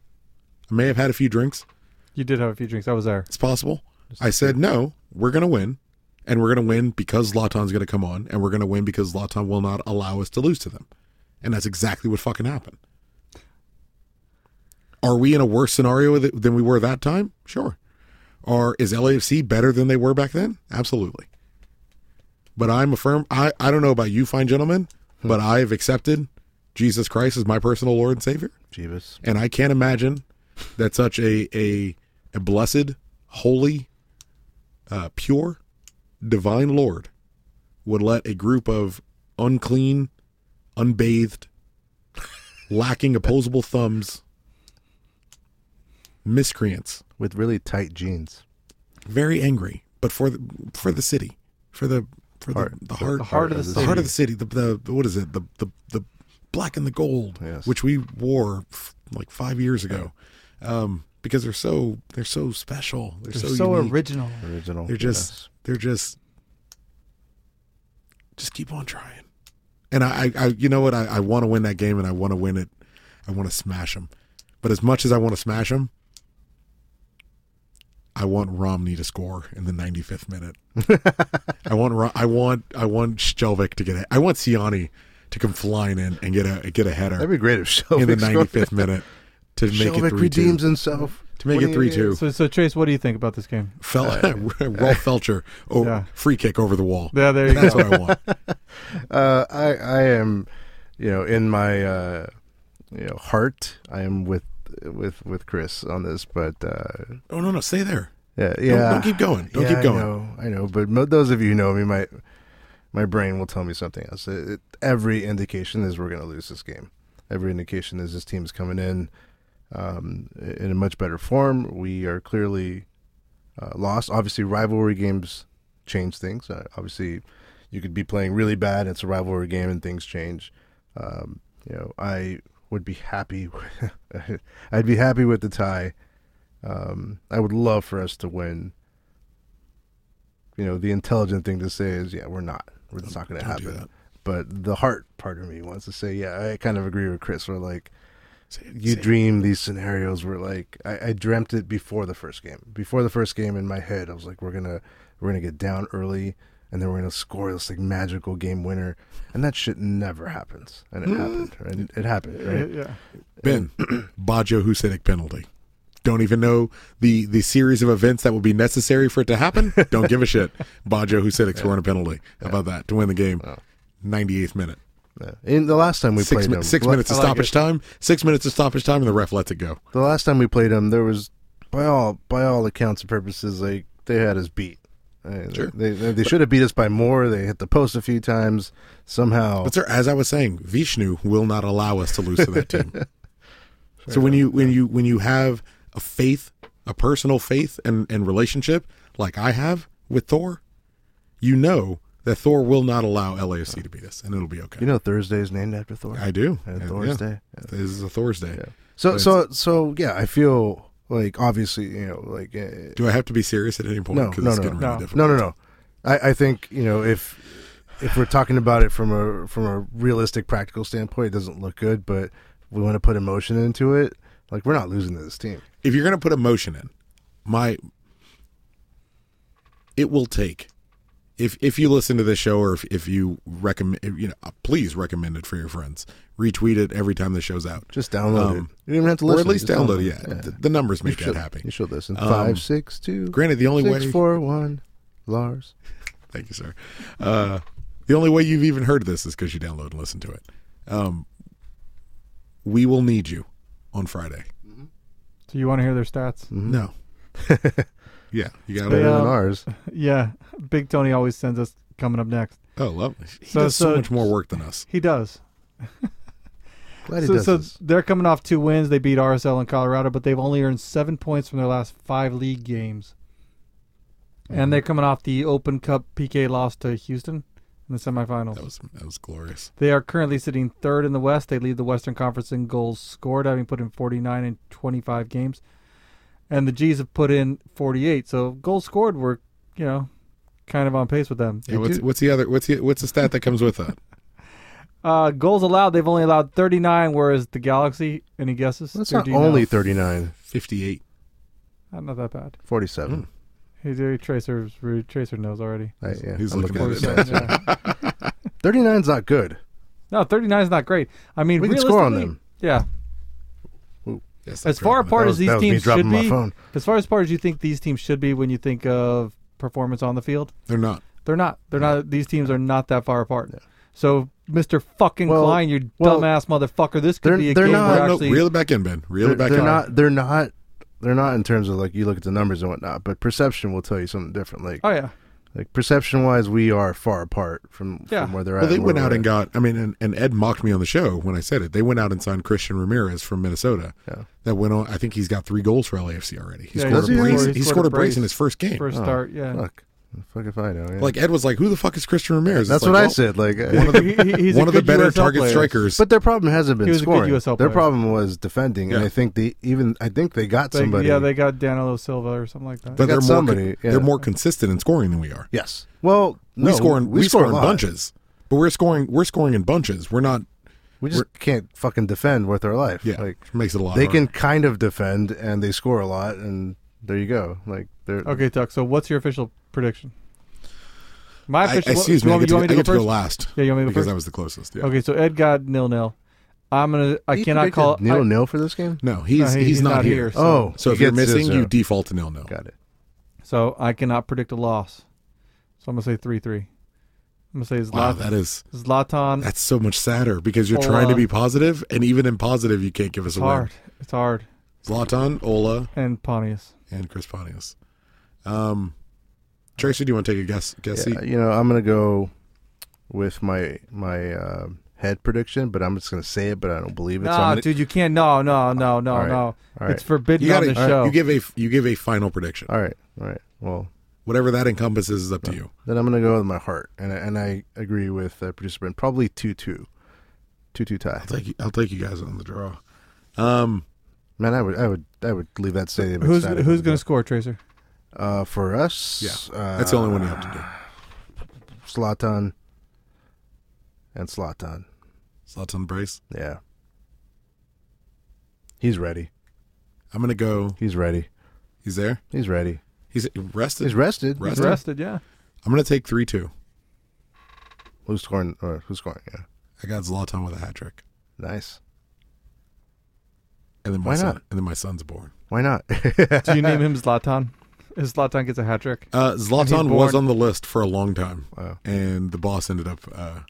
I may have had a few drinks.
You did have a few drinks. I was there.
It's possible. I said, no, we're going to win. And we're going to win because Zlatan's going to come on. And we're going to win because Zlatan will not allow us to lose to them. And that's exactly what fucking happened. Are we in a worse scenario th- than we were that time? Sure. Or is LAFC better than they were back then? Absolutely. But I'm a firm, I, I don't know about you, fine gentlemen, but I've accepted Jesus Christ as my personal Lord and Savior.
Jeebus.
And I can't imagine that such a a, a blessed, holy, uh, pure, divine Lord would let a group of unclean, unbathed, lacking opposable thumbs, miscreants
with really tight jeans,
very angry, but for the for the city, for the for the,
Heart.
the heart,
The heart of the
the heart of the city, the, the, the- what is it, the the the black and the gold,
Yes.
which we wore f- like five years ago, um, because they're so they're so special, they're, so, unique.
original.
original.
They're just they're just just keep on trying. And I, I, I you know what? I, I want to win that game, and I want to win it I want to smash him. But as much as I want to smash him, I want Romney to score in the 95th minute. I want Ro- I want I want Shelvick to get it. I want Siani to come flying in and get a get a header.
That'd be great if
in the
Shelvick scored.
95th minute to make it
Shelvick
3-2.
redeems himself.
To make it 3-2.
So, so Chase, what do you think about this game?
Fel- Rolf Felcher oh,
Yeah.
free kick over the wall.
Yeah, there you
That's
go.
what I want.
uh, I I am, you know, in my uh, you know heart, I am with with with Chris on this, but uh,
Oh no, no, stay there.
yeah,
Don't-
yeah.
don't keep going. Don't
Yeah,
keep going.
I know, I know, but mo- those of you who know me, my my brain will tell me something else. It, it- every indication is we're going to lose this game. Every indication is this team's coming in um, in a much better form. We are clearly uh, lost. Obviously, rivalry games change things. Uh, obviously, you could be playing really bad. It's a rivalry game, and things change. Um, you know, I would be happy. with- I'd be happy with the tie. Um, I would love for us to win. You know, the intelligent thing to say is, yeah, we're not. We're just not going to
Don't do
happen. But the heart part of me wants to say, yeah, I kind of agree with Chris. We're like, you
say it.
dream these scenarios where like I, I dreamt it before the first game. Before the first game, in my head, I was like, we're gonna we're gonna get down early, and then we're gonna score this like magical game winner, and that shit never happens, and it
Mm.
happened, and it happened, right?
Yeah.
Ben, Baggio Husetic penalty. Don't even know the the series of events that will be necessary for it to happen. Don't give a shit. Baggio Husetic scoring a penalty. How about that to win the game? Ninety eighth minute.
In the last time we
six
played
mi-
them,
six
la-
minutes of stoppage time. Six minutes of stoppage time, and the ref lets it go.
The last time we played them, there was by all by all accounts and purposes, like they had us beat. Uh,
Sure.
They they, they should have beat us by more. They hit the post a few times. Somehow,
But sir, as I was saying, Vishnu will not allow us to lose to that team. so when you when you when you have a faith, a personal faith and, and relationship like I have with Thor, you know that Thor will not allow LAFC to beat us, and it'll be okay.
You know Thursday is named after Thor.
I do.
Uh,
Yeah,
Thor's
yeah.
Day.
This is a Thor's Day.
So
But
so so yeah, I feel like obviously you know like uh,
do I have to be serious at any point?
no
Oh, 'Cause
no
it's
no
getting
no,
really difficult.
no no no. I, I think you know if if we're talking about it from a from a realistic practical standpoint, it doesn't look good, but we want to put emotion into it. Like we're not losing to this team.
If you're gonna put emotion in, my it will take if if you listen to this show or if, if you recommend if, you know please recommend it for your friends retweet it every time the show's out
just download it. You don't even have to
Um, or
listen,
at least
just
download
download
it
it.
yeah,
Yeah.
The, the numbers
You
make
should-
that happen
you should listen.
Um,
Five, six, two,
granted the only
six,
way
four, one, Lars.
thank you sir uh, the only way you've even heard of this is because you download and listen to it um, we will need you on Friday
So you want to hear their stats?
Mm-hmm.
no yeah you got
But,
it
um, Yeah, Big Tony always sends us coming up next.
oh lovely he does so much more work than us
He does.
Glad
so, so they're coming off two wins. They beat RSL in Colorado, but they've only earned seven points from their last five league games. And they're coming off the Open Cup PK loss to Houston in the semifinals. That
was that was glorious.
They are currently sitting third in the West. They lead the Western Conference in goals scored, having put in 49 in 25 games. And the G's have put in 48. So goals scored were, you know, kind of on pace with them.
yeah, what's, what's the other what's the what's the stat that comes with that
Uh, goals allowed, they've only allowed 39, whereas the Galaxy, any guesses?
That's
Or
not
do you know?
only 39.
58
Not that bad.
47.
Hey, Jerry Tracer, Tracer knows already.
I, yeah,
Hmm. He's
I'm
looking at it.
Yeah.
39's not good.
No, 39 is not great. I mean,
We can score on
realistically, Yeah.
Yes,
as far apart
That was-
as
that
these
was me
teams
dropping
should
my
be,
phone.
as far as apart as you think these teams should be when you think of performance on the field,
they're not.
They're not. They're not. These teams are not that far apart. So, Mister Fucking Klein, you
well,
dumbass motherfucker, this could
they're-
be a
they're
game
not-
where
no,
actually
reel it back in ben reel
they're,
it back
they're
in
not. They're not. They're not in terms of like you look at the numbers and whatnot, but perception will tell you something different. Like
Oh, yeah.
like perception wise, we are far apart from, from where they're
well,
at.
they
and where
went out
we're
and
at.
got. I mean, and, and Ed mocked me on the show when I said it. They went out and signed Christian Ramirez from Minnesota. That went on. I think he's got three goals for LAFC already. He
Yeah,
scored a
he scored-
brace.
he
He,
scored
scored
a
a brace
brace.
in his first game.
First start, yeah.
Oh. Fuck. Fuck if I know. yeah.
Like Ed was like, "Who the fuck is Christian Ramirez?"
That's
It's like,
what I
well,
said. Like
one of the, one of the better target strikers.
But their problem hasn't been
He was a good
scoring.
USL
Their
player.
problem was defending, and
Yeah.
I think they even I think they got
They-
somebody.
yeah, they got Danilo Silva or something like that.
but they're more
somebody, yeah.
they're more consistent in scoring than we are.
Yes. Well, no,
we score in, we,
we
score
score a
in
lot.
bunches, but we're scoring we're scoring in bunches. We're not
We just can't fucking defend worth our life. Yeah, like
makes it a lot
They
harder.
can kind of defend and they score a lot, and there you go. Like they're
Okay, Tuck. So what's your official prediction? My
I-
official.
excuse
you
me, I
want
get to-
you want me
I get to go
first?
last,
Yeah, you want me to go
because
first?
I was the closest, yeah.
Okay, so Ed got nil nil. I'm gonna. I
You
cannot
predicted
call
nil
I-
nil for this game?
No, he's
he-
he's, not, here.
so-
Oh,
so
he
if you're
gets
missing,
zero.
you default to nil nil.
Got it.
So I cannot predict a loss. So I'm gonna say three three. I'm gonna say Zlatan.
Wow, that is
Zlatan.
That's so much sadder because you're trying
Ola.
to be positive, and even in positive, you can't give us
It's
a win.
hard. It's hard.
Zlatan, Ola,
and Pontius,
and Chris Pontius. Um, Tracy, do you want to take a guess? Guess
Yeah,
seat?
you know, I'm gonna go with my my uh, head prediction, but I'm just gonna say it, but I don't believe it.
No,
so I'm gonna- Oh,
dude, you can't. No, no, no, no,
All right.
no.
All right.
It's forbidden
You
on
gotta-
the
all right,
show.
You give a you give a final prediction.
All right, all right. Well,
whatever that encompasses is up to you.
Then I'm gonna go with my heart, and I, and I agree with uh, producer Ben. Probably two two, two two tie. I'll
take you, I'll take you guys on the draw. Um,
man, I would I would I would leave that stadium.
who's
ecstatic
who's
with
gonna
that.
score, Tracer?
Uh, for us,
Yeah,
uh,
that's the only one you have to
do. Slatan and Slatan.
Slatan brace.
Yeah, he's ready.
I'm gonna go.
He's ready.
He's there.
He's ready.
He's rested.
He's rested. He's rested,
yeah.
I'm gonna take three two.
Who's scoring? Or who's scoring? Yeah,
I got Zlatan with a hat trick.
Nice.
And then my
Why
son,
not?
and then my son's born.
Why not?
Do you name him Zlatan? If Zlatan gets a hat trick.
Uh,
and he's
Zlatan was
born-
on the list for a long time, and the boss ended up uh,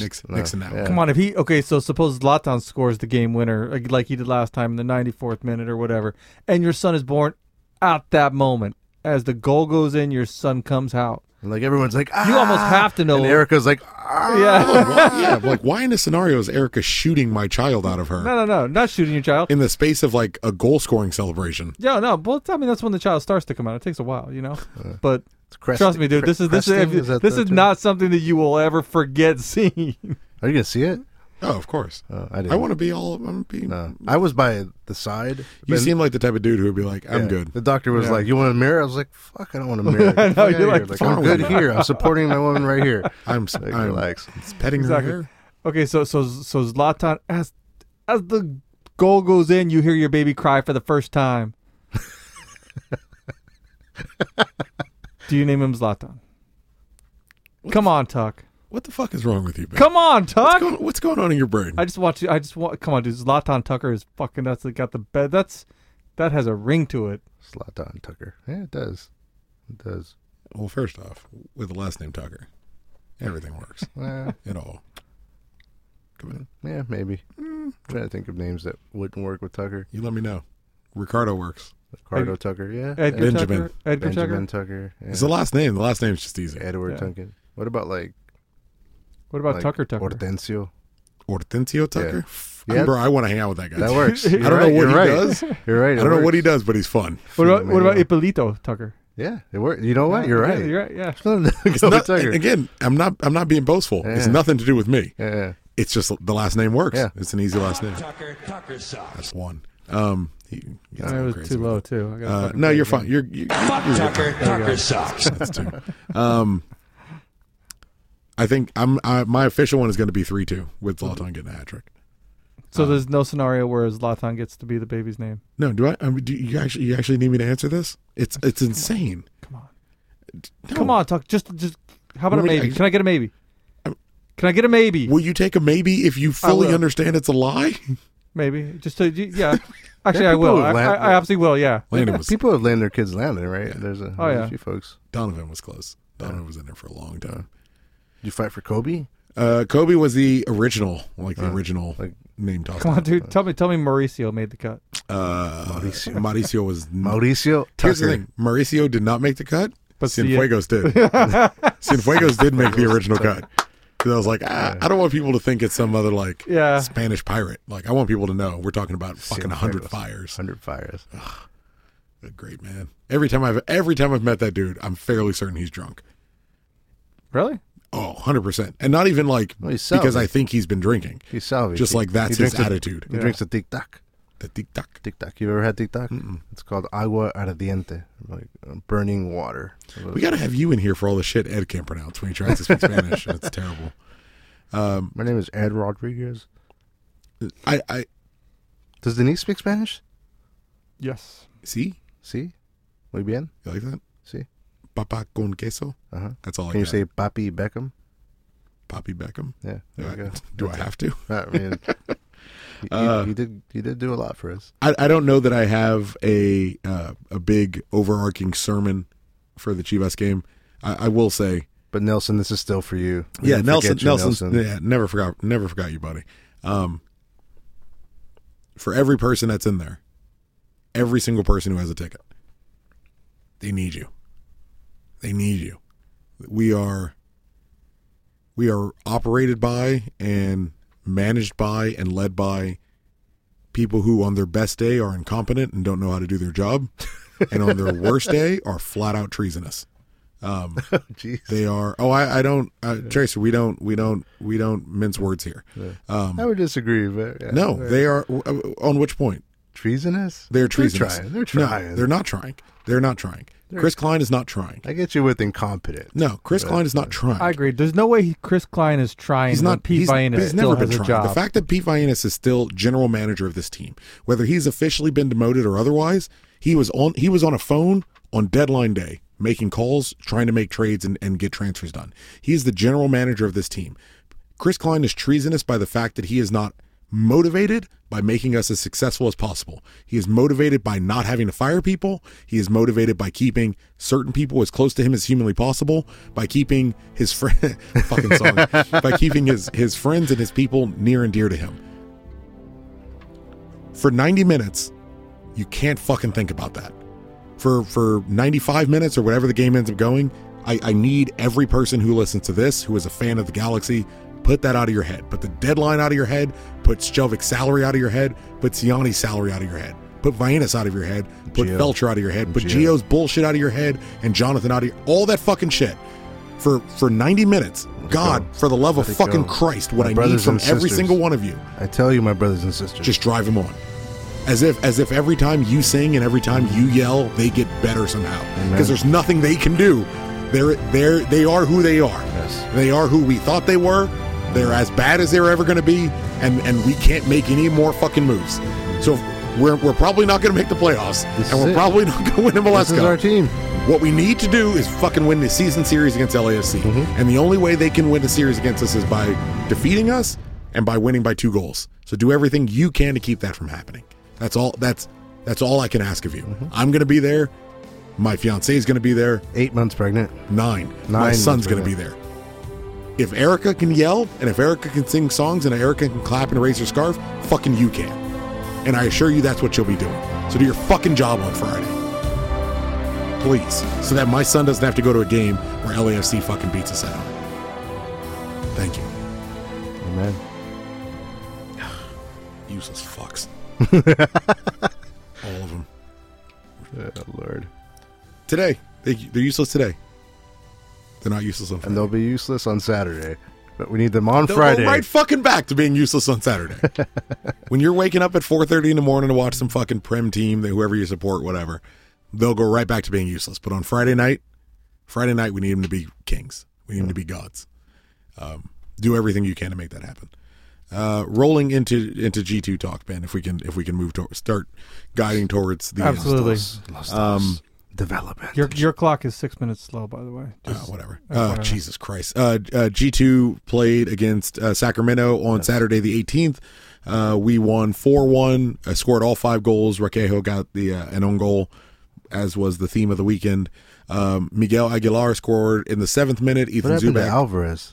nix, nixing that.
Come on, if he okay, so suppose Zlatan scores the game winner like- like he did last time in the 94th minute or whatever, and your son is born at that moment. As the goal goes in, your son comes out.
Like everyone's like,
you almost
"Ah!"
have to know.
And Erica's like, "Ah!" Oh.
yeah,
yeah, like why in this scenario is Erica shooting my child out of her?
No, no, no, not shooting your child.
In the space of like a goal scoring celebration.
yeah, no. Well, I mean, that's when the child starts to come out. It takes a while, you know. But
crest-
trust me, dude,
cre-
this is this
Uh, cresting? Is
is
that
this
the
is
term?
not something that you will ever forget seeing.
Are you gonna see it?
Oh, of course.
Oh, I didn't.
I want to be all. I'm being.
No, I was by the side.
You
but-
seem like the type of dude who would be like, "I'm
Yeah.
good."
The doctor was
Yeah.
like, "You want a mirror?" I was like, "Fuck, I don't want a mirror."
I know,
Fuck
you're
outta
like,
here.
"Fuck
I'm good
women."
here. I'm supporting my woman right here.
I'm,
like,
I'm-
relax.
It's petting her hair.
Okay, so so so Zlatan as as the goal goes in, you hear your baby cry for the first time. Do you name him Zlatan? Come on, Tuck.
What the fuck is wrong with you? Ben?
Come on, Tuck.
What's going, what's going on in your brain?
I just watch. I just want. Come on, dude. Zlatan Tucker is fucking. That's got the bed. That's that has a ring to it.
Zlatan Tucker. Yeah, it does. It does.
Well, first off, with the last name Tucker, everything works.
Well.
It all. Come on. Mm.
Yeah, maybe. I'm trying to think of names that wouldn't work with Tucker.
You let me know. Ricardo works.
Ricardo Tucker, yeah.
Edgar
Benjamin.
Tucker. Edgar
Benjamin
Tucker.
Tucker. yeah.
It's the last name. The last name's just easy.
Edward Tucker. What about like?
Oh,
What about
like
Tucker Tucker?
Hortensio.
Hortensio Tucker?
Yeah.
Yeah. Bro, I want to hang out with that guy.
That works.
I don't
You're
know
right,
what
you're
he
right.
does.
You're right,
I
it
don't know what
works.
he does, but he's fun.
What about what about Ippolito Tucker?
Yeah, it worked. You know what? You're
Yeah,
right.
You're right. Yeah.
It's not- again, I'm not I'm not being boastful. It's
Yeah.
nothing to do with me.
Yeah.
It's just the last name works.
Yeah.
It's an easy last name.
Tucker, Tucker sucks.
That's one. Um, he gets
That
all
was
crazy
too
with
low,
it.
too. I gotta
Uh,
fucking
no,
play it
you're fine.
again.
You're, you're,
Fuck
you're good.
Tucker.
There you
Tucker
go.
sucks.
That's two. Um, I think I'm I, my official one is going to be three two with Zlatan getting a hat trick.
So
Uh-huh.
there's no scenario where Zlatan gets to be the baby's name.
No, do I? I mean, do you actually you actually need me to answer this? It's it's insane.
Come on, Tuck. Just just how about
What
a
would
maybe?
I-
Can I get a maybe? Can I get a maybe?
Will you take a maybe if you fully
will.
understand it's a lie?
Maybe just to yeah. Actually, I
people
will.
would
I,
laugh-
I, I absolutely will. Yeah.
Landon was-
People have landed their kids landing, right? There's a,
Oh,
there's
yeah.
a few folks.
Donovan was close. Donovan was in there for a long time.
Did you fight for Kobe?
Uh, Kobe was the original, Uh, like the original name toss.
Come on, dude. Tell me, tell me, Mauricio made the cut.
Uh, Mauricio. Mauricio was
Mauricio.
Here's the
Tucker.
thing: Mauricio did not make the cut, but
see ya.
Cienfuegos did. Cienfuegos did make the original cut. Because I was like, ah, I don't want people to think it's some other like
Yeah.
Spanish pirate. Like, I want people to know we're talking about fucking hundred fires.
Hundred fires.
A great man. Every time I've every time I've met that dude, I'm fairly certain he's drunk.
Really?
Oh, 100 percent, and not even like
he's
because
salvaged.
I think he's been drinking.
He's salvaged.
Just
He-
like that's
he
his
drinks a-
attitude.
he drinks a tic tac.
The tic tac.
Tic tac. You ever had tic tac? It's called agua ardiente, like uh, burning water.
We got to have you in here for all the shit Ed can't pronounce when he tries to speak Spanish. and It's terrible. Um,
My name is Ed Rodriguez.
I, I
Does Denise speak Spanish?
Yes.
See?
See? Muy bien.
You like that?
See?
Papa con queso.
Uh-huh.
That's all I
Can you
got.
say Papi Beckham?
Poppy Beckham.
Yeah.
Do
There we
I,
go.
do I have to?
I mean, you- you,
Uh,
you did you did do a lot for us.
I, I don't know that I have a uh, a big overarching sermon for the Chivas game. I, I will say,
but Nelson, this is still for you. We
yeah,
didn't
Nelson,
forget you,
Nelson's Yeah, never forgot, never forgot you, buddy. Um, for every person that's in there, every single person who has a ticket, they need you. They need you. We are we are operated by and managed by and led by people who on their best day are incompetent and don't know how to do their job and on their worst day are flat out treasonous um they are oh i, I don't uh, tracer we don't we don't we don't mince words here um
I would disagree, but yeah,
no
right.
they are uh, on which point
treasonous
they're treasonous
trying. They're
No,
trying.
they're not trying they're not trying
They're-
chris klein is not trying
I get you with incompetent.
no chris
But-
klein is not trying
I agree. There's no way he, Chris Klein is trying.
He's not.
Pete
he's,
Vianis
he's
still
never
has
been
a
trying.
job.
The fact that Pete Vianis is still general manager of this team, whether he's officially been demoted or otherwise, he was on. He was on a phone on deadline day making calls, trying to make trades and, and get transfers done. He is the general manager of this team. Chris Klein is treasonous by the fact that he is not motivated by making us as successful as possible. He is motivated by not having to fire people. He is motivated by keeping certain people as close to him as humanly possible, by keeping his friend fucking sorry, by keeping his his friends and his people near and dear to him. For 90 minutes, you can't fucking think about that. For for 95 minutes or whatever the game ends up going, I, I need every person who listens to this, who is a fan of the Galaxy, put that out of your head. Put the deadline out of your head. Put Shelvik's salary out of your head. Put Siani's salary out of your head. Put Vianis out of your head. Put
Gio.
Felcher out of your head. Put
Gio.
Geo's bullshit out of your head. And Jonathan out of your, all that fucking shit. For for 90 minutes, God, for the love of
Let it
fucking
go.
Christ,
My
what I need
brothers
from
and
every
sisters.
single one of you
I tell you, my brothers and sisters.
just drive them on as if as if every time you sing and every time you yell they get better somehow because there's nothing they can do they're they're they are who they are they are who we thought they were they're as bad as they're ever going to be and and we can't make any more fucking moves so we're, we're probably not going to make the playoffs and
is
we're
it.
probably not going to win MLS
This is
Cup.
our team.
What we need to do is fucking win the season series against LAFC.
Mm-hmm.
And the only way they can win the series against us is by defeating us and by winning by two goals. So do everything you can to keep that from happening. That's all that's that's all I can ask of you.
Mm-hmm.
I'm gonna be there. My fiance is gonna be there.
Eight months pregnant.
Nine. My
months
son's gonna be
pregnant.
there. If Erica can yell and if Erica can sing songs and Erica can clap and raise her scarf, fucking you can. And I assure you that's what she'll be doing. So do your fucking job on Friday please, so that my son doesn't have to go to a game where LAFC fucking beats us out. Thank you.
Amen.
Useless fucks. All of them.
Oh, Lord.
Today, they, they're useless today. They're not useless on Friday.
And they'll be useless on Saturday, but we need them on
They'll
Friday.
go right fucking back to being useless on Saturday. when you're waking up at 4.30 in the morning to watch some fucking Prem team, that whoever you support, whatever, they'll go right back to being useless. But on Friday night, Friday night, we need them to be kings. We need them to be gods. Um, do everything you can to make that happen. Uh, rolling into into G two talk, man. If we can, if we can move to start guiding towards the
Absolutely.
um,
development.
Your your clock is six minutes slow, by the way.
Ah,
Just-
whatever.
Uh,
Oh, Jesus Christ. Uh, uh, G2 played against uh, Sacramento on Saturday, the 18th. Uh, we won 4 1, uh, scored all five goals. Requejo got the uh, an own goal, as was the theme of the weekend. Um, Miguel Aguilar scored in the seventh minute. Ethan
what happened to
Zubak.
Alvarez?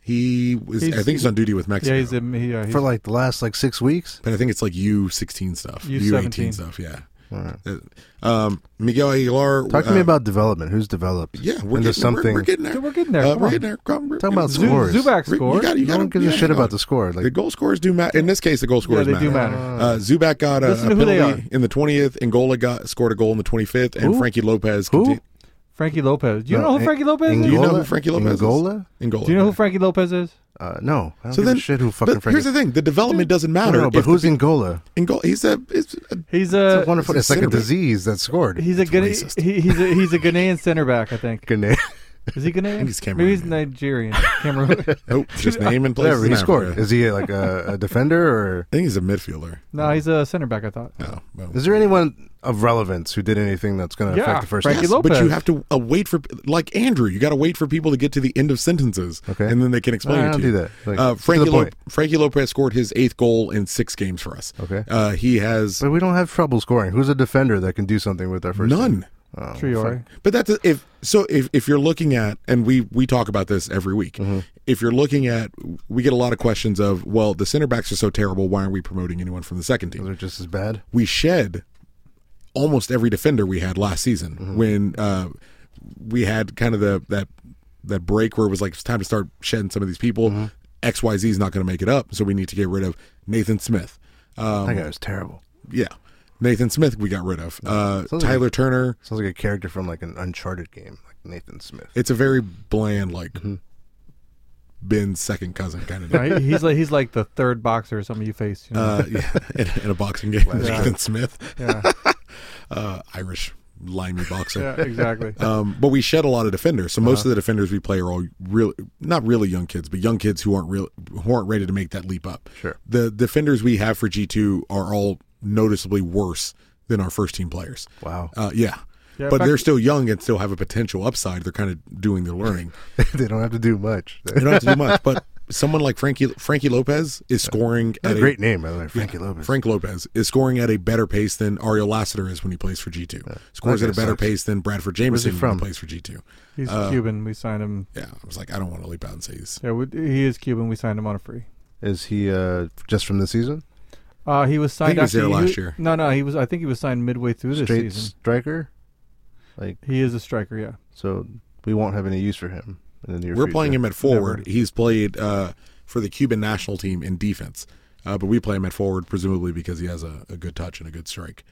He was, I
He's-
think he's on duty with Mexico.
Yeah, he's in. He, uh, he's,
For like the last like six weeks?
But I think it's like U16 stuff,
U17.
U18 stuff. Yeah. Uh, Um, Miguel Aguilar.
Talk to
uh,
me about development. Who's developed?
Yeah, we're
into
getting,
something.
We're, we're getting there.
We're getting there.
Uh,
Come
we're
on.
getting there. Come- we're-
Talking about
Zu-
scores.
Zubac
You
scored.
gotta- you
No
gotta-
one gives
yeah,
a shit
no.
about the score. Like
the goal scores do matter. In this case, the goal scores
they do
matter.
matter.
Uh, Zubac got a,
Listen
a
to who they
penalty in the 20th. Angola got scored a goal in the 25th, and
Who?
Frankie Lopez.
Who?
conti-
Frankie Lopez. Do you
No,
know who
An-
Frankie Lopez
Do you
is?
know
Angola?
who Frankie Lopez is?
Angola?
Angola.
Do you know who Frankie Lopez is?
uh, no, I don't
so
give
then,
a shit who
but
fucking.
here's the thing: the development doesn't matter.
No, but
if
who's
the,
Angola?
Angola? He's a, it's a
He's uh,
It's
a
a wonderful. It's like a
Cinnamon.
disease that scored.
he's a Ghana,
racist.
he, he's a he's a Ghanaian center back, I think.
Grenade.
Is he Ghanaian?
he's
Maybe he's Nigerian. Cameroon.
Nope, just name and place.
Whatever, he
Nah,
scored.
bro.
Is he like a, a defender or?
I think he's a midfielder.
No, he's a center back. I thought.
Oh, Is there anyone of relevance who did anything that's going to affect the first?
Yes, But you have to uh, wait for like Andrew. You got to wait for people to get to the end of sentences, okay. and then they can explain
I
it to
don't
you.
do that. Like,
uh,
to the
Frankie, Lo-
point.
Frankie Lopez scored his eighth goal in six games for us. Okay, uh, he has.
But we don't have trouble scoring. Who's a defender that can do something with our first?
None.
Oh, fuck.
But that's a- if so. If if you're looking at, and we we talk about this every week.
Mm-hmm.
If you're looking at, we get a lot of questions of, well, the center backs are so terrible. Why aren't we promoting anyone from the second team? They're
just as bad.
We shed almost every defender we had last season
Mm-hmm.
when uh, we had kind of the that that break where it was like it's time to start shedding some of these people.
Mm-hmm.
XYZ is not going to make it up, so we need to get rid of Nathan Smith. Um,
That guy was terrible.
Yeah. Nathan Smith, we got rid of. Uh,
Sounds like
Tyler
a-
Turner.
Sounds like a character from like an Uncharted game, like Nathan Smith.
It's a very bland, like
Mm-hmm.
Ben's second cousin kind of.
No, he- he's like he's like the third boxer or something you face. You know?
uh, yeah, in, in a boxing game,
Yeah.
Nathan Smith,
Yeah.
uh, Irish limey boxer.
Yeah, exactly.
Um, but we shed a lot of defenders, so most of
Uh-huh.
the defenders we play are all really not really young kids, but young kids who aren't real who aren't ready to make that leap up.
Sure.
The defenders we have for G two are all noticeably worse than our first team players.
Wow.
Uh, yeah.
Yeah,
but
back-
they're still young and still have a potential upside. They're kind of doing their learning.
they don't have to do much.
They don't have to do much, but someone like Frankie Frankie Lopez is scoring
That's
at
a great name, by the way, Frankie Lopez.
Frank Lopez is scoring at a better pace than Ariel Lassiter is when he plays for G two. Scores at
That
a
guy
better
sucks.
pace than Bradford
Where's he
Jameson when
from?
he plays for G two.
He's
uh,
Cuban. We signed him.
Yeah, I was like, I don't want to leap out and say he's.
Yeah, we, he is Cuban. We signed him on a free.
Is he uh, just from this season?
Uh, he was
I think
signed.
he was there
actually-
last year.
No, no, he was. I think he was signed midway through this
Straight
season.
striker. Like
he is a striker. Yeah.
So we won't have any use for him in the near
We're
future.
playing him at forward. He's played uh, for the Cuban national team in defense, uh, but we play him at forward presumably because he has a, a good touch and a good strike.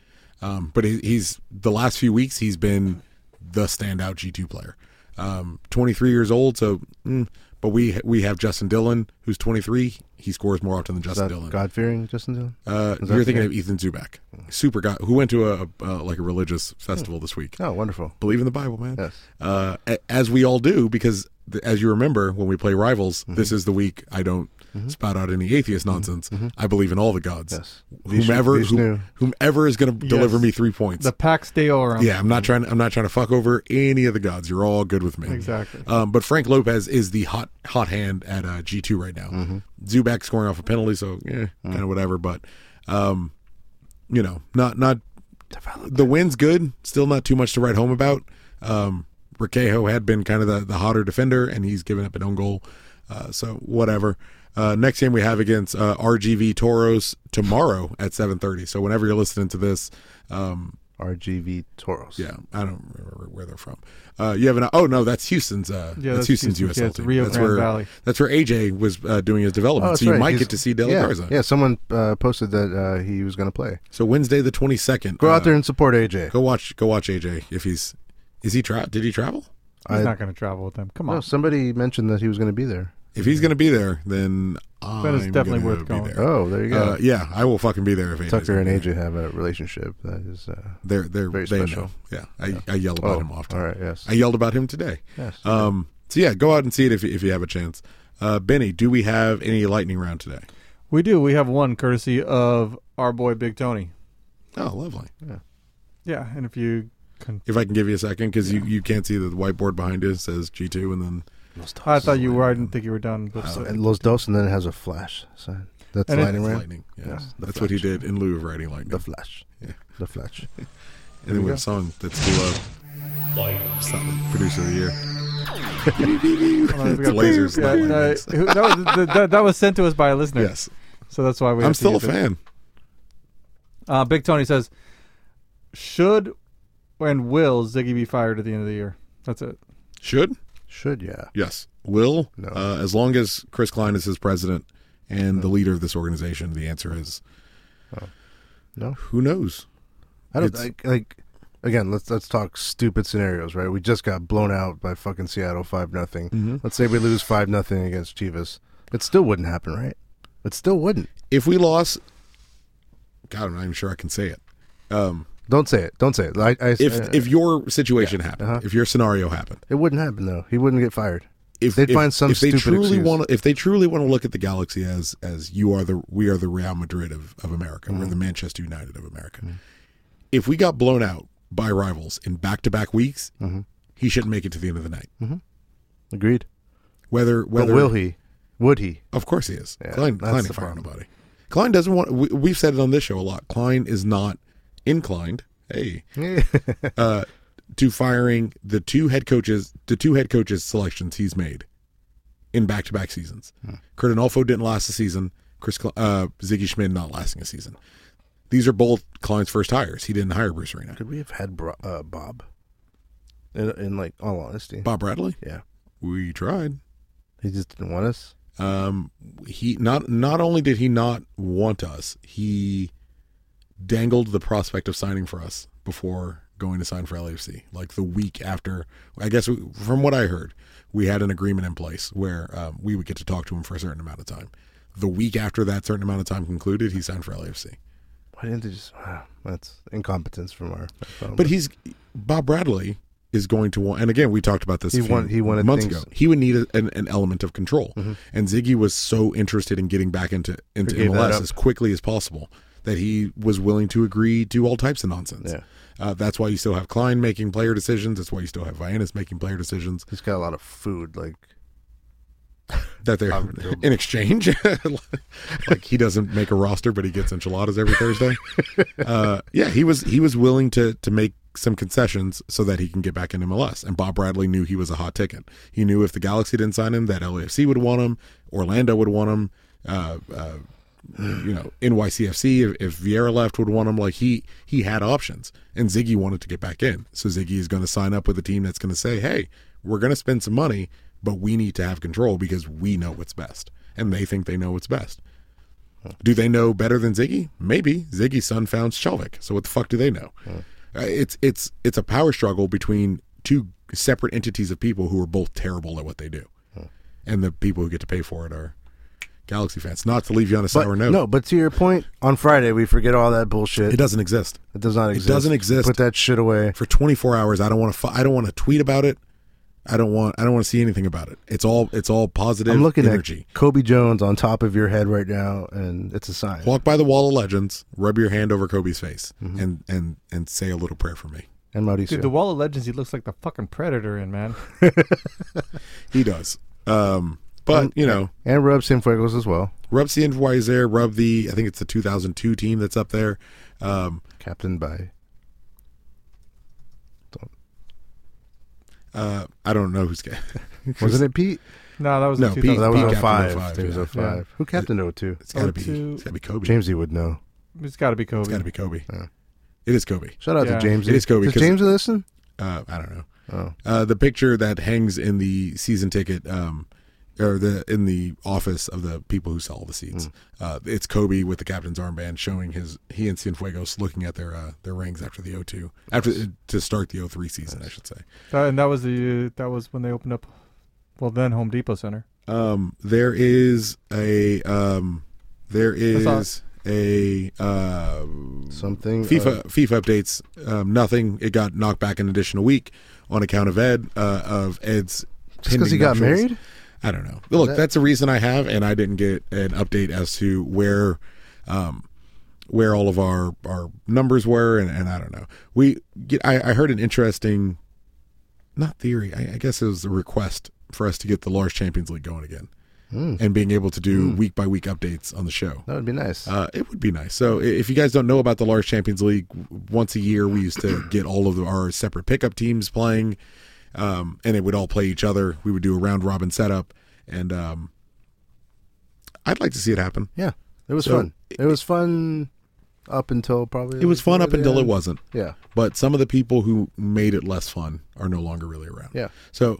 Um, but he, he's the last few weeks he's been the standout G two player. Um, 23 years old, so mm, but we we have Justin Dillon who's 23. He scores more often than
Is
Justin
that
Dillon.
God fearing Justin Dillon.
Uh,
Is that
you're
the Mm.
thinking
guy?
of Ethan Zubak, super guy who went to a, a uh, like a religious festival this week.
Oh, wonderful!
Believe in the Bible, man.
Yes.
Uh, a- as we all do, because th- as you remember, when we play rivals, this is the week I don't spout out any atheist nonsense. I believe in all the gods.
Yes.
Whomever
Vishnu-
who, whomever is going to deliver
Yes.
me three points.
The Pax Deorum.
yeah, I'm not trying. I'm not trying to fuck over any of the gods. You're all good with me.
Exactly.
Um, but Frank Lopez is the hot hot hand at uh, G two right now. Zubac scoring off a penalty, so yeah, kind of whatever. But um, you know, not not the win's good. Still not too much to write home about. Um, Riquejo had been kind of the, the hotter defender, and he's given up an own goal. Uh, so whatever. Uh, next game we have against uh, RGV Toros tomorrow at seven thirty. So whenever you're listening to this, um,
RGV Toros.
Yeah, I don't remember where they're from. Uh, you have an oh no, that's Houston's. Uh,
Yeah,
that's,
that's
Houston's
Houston's,
USL
yeah, it's
team.
Rio
that's
Grande
where
Valley.
that's where AJ was uh, doing his development.
Oh, that's
so you
right.
might
He's-
get to see De La
yeah,
Garza.
Yeah, someone uh, posted that uh, he was going to play.
So Wednesday the twenty second.
Go out there and support AJ.
Uh, Go watch. Go watch AJ if he's is he tra- did he travel?
He's not going to travel with them. Come on.
No, somebody mentioned that he was going to be there.
If he's going to be there, then I'm
Then it's definitely
gonna
worth
be
going.
There.
Oh, there you go.
Uh, yeah, I will fucking be there if AJ's
Tucker and
gonna be
AJ have a relationship that is uh,
They're they're
very
they
special.
know. Yeah, I, I yell about
Oh,
him often.
All right, yes.
I yelled about him today.
Yes.
Um. So yeah, go out and see it if you- if you have a chance. Uh, Benny, do we have any lightning round today?
We do. We have one courtesy of our boy Big Tony.
Oh, lovely.
Yeah.
Yeah, and if you can,
If I can give you a second, because you, you can't see that the whiteboard behind you says G two, and then
I thought you were. I didn't think you were done.
Oh,
But
So, and Los Dos, and then it has a flash sign. That's
And it-
lightning, right?
lightning. Yeah, that's what he did in lieu of writing lightning. The flash. Yeah,
the flash.
and
There
then
we
we
go.
have a song that's too low. Something. Producer of the year.
Hold on, we
it's
got-
lasers.
Yeah,
not
uh,
lightnings.
who- that, was, th- that, that was sent to us by a listener.
Yes.
So that's why we.
I'm
have to
still a
use it.
fan.
Uh, Big Tony says, "Should and will Ziggy be fired at the end of the year?" That's it.
Should?
Should, yeah.
Yes. Will? No. Uh, as long as Chris Klein is his president and the leader of this organization, the answer is
Oh. No.
Who knows?
I don't
It's-
like, like again. Let's let's talk stupid scenarios, right? We just got blown out by fucking Seattle five nothing.
Mhm.
Let's say we lose five nothing against Chivas. It still wouldn't happen, right? It still wouldn't.
If we lost, God, I'm not even sure I can say it. Um,
Don't say it. Don't say it. Uh-huh. I, I,
if
I-
if your situation happened, if your scenario happened,
it wouldn't happen though. He wouldn't get fired.
if
they'd
if-
find some
if they
stupid
truly
excuse.
want to, if they truly want to look at the galaxy as as you are the we are the Real Madrid of of America, we're
Mhm.
the Manchester United of America.
Mm-hmm.
If we got blown out by rivals in back to back weeks,
Mm-hmm.
he shouldn't make it to the end of the night.
Mhm. Agreed.
Whether whether
will he? Would he?
Of course he is.
Yeah,
Klein,
that's
Klein
the
ain't firing
problem.
nobody. Klein doesn't want. We, we've said it on this show a lot. Klein is not inclined. Hey, uh, to firing the two head coaches, the two head coaches selections he's made in back to back seasons.
Hmm.
Kurt Anolfo didn't last a season. Chris Kle- uh, Ziggy Schmidt not lasting a season. These are both Klein's first hires. He didn't hire Bruce Arena.
Could we have had Bro- uh, Bob? In, in like all honesty,
Bob Bradley?
Yeah,
we tried.
He just didn't want us.
Um, he not not only did he not want us, he dangled the prospect of signing for us before going to sign for LAFC. Like the week after, I guess we, from what I heard, we had an agreement in place where um, we would get to talk to him for a certain amount of time. The week after that certain amount of time concluded, he signed for LAFC.
Why didn't they just? ah, that's incompetence from our. from-
But he's Bob Bradley is going to want, and again, we talked about this.
He
a few
want- he wanted
months
things- Mm-hmm.
ago. He would need a, an, an element of control, and Ziggy was so interested in getting back into into
He gave that
MLS
up.
as quickly as possible that he was willing to agree to all types of nonsense.
Yeah.
Uh, that's why you still have Klein making player decisions. That's why you still have Vianis making player decisions.
He's got a lot of food, like
that they're in exchange. like he doesn't make a roster, but he gets enchiladas every Thursday. uh, yeah, he was he was willing to to make some concessions so that he can get back in MLS. And Bob Bradley knew he was a hot ticket. He knew if the Galaxy didn't sign him, that LAFC would want him, Orlando would want him. Uh, uh, you know, NYCFC if, if Vieira left would want him. Like he he had options, and Ziggy wanted to get back in. So Ziggy is going to sign up with a team that's going to say, "Hey, we're going to spend some money, but we need to have control because we know what's best, and they think they know what's best." Do they know better than Ziggy? Maybe Ziggy's son found Shelvick. So what the fuck do they know?
Hmm.
Uh, it's it's it's a power struggle between two separate entities of people who are both terrible at what they do,
Hmm.
and the people who get to pay for it are Galaxy fans. Not to leave you on a sour note.
No, but to your point, on Friday we forget all that bullshit. It
doesn't exist.
It does not exist.
It doesn't exist.
Put that shit away
for 24 hours. I don't want to. Fu- I don't want to tweet about it. I don't want. I don't want to see anything about it. It's all. It's all positive.
I'm looking
energy.
at Kobe Jones on top of your head right now, and it's a sign.
Walk by the wall of legends. Rub your hand over Kobe's face,
Mm-hmm.
and and and say a little prayer for me.
And Mauricio.
Dude, the Wall of Legends, he looks like the fucking Predator in, man.
He does. Um, but
And-
you know,
and rub Cienfuegos as well.
rub CNY is there. Rub the. I think it's the 2002 team that's up there. Um,
Captain by.
Uh, I don't know who's. ca-
Wasn't it Pete?
No, that was
no
in
Pete.
2000.
that was
Pete
05.
captained 05,
It was
yeah.
05. Who captained 02?
It's gotta be.
02.
It's gotta be Kobe.
Jamesy E would know.
It's got to be Kobe. It's
got to be Kobe. It is Kobe.
Shout out to Yeah. Jamesy.
It is Kobe.
Does
'cause-
Jamesy listen?
Uh, I don't know. Oh. Uh, the picture that hangs in the season ticket, um, or the in the office of the people who sell the seats. Uh, it's Kobe with the captain's armband showing his he and Cienfuegos looking at their uh, their rings after the 02 after to start the 03 season, I should say.
That- and that was the uh, that was when they opened up, well, then Home Depot Center.
Um, there is a um, there
all.
is a uh,
something
FIFA
uh,
FIFA updates. Um, nothing. It got knocked back an additional week on account of Ed uh, of Ed's.
'cause
pending
he got
nuptials.
married?
I don't know. Look,
That-
that's a reason I have, and I didn't get an update as to where, um, where all of our our numbers were, and, and I don't know. We get, I, I heard an interesting, not theory. I, I guess it was a request for us to get the large Champions League going again,
Mm.
and being able to do
Mm.
week by week updates on the show.
That would be nice.
Uh, it would be nice. So i- if you guys don't know about the large Champions League, w- once a year we used to get all of our separate pickup teams playing, um, and it would all play each other. We would do a round robin setup, and um, I'd like to see it happen.
Yeah, it was
So
fun. It, was fun up until probably.
It was fun up
the
until it
end.
wasn't.
Yeah.
But some of the people who made it less fun are no longer really around.
Yeah.
So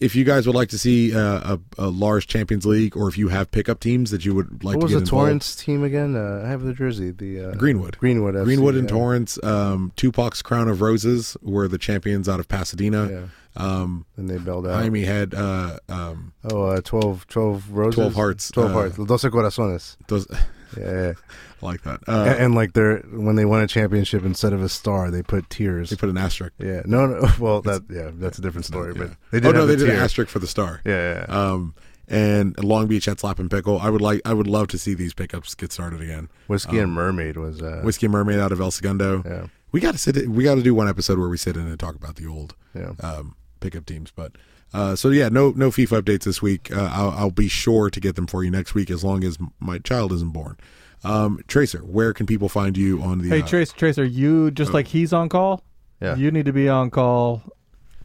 if you guys would like to see uh, a, a large Champions League, or if you have pickup teams that you would like to
what was
get
the
involved-
Torrance team again? Uh, I have the jersey. The uh,
Greenwood.
Greenwood. FC,
Greenwood and
yeah.
Torrance. Um, Tupac's Crown of Roses were the champions out of Pasadena. Um,
and they bailed out.
Jaime had uh, um,
Oh, uh, 12, 12 roses.
12 hearts,
12
uh,
hearts. Doce corazones.
those.
Yeah,
I like that. Uh,
A- and, like they're when they won a championship, instead of a star, they put tears. They
put an asterisk.
Yeah, no, no. Well, that yeah, that's a different story. But they did.
oh no,
have
they
the
did an
tear.
asterick for the star.
Yeah,
Um, and Long Beach at Slap and Pickle. I would like, I would love to see these pickups get started again.
Whiskey
um,
and Mermaid was uh,
Whiskey and Mermaid out of El Segundo.
Yeah.
We got to sit. We got to do one episode where we sit in and talk about the old
Yeah.
um, pickup teams. But uh, so yeah, no no FIFA updates this week. Uh, I'll, I'll be sure to get them for you next week, as long as m- my child isn't born. Um, Tracer, where can people find you on the?
Hey,
uh,
Trace, Tracer, you
Oh.
just like he's on call.
Yeah.
You need to be on call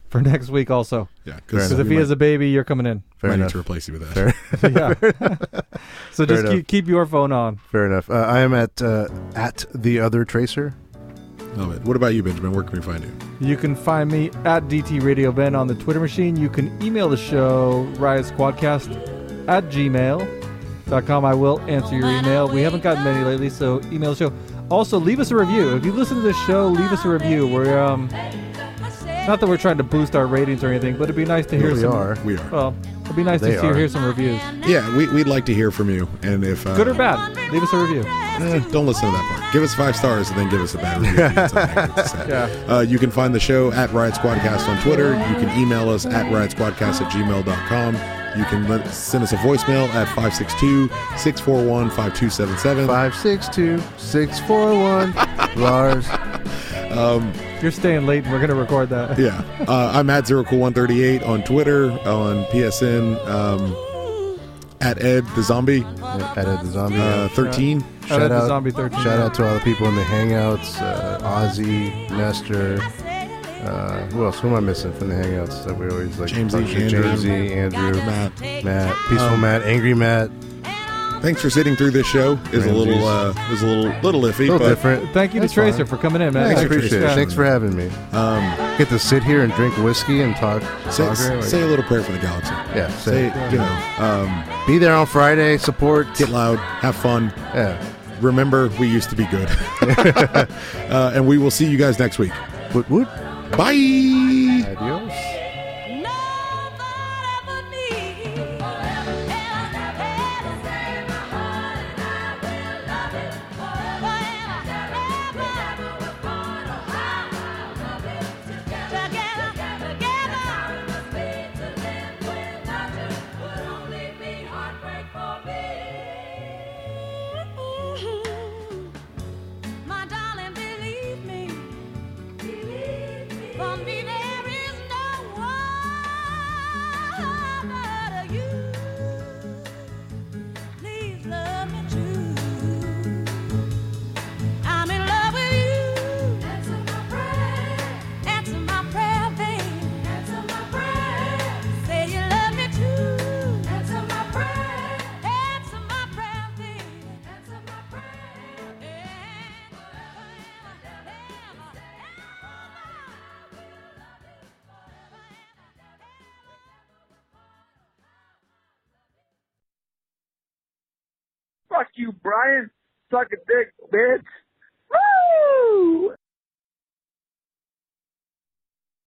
for next week also.
Yeah, 'cause
because
Fair
if
enough.
he has a baby, you're coming in.
Fair Might need enough. to replace you with that.
yeah. so
Fair
just
enough.
keep, keep your phone on.
Fair enough. Uh, I am at uh, at the other tracer.
Love it. What about you, Benjamin? Where can we find you?
You can find me at DT Radio Ben on the Twitter machine. You can email the show, Riot Squadcast at gmail.com. I will answer your email. We haven't gotten many lately, so email the show. Also, leave us a review. If you listen to this show, leave us a review. We're, um, not that we're trying to boost our ratings or anything, but it'd be nice to hear
We
some.
are. We are.
Well, it'd be nice
They
to see,
are.
hear some reviews.
Yeah, we, we'd like to hear from you. And if uh,
Good or bad, leave us a review.
Eh, don't listen to that part. Give us five stars and then give us a bad review. if you had something negative to say. Uh, you can find the show at Riot Squadcast on Twitter. You can email us at riotsquadcast at gmail.com. You can let, send us a voicemail at 562 641 5277.
562 641 Lars.
Um,
You're staying late and we're going to record that.
yeah. Uh, I'm at Zero Cool 138 on Twitter, on PSN, um, at Ed the Zombie.
at Ed the Zombie.
Uh, 13.
Shout
Ed the
out,
Zombie 13.
Shout out to all the people in the Hangouts uh, Ozzy, Nestor. Uh, who else? Who am I missing from the Hangouts that we always like?
Jamesy,
talk to?
Andrew.
Jamesy, E. Andrew,
Matt.
Matt, Peaceful
Um,
Matt, Angry Matt.
Thanks for sitting through this show. Is a little uh, is a little little iffy,
little
but
different.
Thank you to
That's
Tracer
fine.
for coming in, man.
Thanks,
I
appreciate
appreciate
it.
it.
Thanks for having me. Um, Get to sit here and drink whiskey and talk.
Say,
soccer, like-
say a little prayer for the galaxy.
Yeah,
Say,
say-
you know, um, be there on Friday. Support. Get loud. Have fun.
Yeah.
Remember, we used to be good. uh, and we will see you guys next week.
Woot woot.
Bye.
Adios.
My darling, believe me. For me, there is no one but you. Please love me true. I'm in love with you. Answer my prayer. Answer my prayer, babe. Answer my prayer. Say you love me true. Answer my prayer. Answer my prayer, babe. Answer my prayer.
Fuck you, Brian. Suck a dick, bitch. Woo!